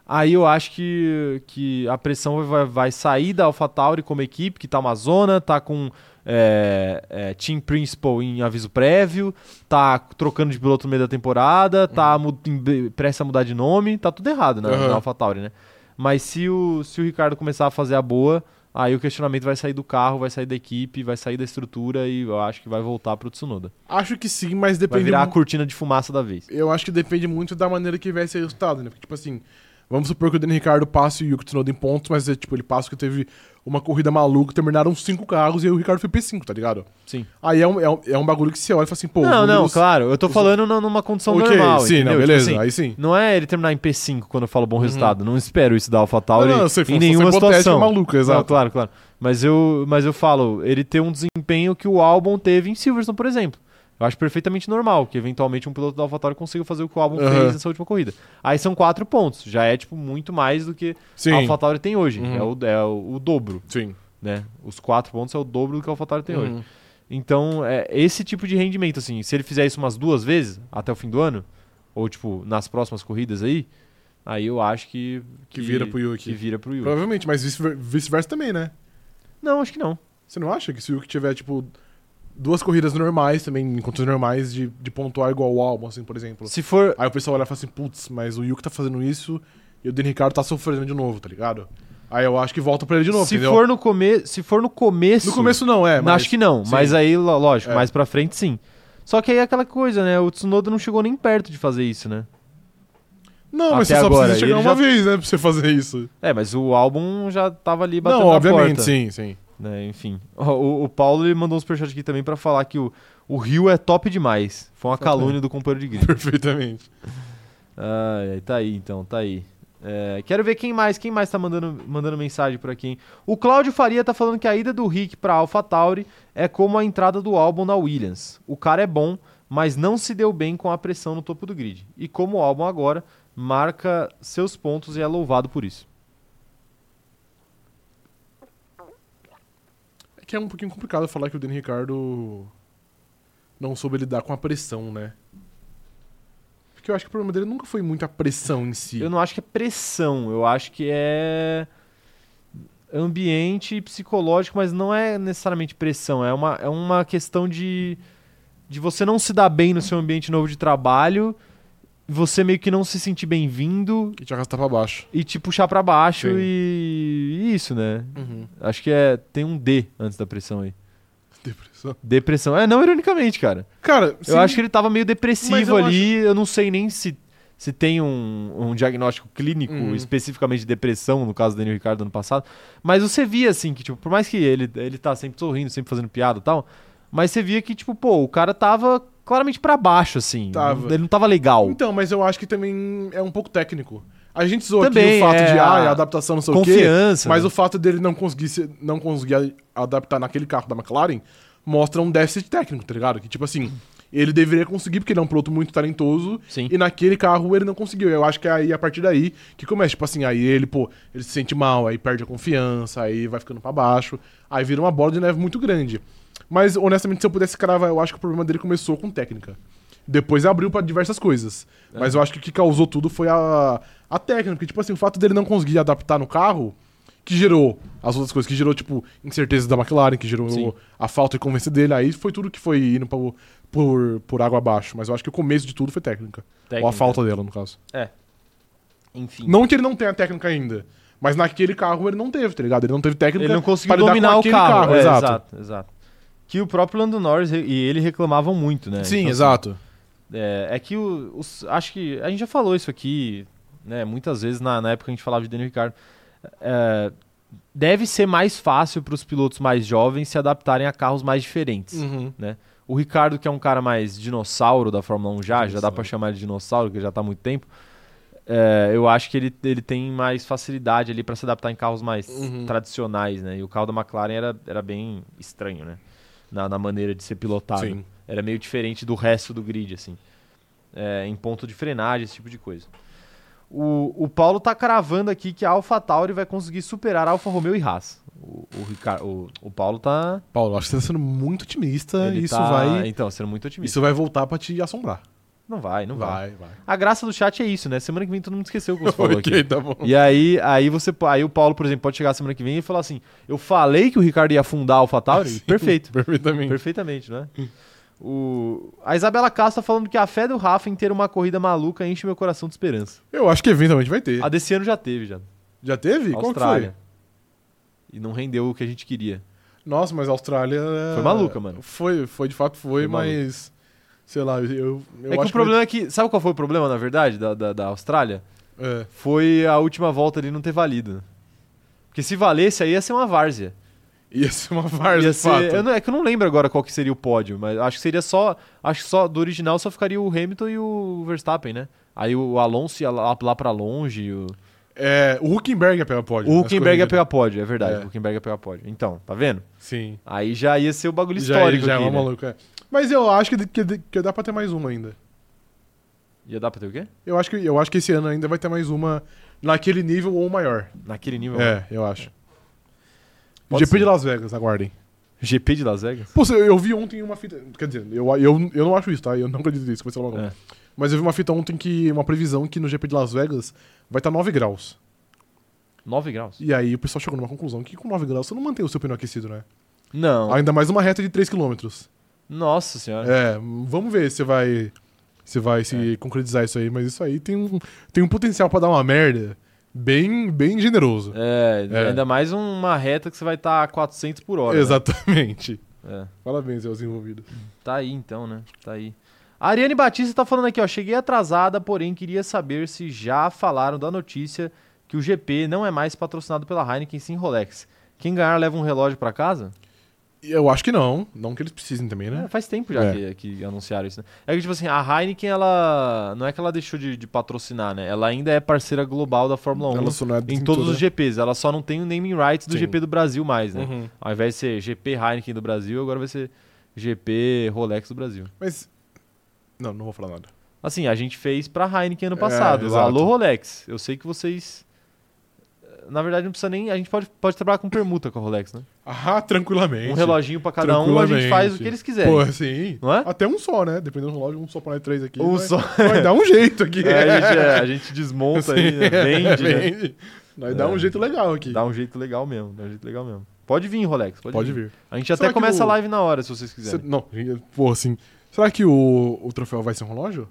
Aí eu acho que, que a pressão vai, vai sair da AlphaTauri como equipe, que tá uma zona, tá com é, é, Team Principal em aviso prévio, tá trocando de piloto no meio da temporada, tá mu- em- prestes a mudar de nome, tá tudo errado na, Uhum. Aham. na AlphaTauri, né? Mas se o, se o Ricardo começar a fazer a boa, aí o questionamento vai sair do carro, vai sair da equipe, vai sair da estrutura e eu acho que vai voltar pro Tsunoda. Acho que sim, mas Vai depende. virar a mu- cortina de fumaça da vez. Eu acho que depende muito da maneira que vai ser resultado, né? Porque, tipo assim, vamos supor que o Dani Ricardo passe o Yuki Tsunoda em pontos, mas, é, tipo, ele passa que teve uma corrida maluca, terminaram cinco carros e aí o Ricardo foi P5, tá ligado? Sim. Aí é um, é um, é um bagulho que você olha e fala assim, pô. os não, não, números- claro. Eu tô os- falando na- numa condição Ok, normal. sim, não, entendeu? Tipo beleza, assim, aí sim. Não é ele terminar em P5 quando eu falo bom resultado. Não espero isso da AlphaTauri Uhum. Não, não, você em falou, nenhuma só hipotética situação. maluca, exato. Não, claro, claro. Mas eu, mas eu falo, ele ter um desempenho que o Albon teve em Silverstone, por exemplo. Eu acho perfeitamente normal que eventualmente um piloto da AlphaTauri consiga fazer o que o Albon Aham. fez nessa última corrida. Aí são quatro pontos. Já é, tipo, muito mais do que Sim. a AlphaTauri tem hoje. Uhum. É, o, é o, o dobro, Sim. né? Os quatro pontos é o dobro do que a AlphaTauri Uhum. tem hoje. Então, é esse tipo de rendimento, assim, se ele fizer isso umas duas vezes até o fim do ano, ou tipo, nas próximas corridas aí, aí eu acho que. Que vira pro Yuki. Que vira pro Yuki. Provavelmente, mas vice- vice-versa também, né? Não, acho que não. Você não acha que se o Yuki tiver, tipo, duas corridas normais também, em condições normais, de, de pontuar igual o Albon, assim, por exemplo? Se for. Aí o pessoal olha e fala assim, putz, mas o Yuki tá fazendo isso e o Dani Ricardo tá sofrendo de novo, tá ligado? Aí eu acho que volta pra ele de novo, se, entendeu? for no come... se for no começo. No começo não, é, não, Acho que não, sim. mas aí, lo- lógico, É. mais pra frente sim. Só que aí é aquela coisa, né? O Tsunoda não chegou nem perto de fazer isso, né? Não, mas você até só agora, precisa chegar ele uma já- vez, né, pra você fazer isso. É, mas o álbum já tava ali batendo Não, na obviamente, porta. sim, sim. né? Enfim. Ó, O, o Paulo ele mandou um superchat aqui também pra falar que o, o Rio é top demais. Foi uma calúnia do companheiro de grid. Perfeitamente. Ai, ai, tá aí então, tá aí. É, quero ver quem mais, quem mais tá mandando, mandando mensagem por aqui, hein? O Cláudio Faria tá falando que a ida do Rick pra AlphaTauri é como a entrada do álbum na Williams. O cara é bom, mas não se deu bem com a pressão no topo do grid. E como o álbum agora marca seus pontos e é louvado por isso. É que é um pouquinho complicado falar que o Dani Ricardo não soube lidar com a pressão, né? Porque eu acho que o problema dele nunca foi muito a pressão em si. Eu não acho que é pressão, eu acho que é. ambiente e psicológico, mas não é necessariamente pressão, é uma, é uma questão de, de você não se dar bem no seu ambiente novo de trabalho, você meio que não se sentir bem-vindo Que te arrastar pra baixo. e te puxar pra baixo Sim. e, e isso, né? Acho que é tem um D antes da pressão aí. Depressão. Depressão. É, não ironicamente, cara. Cara, Eu acho que ele tava meio depressivo eu ali. Eu não sei nem se, se tem um, um diagnóstico clínico Uhum. especificamente de depressão, no caso do Daniel Ricardo ano passado. Mas você via, assim, que, tipo, por mais que ele, ele tá sempre sorrindo, sempre fazendo piada e tal, mas você via que, tipo, pô, o cara tava claramente pra baixo, assim. Tava. Ele não tava legal. Então, mas eu acho que também é um pouco técnico. A gente zoa aqui Também, o fato é, de ah, a a adaptação não sei o quê. Confiança. Mas né? o fato dele não conseguir, se- não conseguir a- adaptar naquele carro da McLaren mostra um déficit técnico, tá ligado? Que tipo assim, ele deveria conseguir porque ele é um piloto muito talentoso Sim. e naquele carro ele não conseguiu. Eu acho que é aí a partir daí que começa, tipo assim, aí ele, pô, ele se sente mal, aí perde a confiança, aí vai ficando pra baixo, aí vira uma bola de neve muito grande. Mas honestamente, se eu pudesse cravar, eu acho que o problema dele começou com técnica. Depois abriu pra diversas coisas. É. Mas eu acho que o que causou tudo foi a, a técnica. Porque, tipo assim, o fato dele não conseguir adaptar no carro, que gerou as outras coisas, que gerou, tipo, incerteza da McLaren, que gerou Sim. a falta de convencer dele, aí foi tudo que foi indo pra, por, por água abaixo. Mas eu acho que o começo de tudo foi técnica. Ou a falta dela, no caso. Enfim. Não que ele não tenha técnica ainda, mas naquele carro ele não teve, tá ligado? Ele não teve técnica Ele não conseguiu pra lidar com dominar o aquele carro. É, exato. exato, exato. Que o próprio Lando Norris e ele reclamavam muito, né? Sim, Então, assim, exato. É, é que o- os, acho que a gente já falou isso aqui, né? Muitas vezes na, na época que a gente falava de Daniel Ricardo. É, deve ser mais fácil para os pilotos mais jovens se adaptarem a carros mais diferentes. Uhum. O Ricardo, que é um cara mais dinossauro da Fórmula 1 já, já dá Dinossauro. pra chamar de dinossauro, que já tá há muito tempo. é, eu acho que ele, ele tem mais facilidade ali pra se adaptar em carros mais Uhum. tradicionais, né? E o carro da McLaren era, era bem estranho, né? Na, na maneira de ser pilotado. Sim. Era meio diferente do resto do grid, assim. É, em ponto de frenagem, esse tipo de coisa. O, o Paulo tá cravando aqui que a AlphaTauri vai conseguir superar a Alfa Romeo e Haas. O, o, Ricardo, o, o Paulo tá. Paulo, acho que você tá sendo muito otimista ele e Ah, isso tá, vai. Então, sendo muito otimista. Isso vai voltar pra te assombrar. Não vai, não vai. Vai, vai. A graça do chat é isso, né? Semana que vem todo mundo esqueceu o que você falou ok, aqui. tá bom. E aí, aí você, aí o Paulo, por exemplo, pode chegar semana que vem e falar assim: "Eu falei que o Ricardo ia afundar a AlphaTauri". Perfeito. Perfeitamente. Perfeitamente, né? O... A Isabela Castro tá falando que a fé do Rafa em ter uma corrida maluca enche meu coração de esperança. Eu acho que eventualmente vai ter. A desse ano já teve, já. Já teve? Qual que foi? Austrália. E não rendeu o que a gente queria. Nossa, mas a Austrália. é- Foi maluca, mano. Foi, foi de fato foi, Foi maluca. mas. Sei lá, eu. eu é que acho o problema é que. Sabe qual foi o problema, na verdade, da, da, da Austrália? que vai- é. Foi a última volta ali não ter valido. Porque se valesse, aí ia ser uma várzea. Ia ser uma farsa, Ia de fato. ser, eu não- é que eu não lembro agora qual que seria o pódio, mas acho que seria só. Acho que só do original só ficaria o Hamilton e o Verstappen, né? Aí o Alonso ia lá, lá pra longe. O, É, o Huckenberg ia pegar pódio. o nas Huckenberg ia corridas. pegar pódio, é verdade. É. O Huckenberg ia pegar pódio. Então, tá vendo? Sim. Aí já ia ser o bagulho Já- histórico. já aqui, é uma né? maluca. é. Mas eu acho que, que, que dá pra ter mais uma ainda. Ia dar pra ter o quê? Eu acho, que, eu acho que esse ano ainda vai ter mais uma naquele nível ou maior. Naquele nível. né? É, eu acho. Pode GP ser. de Las Vegas, aguardem. GP de Las Vegas? Pô, eu, eu vi ontem uma fita. Quer dizer, eu, eu, eu não acho isso, tá? Eu não acredito nisso, que vai ser logo. É. Mas eu vi uma fita ontem que. Uma previsão que no GP de Las Vegas vai estar 9 graus. 9 graus? E aí o pessoal chegou numa conclusão que com 9 graus você não mantém o seu pneu aquecido, né? Não. Ainda mais uma reta de 3 km. Nossa senhora. É, vamos ver se vai. Se vai se É. concretizar isso aí, mas isso aí tem um, tem um potencial pra dar uma merda bem, bem generoso. É, É. ainda mais uma reta que você vai estar a 400 por hora. né? Exatamente. É. Parabéns aos envolvidos. Tá aí então, né? Tá aí. A Ariane Batista tá falando aqui, ó. Cheguei atrasada, porém queria saber se já falaram da notícia que o GP não é mais patrocinado pela Heineken, sim Rolex. Quem ganhar leva um relógio pra casa? E Eu acho que não. Não que eles precisem também, né? É, faz tempo já É. que, que anunciaram isso, né? É que, tipo assim, a Heineken, ela. Não é que ela deixou de, de patrocinar, né? Ela ainda é parceira global da Fórmula 1 Ela só não é em detentora. todos os GPs. Ela só não tem o naming rights do Sim. GP do Brasil mais, né? Uhum. Ao invés de ser GP Heineken do Brasil, agora vai ser GP Rolex do Brasil. Mas. Não, não vou falar nada. Assim, a gente fez pra Heineken ano É, passado. exato. Alô, Rolex. Eu sei que vocês. Na verdade, não precisa nem. A gente pode, pode trabalhar com permuta com a Rolex, né? Ah, tranquilamente. Um reloginho pra cada um, a gente Tranquilamente. faz o que eles quiserem. Pô, sim. Não é? Até um só, né? Dependendo do relógio, um só pra nós três aqui. Um vai, só. Vai dar um jeito aqui. É, a, gente, é, a gente desmonta aí, né? vende, né? Vende. Nós dá um jeito legal aqui. Dá um jeito legal mesmo, dá um jeito legal mesmo. Pode vir, Rolex, pode, Pode vir. vir. A gente Será até que começa o- a live na hora, se vocês Cê- quiserem. não, pô, assim. Será que o, o troféu vai ser um relógio?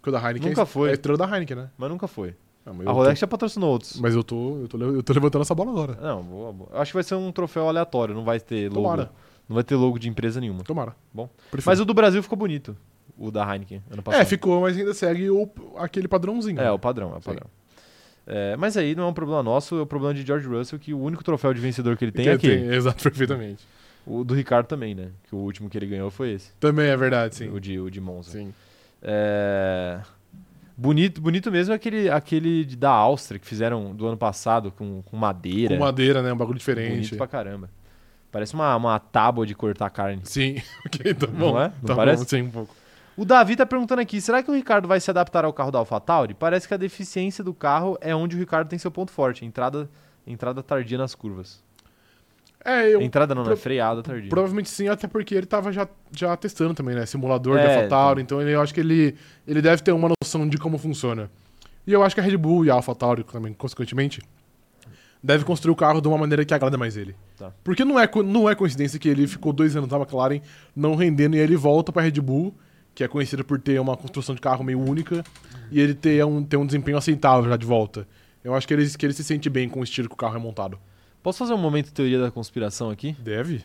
Porque o da Heineken Nunca é, foi. é estrela da Heineken, né? Mas nunca foi. Ah, mas A eu Rolex já patrocinou outros. tô, Mas eu tô, eu, tô, le- eu tô levantando essa bola agora. Não, boa, boa. Eu Acho que vai ser um troféu aleatório, não vai ter logo. Tomara. Não vai ter logo de empresa nenhuma. Tomara. Bom. Prefiro. Mas o do Brasil ficou bonito, o da Heineken, ano passado. É, ficou, mas ainda segue o, aquele padrãozinho. É, né? o padrão, é o Sim. padrão. É, mas aí não é um problema nosso, é o problema de George Russell, que o único troféu de vencedor que ele tem Que- é aquele. tem, Exato, perfeitamente. O do Ricardo também, né? Que o último que ele ganhou foi esse. Também é verdade, sim. O de, o de Monza. Sim. É, Bonito, bonito mesmo é aquele, aquele de- da Áustria que fizeram do ano passado com, com madeira. Com madeira, né? Um bagulho diferente. Bonito pra caramba. Parece uma, uma tábua de cortar carne. Sim, ok, tá bom. Não é? Não tá parece? bom, sim, um pouco. O Davi tá perguntando aqui: será que o Ricardo vai se adaptar ao carro da AlphaTauri? Parece que a deficiência do carro é onde o Ricardo tem seu ponto forte: entrada, entrada tardia nas curvas. É, eu entrada não, né? pro- Freada tardia. Provavelmente sim, até porque ele tava já, já testando também, né? Simulador É, da AlphaTauri, então ele, eu acho que ele, ele deve ter uma noção de como funciona. E eu acho que a Red Bull e a AlphaTauri também, consequentemente, deve construir o carro de uma maneira que agrada mais ele. Tá. Porque não é, co- não é coincidência que ele ficou dois anos na McLaren não rendendo e aí ele volta pra Red Bull, que é conhecida por ter uma construção de carro meio única, e ele ter um, ter um desempenho aceitável já de volta. Eu acho que ele, que ele se sente bem com o estilo que o carro é montado. Posso fazer um momento teoria da conspiração aqui? Deve?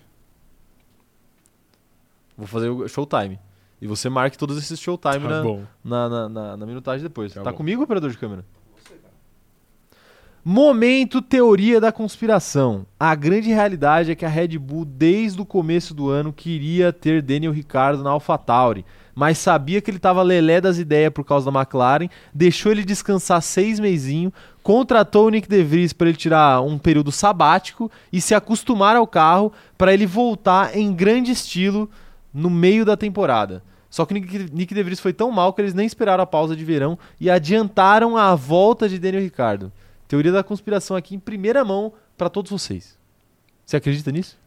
Vou fazer o showtime. E você marque todos esses showtime Tá na, bom. na, na, na- na minutagem depois. Tá, Tá bom. comigo, operador de câmera? Momento teoria da conspiração. A grande realidade é que a Red Bull, desde o começo do ano, queria ter Daniel Ricciardo na AlphaTauri, mas sabia que ele estava lelé das ideias por causa da McLaren, deixou ele descansar seis mesinhos, contratou o Nick DeVries para ele tirar um período sabático e se acostumar ao carro para ele voltar em grande estilo no meio da temporada. Só que o Nick, Nick DeVries foi tão mal que eles nem esperaram a pausa de verão e adiantaram a volta de Daniel Ricardo. Teoria da conspiração aqui em primeira mão pra todos vocês. Você acredita nisso?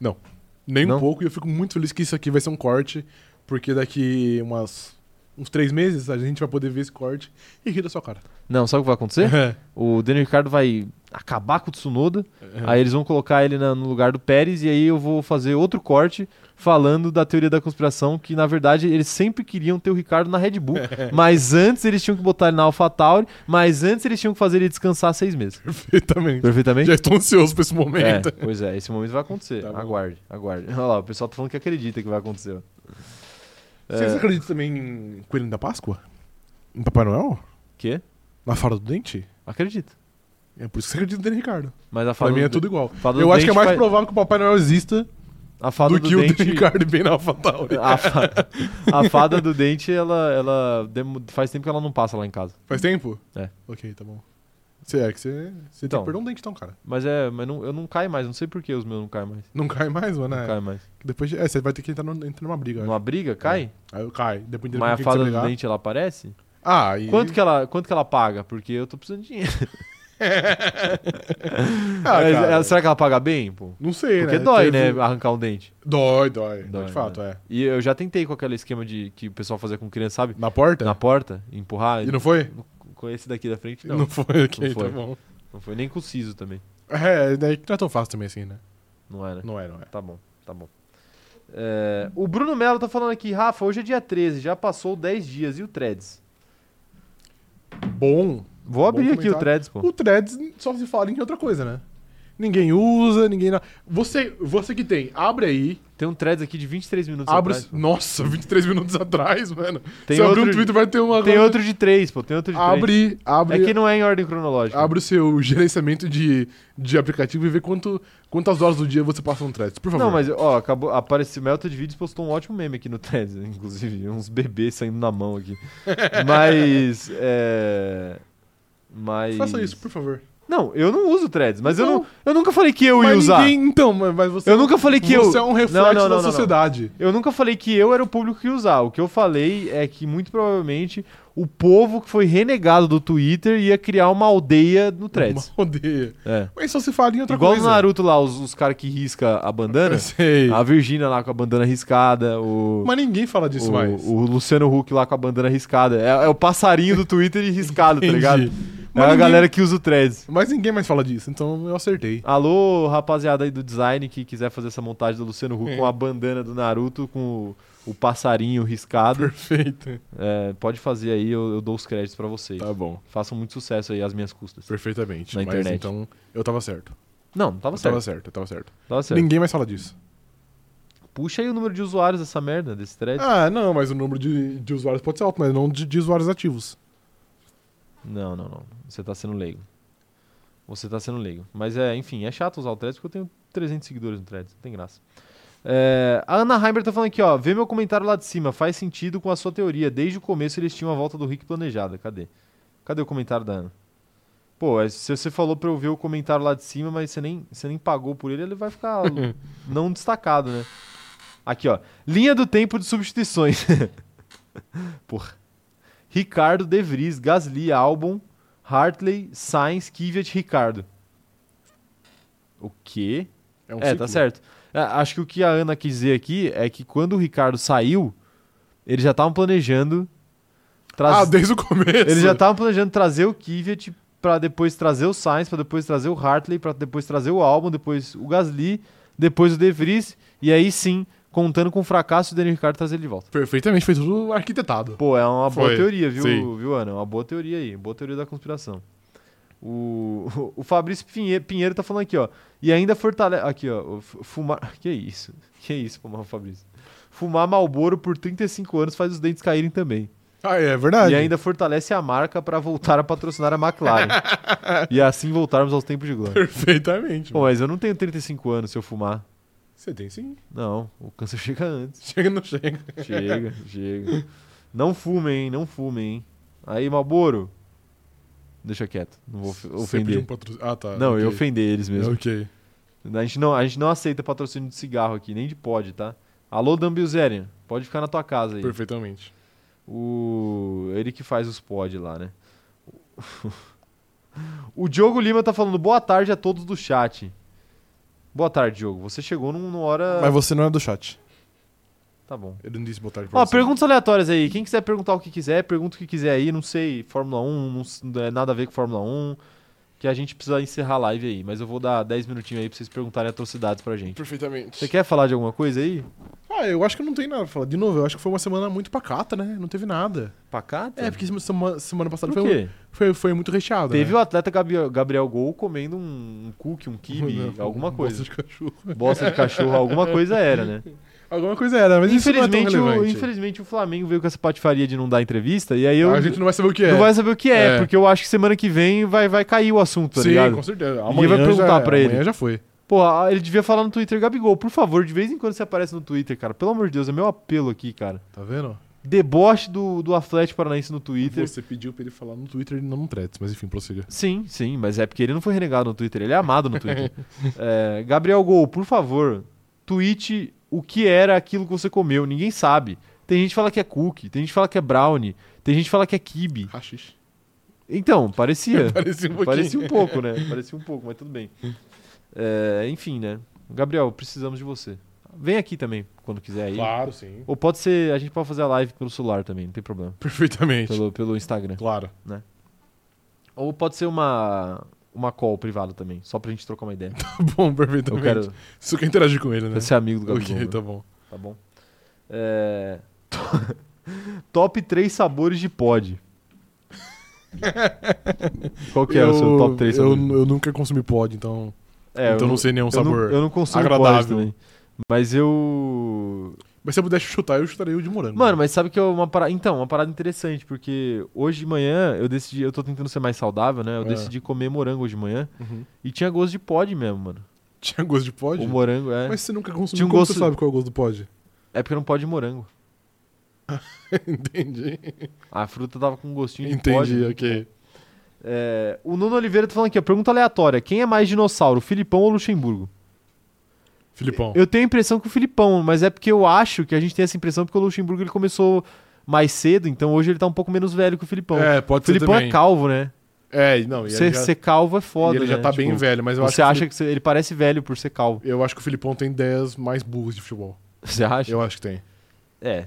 Nem Não? um pouco, e eu fico muito feliz que isso aqui vai ser um corte, porque daqui umas, uns três meses a gente vai poder ver esse corte e rir da sua cara. Não, sabe o que vai acontecer? o Daniel Ricardo vai acabar com o Tsunoda, É. aí eles vão colocar ele na- no lugar do Pérez e aí eu vou fazer outro corte falando da teoria da conspiração que na verdade eles sempre queriam ter o Ricardo na Red Bull, mas antes eles tinham que botar ele na AlphaTauri, mas antes eles tinham que fazer ele descansar seis meses. Perfeitamente. Perfeitamente? Já estou ansioso pra esse momento. É, pois é, esse momento vai acontecer. Tá bom. aguarde, aguarde. Olha lá, o pessoal tá falando que acredita que vai acontecer. ó. Vocês É, acreditam também em Coelhinho da Páscoa? Em Papai Noel? quê? Na fada do dente? Acredito. É por isso que você acredita no Ricardo. Mas a Pra fada mim do é de- tudo igual. fada do Eu acho que é dente mais faz- provável que o Papai Noel exista a fada do, do, que o dente. Daniel Ricardo bem na AlphaTauri. A, fa- a fada do dente, ela, ela demo- faz tempo que ela não passa lá em casa. Faz tempo? É. Ok, tá bom. Você é que você, você tem Então. que perder um dente então, cara. Mas é, mas não, eu não caio mais, não sei por que os meus não caem mais. Não cai mais, mano. Não é. cai mais. Depois, de- é, você vai ter que entrar, no- entrar numa briga. eu é. Numa briga, cai? Aí eu- cai, dependendo Mas a com quem fada você do brigar. dente ela aparece? Ah, e... Quanto que ela, quanto que ela paga? Porque eu tô precisando de dinheiro. Ah, Mas, cara, ela- será que ela paga bem, pô? Não sei, é? Porque né? dói, Teve- né, arrancar um dente. Dói, dói. Dói, de fato, é. E eu já tentei com aquele esquema de que o pessoal fazia com criança, sabe? Na porta? Na porta, empurrar. É. E não foi? Com esse daqui da frente, Não, não. Não, foi, ok, Não foi. tá bom. foi nem com o siso também. É, daí que não é tão fácil também assim, né? Não era. Não é, não é. Tá bom, tá bom. É, o Bruno Melo tá falando aqui, Rafa, hoje é dia 13, já passou 10 dias. E o Threads? Bom, Vou abrir Bom aqui o comentário. Threads, pô. o Threads só se fala em outra coisa, né? Ninguém usa, ninguém... na- Você, você que tem, abre aí, Tem um Threads aqui de 23 minutos abre... atrás, pô. Nossa, 23 minutos atrás, mano. Tem Se abrir outro- um Twitter vai ter uma... Tem outro de 3, pô. Tem outro de 3. Abre, abre... É que não é em ordem cronológica. Abre o seu gerenciamento de, de aplicativo e vê quanto, quantas horas do dia você passa no threads, por favor. Não, mas, ó, acabou, apareceu, o Melted Vídeos postou um ótimo meme aqui no Threads, né? inclusive, uns bebês saindo na mão aqui. Mas, é... Mas... Faça isso, por favor. Não, eu não uso Threads, mas eu, Então- não, eu nunca falei que eu ia usar. ninguém- então, mas mas você, Eu nunca falei que eu... você é um reflexo Não, não, não, da não, não. sociedade. Eu nunca falei que eu era o público que ia usar. O que eu falei é que, muito provavelmente, o povo que foi renegado do Twitter ia criar uma aldeia no Threads. Uma aldeia. É. Mas só se fala em outra Igual coisa. no Naruto né? Ah, lá, os, os caras que risca a bandana. Eu sei. A Virgínia lá com a bandana riscada, o... Mas ninguém fala disso o, mais. o Luciano Huck lá com a bandana riscada. É, é o passarinho do Twitter e riscado, tá Entendi. ligado? É a ninguém- galera que usa o threads. Mas ninguém mais fala disso, então eu acertei. Alô, rapaziada aí do design que quiser fazer essa montagem do Luciano Huck É. com a bandana do Naruto, com o, o passarinho riscado, Perfeito. é, pode fazer aí, eu, eu dou os créditos pra vocês. Tá bom. Façam muito sucesso aí às minhas custas. Perfeitamente. Na Mas internet. então eu tava certo. Não, tava eu certo. tava certo, eu tava certo. Tava certo. Ninguém mais fala disso. Puxa aí o número de usuários dessa merda, desse thread. Ah, não, mas o número de, de usuários pode ser alto, mas não de, de usuários ativos. Não, não, não. Você tá sendo leigo. Você tá sendo leigo. Mas é, enfim, é chato usar o threads porque eu tenho 300 seguidores no threads. Não tem graça. É, a Ana Heimer tá falando aqui, ó. Vê meu comentário lá de cima. Faz sentido com a sua teoria. Desde o começo eles tinham a volta do Rick planejada. Cadê? Cadê o comentário da Ana? Pô, é, se você falou pra eu ver o comentário lá de cima, mas você nem, você nem pagou por ele, ele vai ficar não destacado, né? Aqui, ó. Linha do tempo de substituições. Porra. Ricardo, De Vries, Gasly, Albon, Hartley, Sainz, Kvyat, Ricardo. O quê? É, um é, ciclo. tá certo. É, Acho que o que a Ana quis dizer aqui é que quando o Ricardo saiu, eles já estavam planejando... Ah, trazer. desde o começo. Eles já tá estavam planejando trazer o Kvyat pra depois trazer o Sainz, pra depois trazer o Hartley, pra depois trazer o Albon, depois o Gasly, depois o De Vries e aí sim, contando com o fracasso do Daniel Ricciardo trazer ele de volta. Perfeitamente, foi tudo arquitetado. Pô, é uma boa Foi, teoria, viu, sim. viu, Ana? É Uma boa teoria aí, boa teoria da conspiração. O, o Fabrício Pinhe- Pinheiro tá falando aqui, ó. E ainda fortalece. Aqui, ó. o fu- Fumar. Que isso? Que isso, fumar, Fabrício? Fumar Malboro por 35 anos faz os dentes caírem também. Ah, é verdade. E ainda fortalece a marca para voltar a patrocinar a McLaren. e assim voltarmos aos tempos de glória. Perfeitamente. Pô, mas eu não tenho 35 anos se eu fumar. Você tem sim. Não, o câncer chega antes. Chega, não chega. Chega, chega. Não fumem, hein? não fumem. hein? Aí, Malboro. Deixa quieto, não vou of- Você ofender. pediu um patro- Ah, tá. Não, eu ia ok. É ofender eles mesmo. Ok. A gente, não, a gente não aceita patrocínio de cigarro aqui, nem de pod, tá? Alô, Dan Bilzerian, pode ficar na tua casa aí. Perfeitamente. O... Ele que faz os pod lá, né? o Diogo Lima tá falando boa tarde a todos do chat. Boa tarde, Diogo. Você chegou num- numa hora. Mas você não é do chat. Tá bom. Ele não disse boa tarde pra Ó, você. perguntas aleatórias aí. Quem quiser perguntar o que quiser, pergunta o que quiser aí. Não sei, Fórmula 1, não s- não é nada a ver com Fórmula 1. Que a gente precisa encerrar a live aí. Mas eu vou dar 10 minutinhos aí pra vocês perguntarem atrocidades pra gente. Perfeitamente. Você quer falar de alguma coisa aí? Ah, eu acho que não tem nada pra falar. De novo, eu acho que foi uma semana muito pacata, né? Não teve nada. Pacata? É, porque semana, semana passada Tá. Por foi, um- quê? foi, foi muito recheado. um- Teve né? o atleta Gabriel, Gabriel Gol comendo um, um cookie, um kibe, Não, alguma bolsa coisa. de cachorro. bosta de cachorro, alguma coisa era, né? Alguma coisa era, mas infelizmente, isso não é tão o, relevante. infelizmente o Flamengo veio com essa patifaria de não dar entrevista, e aí eu A gente não vai saber o que é. não vai saber o que é, É. porque eu acho que semana que vem vai, vai cair o assunto, tá Sim, ligado? com certeza. Ninguém vai perguntar já, é, pra ele. Amanhã já foi. Pô, a- ele devia falar no Twitter, Gabigol, por favor, de vez em quando você aparece no Twitter, cara. Pelo amor de Deus, é meu apelo aqui, cara. Tá vendo? Deboche do, do Atlético Paranaense no Twitter. Você pediu pra ele falar no Twitter e não no Threads, mas enfim, prossiga. Sim, sim, mas é porque ele não foi renegado no Twitter, ele é amado no Twitter. É, Gabriel Gol, por favor, tweet o que era aquilo que você comeu, ninguém sabe. Tem gente que fala que é cookie, tem gente que fala que é brownie, tem gente que fala que é kibe. Rachixe. Então, parecia. Parecia um pouquinho. parecia um pouco, né? Parecia um pouco, mas tudo bem. É, enfim, né? Gabriel, precisamos de você. Vem aqui também, quando quiser aí. Claro, sim. Ou pode ser, a gente pode fazer a live pelo celular também, não tem problema. Perfeitamente. Pelo, pelo Instagram. Claro. Ou pode ser uma, uma call privada também, só pra gente trocar uma ideia. Tá bom, Eu perfeitamente. quero, Você quer interagir com ele, né? quero ser amigo do Gabigol. Ok, né? tá bom. Tá bom. É, to- Top 3 sabores de pod. Qual que é o seu top 3 eu, sabores? eu nunca consumi pod, então. É, eu então não sei nenhum eu não- sabor. Eu não consumo pod agradável. também. Mas eu... Mas se eu pudesse chutar, eu chutaria o de morango. Mano, mas sabe que é uma parada... Então, uma parada interessante, porque hoje de manhã eu decidi... Eu tô tentando ser mais saudável, né? Eu É. decidi comer morango hoje de manhã Uhum. e tinha gosto de pod mesmo, mano. Tinha gosto de pod? O morango, é... Mas você nunca Tinha consumiu, um como gosto- você sabe qual é o gosto do pod? É porque não pode de morango. Entendi. A fruta tava com gostinho de pod. Entendi, ok. É, o Nuno Oliveira tá falando aqui, ó, pergunta aleatória. Quem é mais dinossauro, Filipão ou Luxemburgo? Filipão. Eu tenho a impressão que o Filipão, mas é porque eu acho que a gente tem essa impressão porque o Luxemburgo ele começou mais cedo, então hoje ele tá um pouco menos velho que o Filipão. É, o pode ser Filipão também. é calvo, né? É, não, e ele Ser, já, ser calvo é foda, e ele já né? tá Tipo, bem velho, mas eu acho Você acha que... que você- ele parece velho por ser calvo? o Fili- Eu acho que o Filipão tem ideias mais burras de futebol. Você acha? Eu acho que tem. É.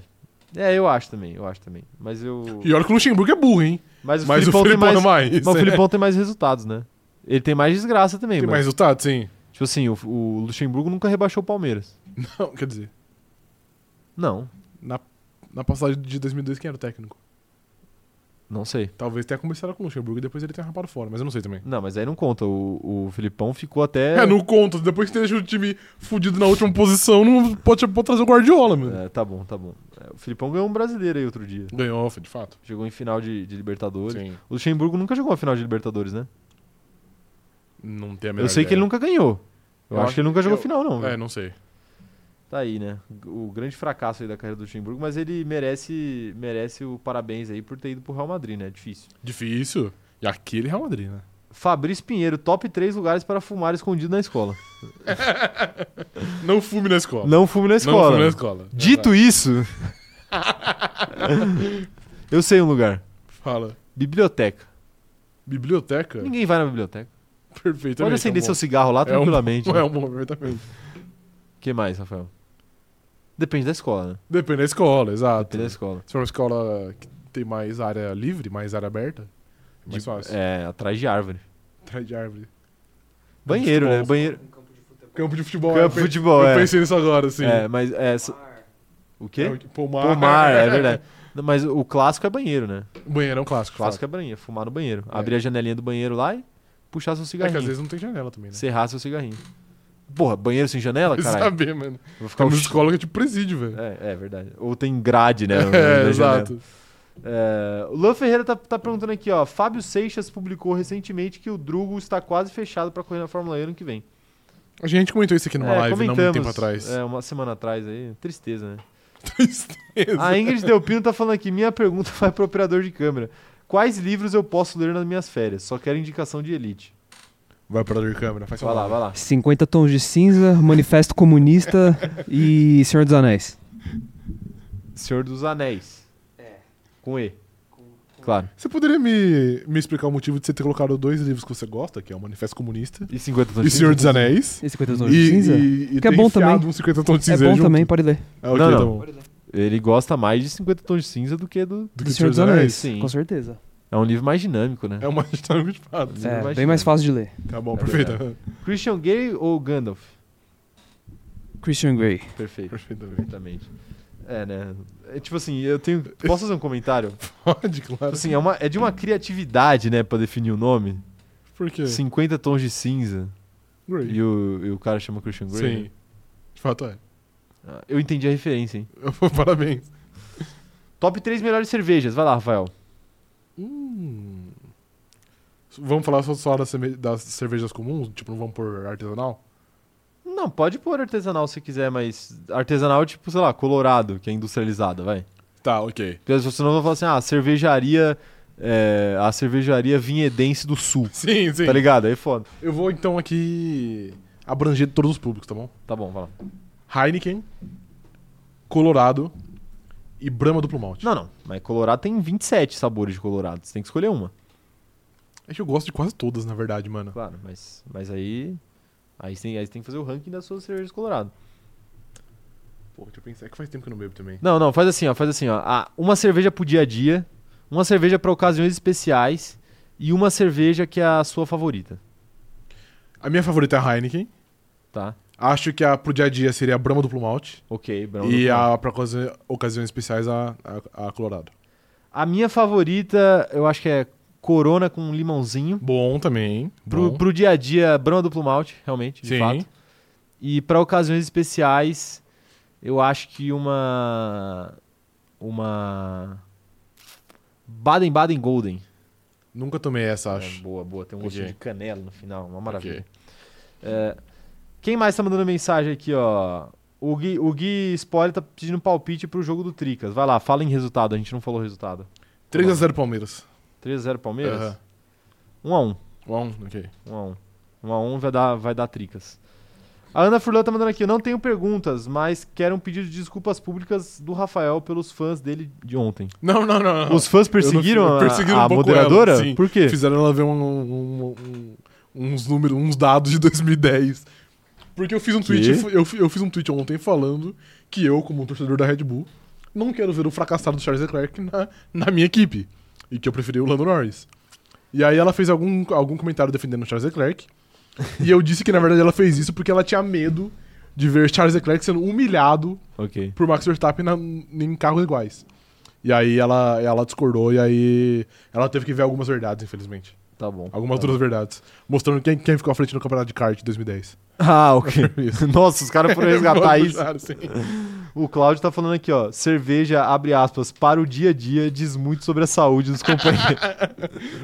É, eu acho também, eu acho também. Mas eu... E olha que o Luxemburgo é burro, hein? Mas o Mas Filipão, o Filipão tem não mais, mais. é. Mas o Filipão tem mais resultados, né? Ele tem mais desgraça também, Tem mas... mais resultado, sim. Tipo assim, o, o Luxemburgo nunca rebaixou o Palmeiras. Não, quer dizer, Não, na, na passagem de 2002, quem era o técnico? não sei. Talvez tenha começado com o Luxemburgo e depois ele tenha rapado fora, mas eu não sei também. Não, mas aí não conta. O, o Filipão ficou até. É, não conta. Depois que deixa o time fudido na última posição, não pode, pode trazer o Guardiola, mano. É, tá bom, tá bom. É, O Filipão ganhou um brasileiro aí outro dia. Ganhou, foi de fato. Jogou em final de, de Libertadores. Sim. O Luxemburgo nunca jogou a final de Libertadores, né? Não tem a eu sei que ele nunca ganhou. Eu, Eu acho que ele nunca jogou eu- final, não. É, velho. não sei. Tá aí, né? O grande fracasso aí da carreira do Luxemburgo, mas ele merece, merece o parabéns aí por ter ido pro Real Madrid, né? Difícil. Difícil. E aquele Real Madrid, né? Fabrício Pinheiro, top 3 lugares para fumar escondido na escola. Não fume na escola. Não fume na Não escola. fume na escola. Dito isso, eu sei um lugar. Fala. Biblioteca. Biblioteca? Ninguém vai na biblioteca. Perfeitamente. Pode acender é um seu né? cigarro lá bom- é um- tranquilamente. O É um bom, perfeitamente. que mais, Rafael? Depende da escola, né? Depende da escola, exato. Depende da escola. Se for uma escola que tem mais área livre, mais área aberta, é mais fácil. É, atrás de árvore. Atrás de árvore. Banheiro, né? futebol. Banheiro. Campo de futebol. Campo eu de pe- futebol, Eu é. pensei nisso agora, assim. É, mas é. s- O É quê? o- Pomar. Pomar, é verdade. Não, Mas o clássico é banheiro, né? Banheiro é um clássico. O clássico fato. é banheiro, fumar no banheiro. É. Abrir a janelinha do banheiro lá e puxar seu É que às cigarrinho. vezes não tem janela também, né? Serrar seu cigarrinho. Porra, banheiro sem janela, Vai caralho. saber, mano. Vou ficar Tem o uma escola que é tipo presídio, velho. É, é verdade. Ou tem grade, né? da É, janela. exato. É, o Luan Ferreira tá, tá perguntando aqui, ó. Fábio Seixas publicou recentemente que o Drugo está quase fechado pra correr na Fórmula E ano que vem. A gente comentou isso aqui numa É, live, não muito tempo atrás. É, uma semana atrás aí. Tristeza, né? Tristeza. A Ingrid Delpino tá falando aqui, minha pergunta vai pro operador de câmera. Quais livros eu posso ler nas minhas férias? Só quero indicação de elite. Vai pra dor de câmera, faz Vai lá, vai lá. 50 Tons de Cinza, Manifesto Comunista e Senhor dos Anéis. Senhor dos Anéis. É. Com E. Claro. Você poderia me, me explicar o motivo de você ter colocado dois livros que você gosta, que é o Manifesto Comunista E 50 tons e de cinza? Senhor dos Anéis? E 50 Tons de E, Cinza? e, e Que é ter bom enfiado também. uns 50 tons de é cinza bom junto. também, pode ler. Ah, ok, Não, tá não. bom. Ele gosta mais de 50 tons de cinza do que do. Do Do que Senhor dos É Anéis, Sim. com certeza. É um livro mais dinâmico, né? É uma história de fato. Você não É, imagina. bem mais fácil de ler. Tá bom, É perfeito. Christian Grey ou Gandalf? Christian Grey. Perfeito. Perfeitamente. Perfeitamente. É, né? É, tipo assim, eu tenho. Posso fazer um comentário? Pode, claro. Assim, é, uma- é de uma criatividade, né, pra definir o nome. Por quê? 50 tons de cinza. Grey. E o, e o cara chama Christian Grey. né? Sim. De fato é. Ah, Eu entendi a referência, hein? Parabéns. Top 3 melhores cervejas. Vai lá, Rafael. Hum. Vamos falar só, só das, cerve- das cervejas comuns? Tipo, não vamos por artesanal? Não, pode pôr artesanal se quiser, mas artesanal é tipo, sei lá, colorado, que é industrializada, vai. Tá, ok. Porque senão eu vou falar assim, ah, cervejaria. é, a cervejaria vinhedense do sul. Sim, sim. Tá ligado? Aí foda. Eu vou então aqui abranger todos os públicos, tá bom? Tá bom, vai lá. Heineken, Colorado e Brahma Duplo Malte. Não, não. Mas Colorado tem 27 sabores de Colorado. Você tem que escolher uma. É que eu gosto de quase todas, na verdade, mano. Claro, mas, mas aí. Aí você, tem, aí você tem que fazer o ranking das suas cervejas Colorado. Pô, deixa eu pensar. É que faz tempo que eu não bebo também. Não, não, faz assim, ó. Faz assim, ó. Ah, uma cerveja pro dia a dia, uma cerveja pra ocasiões especiais e uma cerveja que é a sua favorita, A minha favorita é a Heineken. tá? Acho que a pro dia a dia seria a Brahma Duplo Malte. Ok, Brão. e Duplo. a pra ocasi- ocasiões especiais a, a, a Colorado. A minha favorita, eu acho que é Corona com limãozinho. Bom também. Pro, bom. pro dia a dia, Brahma duplo malte, realmente, de Sim. fato. E pra ocasiões especiais, eu acho que uma uma Baden Baden Golden. Nunca tomei essa, É, acho. boa, boa, tem um Ok. gostinho de canela no final, uma maravilha. É, quem mais tá mandando mensagem aqui, ó? O Gui, o Gui Spoiler tá pedindo palpite pro jogo do Tricas. Vai lá, fala em resultado, a gente não falou resultado. 3x0 Palmeiras. 3 a 0 Palmeiras? Aham. 1 a 1. 1x1, ok. 1x1. 1x1 vai dar, vai dar tricas. A Ana Furlan tá mandando aqui, eu não tenho perguntas, mas quero um pedido de desculpas públicas do Rafael pelos fãs dele de ontem. Não, não, não. não. Os fãs Ah, Eu perseguiram não- a, perseguiram a um pouco moderadora? ela, sim. Por quê? Fizeram ela ver um- um- um- uns números, uns dados de 2010. Porque eu fiz um tweet, eu, fi- eu fiz um tweet ontem falando que eu, como um torcedor da Red Bull, não quero ver o fracassado do Charles Leclerc na, na minha equipe. E que eu preferi o Lando Norris. E aí ela fez algum, algum comentário defendendo o Charles Leclerc. e eu disse que, na verdade, ela fez isso porque ela tinha medo de ver Charles Leclerc sendo humilhado Ok. por Max Verstappen na- em carros iguais. E aí ela, ela discordou e aí ela teve que ver algumas verdades, infelizmente. Tá bom. Algumas tá bom. duras verdades. Mostrando quem, quem ficou à frente no campeonato de kart de 2010. Ah, ok. Isso. Nossa, os caras foram resgatar isso. Claro, sim. O Cláudio tá falando aqui, ó. Cerveja, abre aspas, para o dia a dia diz muito sobre a saúde dos companheiros.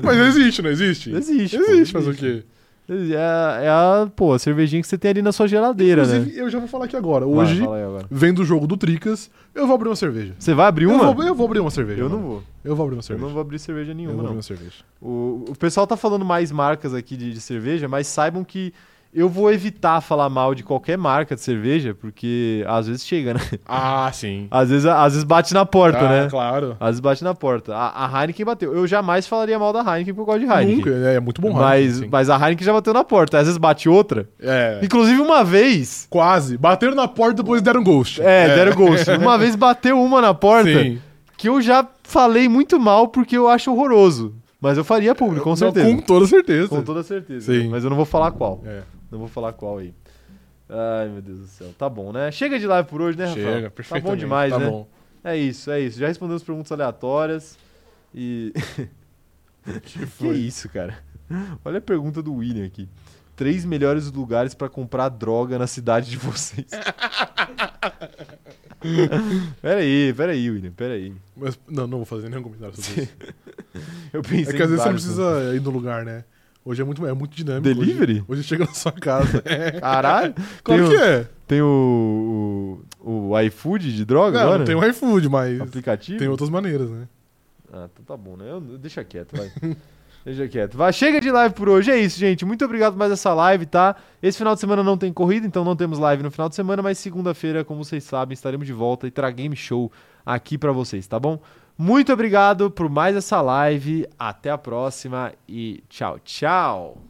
Mas existe, não existe? Existe. pô, Existe, mas o quê? existe. É, é a, pô, a cervejinha que você tem ali na sua geladeira, né? Inclusive, eu já vou falar aqui agora. Hoje, Vai, fala aí agora. vendo o jogo do Tricas, eu vou abrir uma cerveja. Você vai abrir uma? Eu, vou, eu vou abrir uma cerveja. Eu não mano. vou. Eu vou abrir uma Eu cerveja. não vou abrir cerveja Eu nenhuma, vou abrir não. uma cerveja. O, o pessoal tá falando mais marcas aqui de, de cerveja, mas saibam que eu vou evitar falar mal de qualquer marca de cerveja, porque às vezes chega, né? Ah, sim. Às vezes, às vezes bate na porta, ah, né? Claro. Às vezes bate na porta. A, a Heineken bateu. Eu jamais falaria mal da Heineken porque eu gosto de Heineken. Nunca, é, é muito bom mas, Heineken, sim. mas a Heineken já bateu na porta. Às vezes bate outra. É. Inclusive, uma vez. Quase. Bateram na porta, depois deram ghost. É, deram ghost. Uma vez bateu uma na porta Sim. que eu já falei muito mal porque eu acho horroroso. Mas eu faria público, com Não, certeza. Com toda certeza. Com toda certeza. Sim. Mas eu não vou falar qual. É. Não vou falar qual aí. Ai, meu Deus do céu. Tá bom, né? Chega de live por hoje, né, Rafael? Chega, Tá perfeitamente. bom demais, É, tá né? Bom. É isso, é isso. Já respondemos perguntas aleatórias. E. Que que foi? isso, cara? Olha a pergunta do William aqui. Três melhores lugares pra comprar droga na cidade de vocês. peraí, peraí, William, peraí. Mas, não, não vou fazer nenhum comentário sobre isso. Eu pensei É que em às vezes você não vários, né? precisa ir no lugar, né? Hoje é muito, é muito dinâmico. Delivery? Hoje, hoje chega na sua casa. É. Caralho! Claro tem um que o, é. Tem o, o, o iFood de droga Não, agora? não tem o iFood, mas aplicativo? tem outras maneiras, né? Ah, então tá bom, né? Eu- deixa quieto, vai. deixa quieto. Vai, chega de live por hoje. É isso, gente. Muito obrigado por mais essa live, tá? Esse final de semana não tem corrida, então não temos live no final de semana, mas segunda-feira, como vocês sabem, estaremos de volta e terá game show aqui pra vocês, tá bom? Muito obrigado por mais essa live. Até a próxima e tchau, tchau.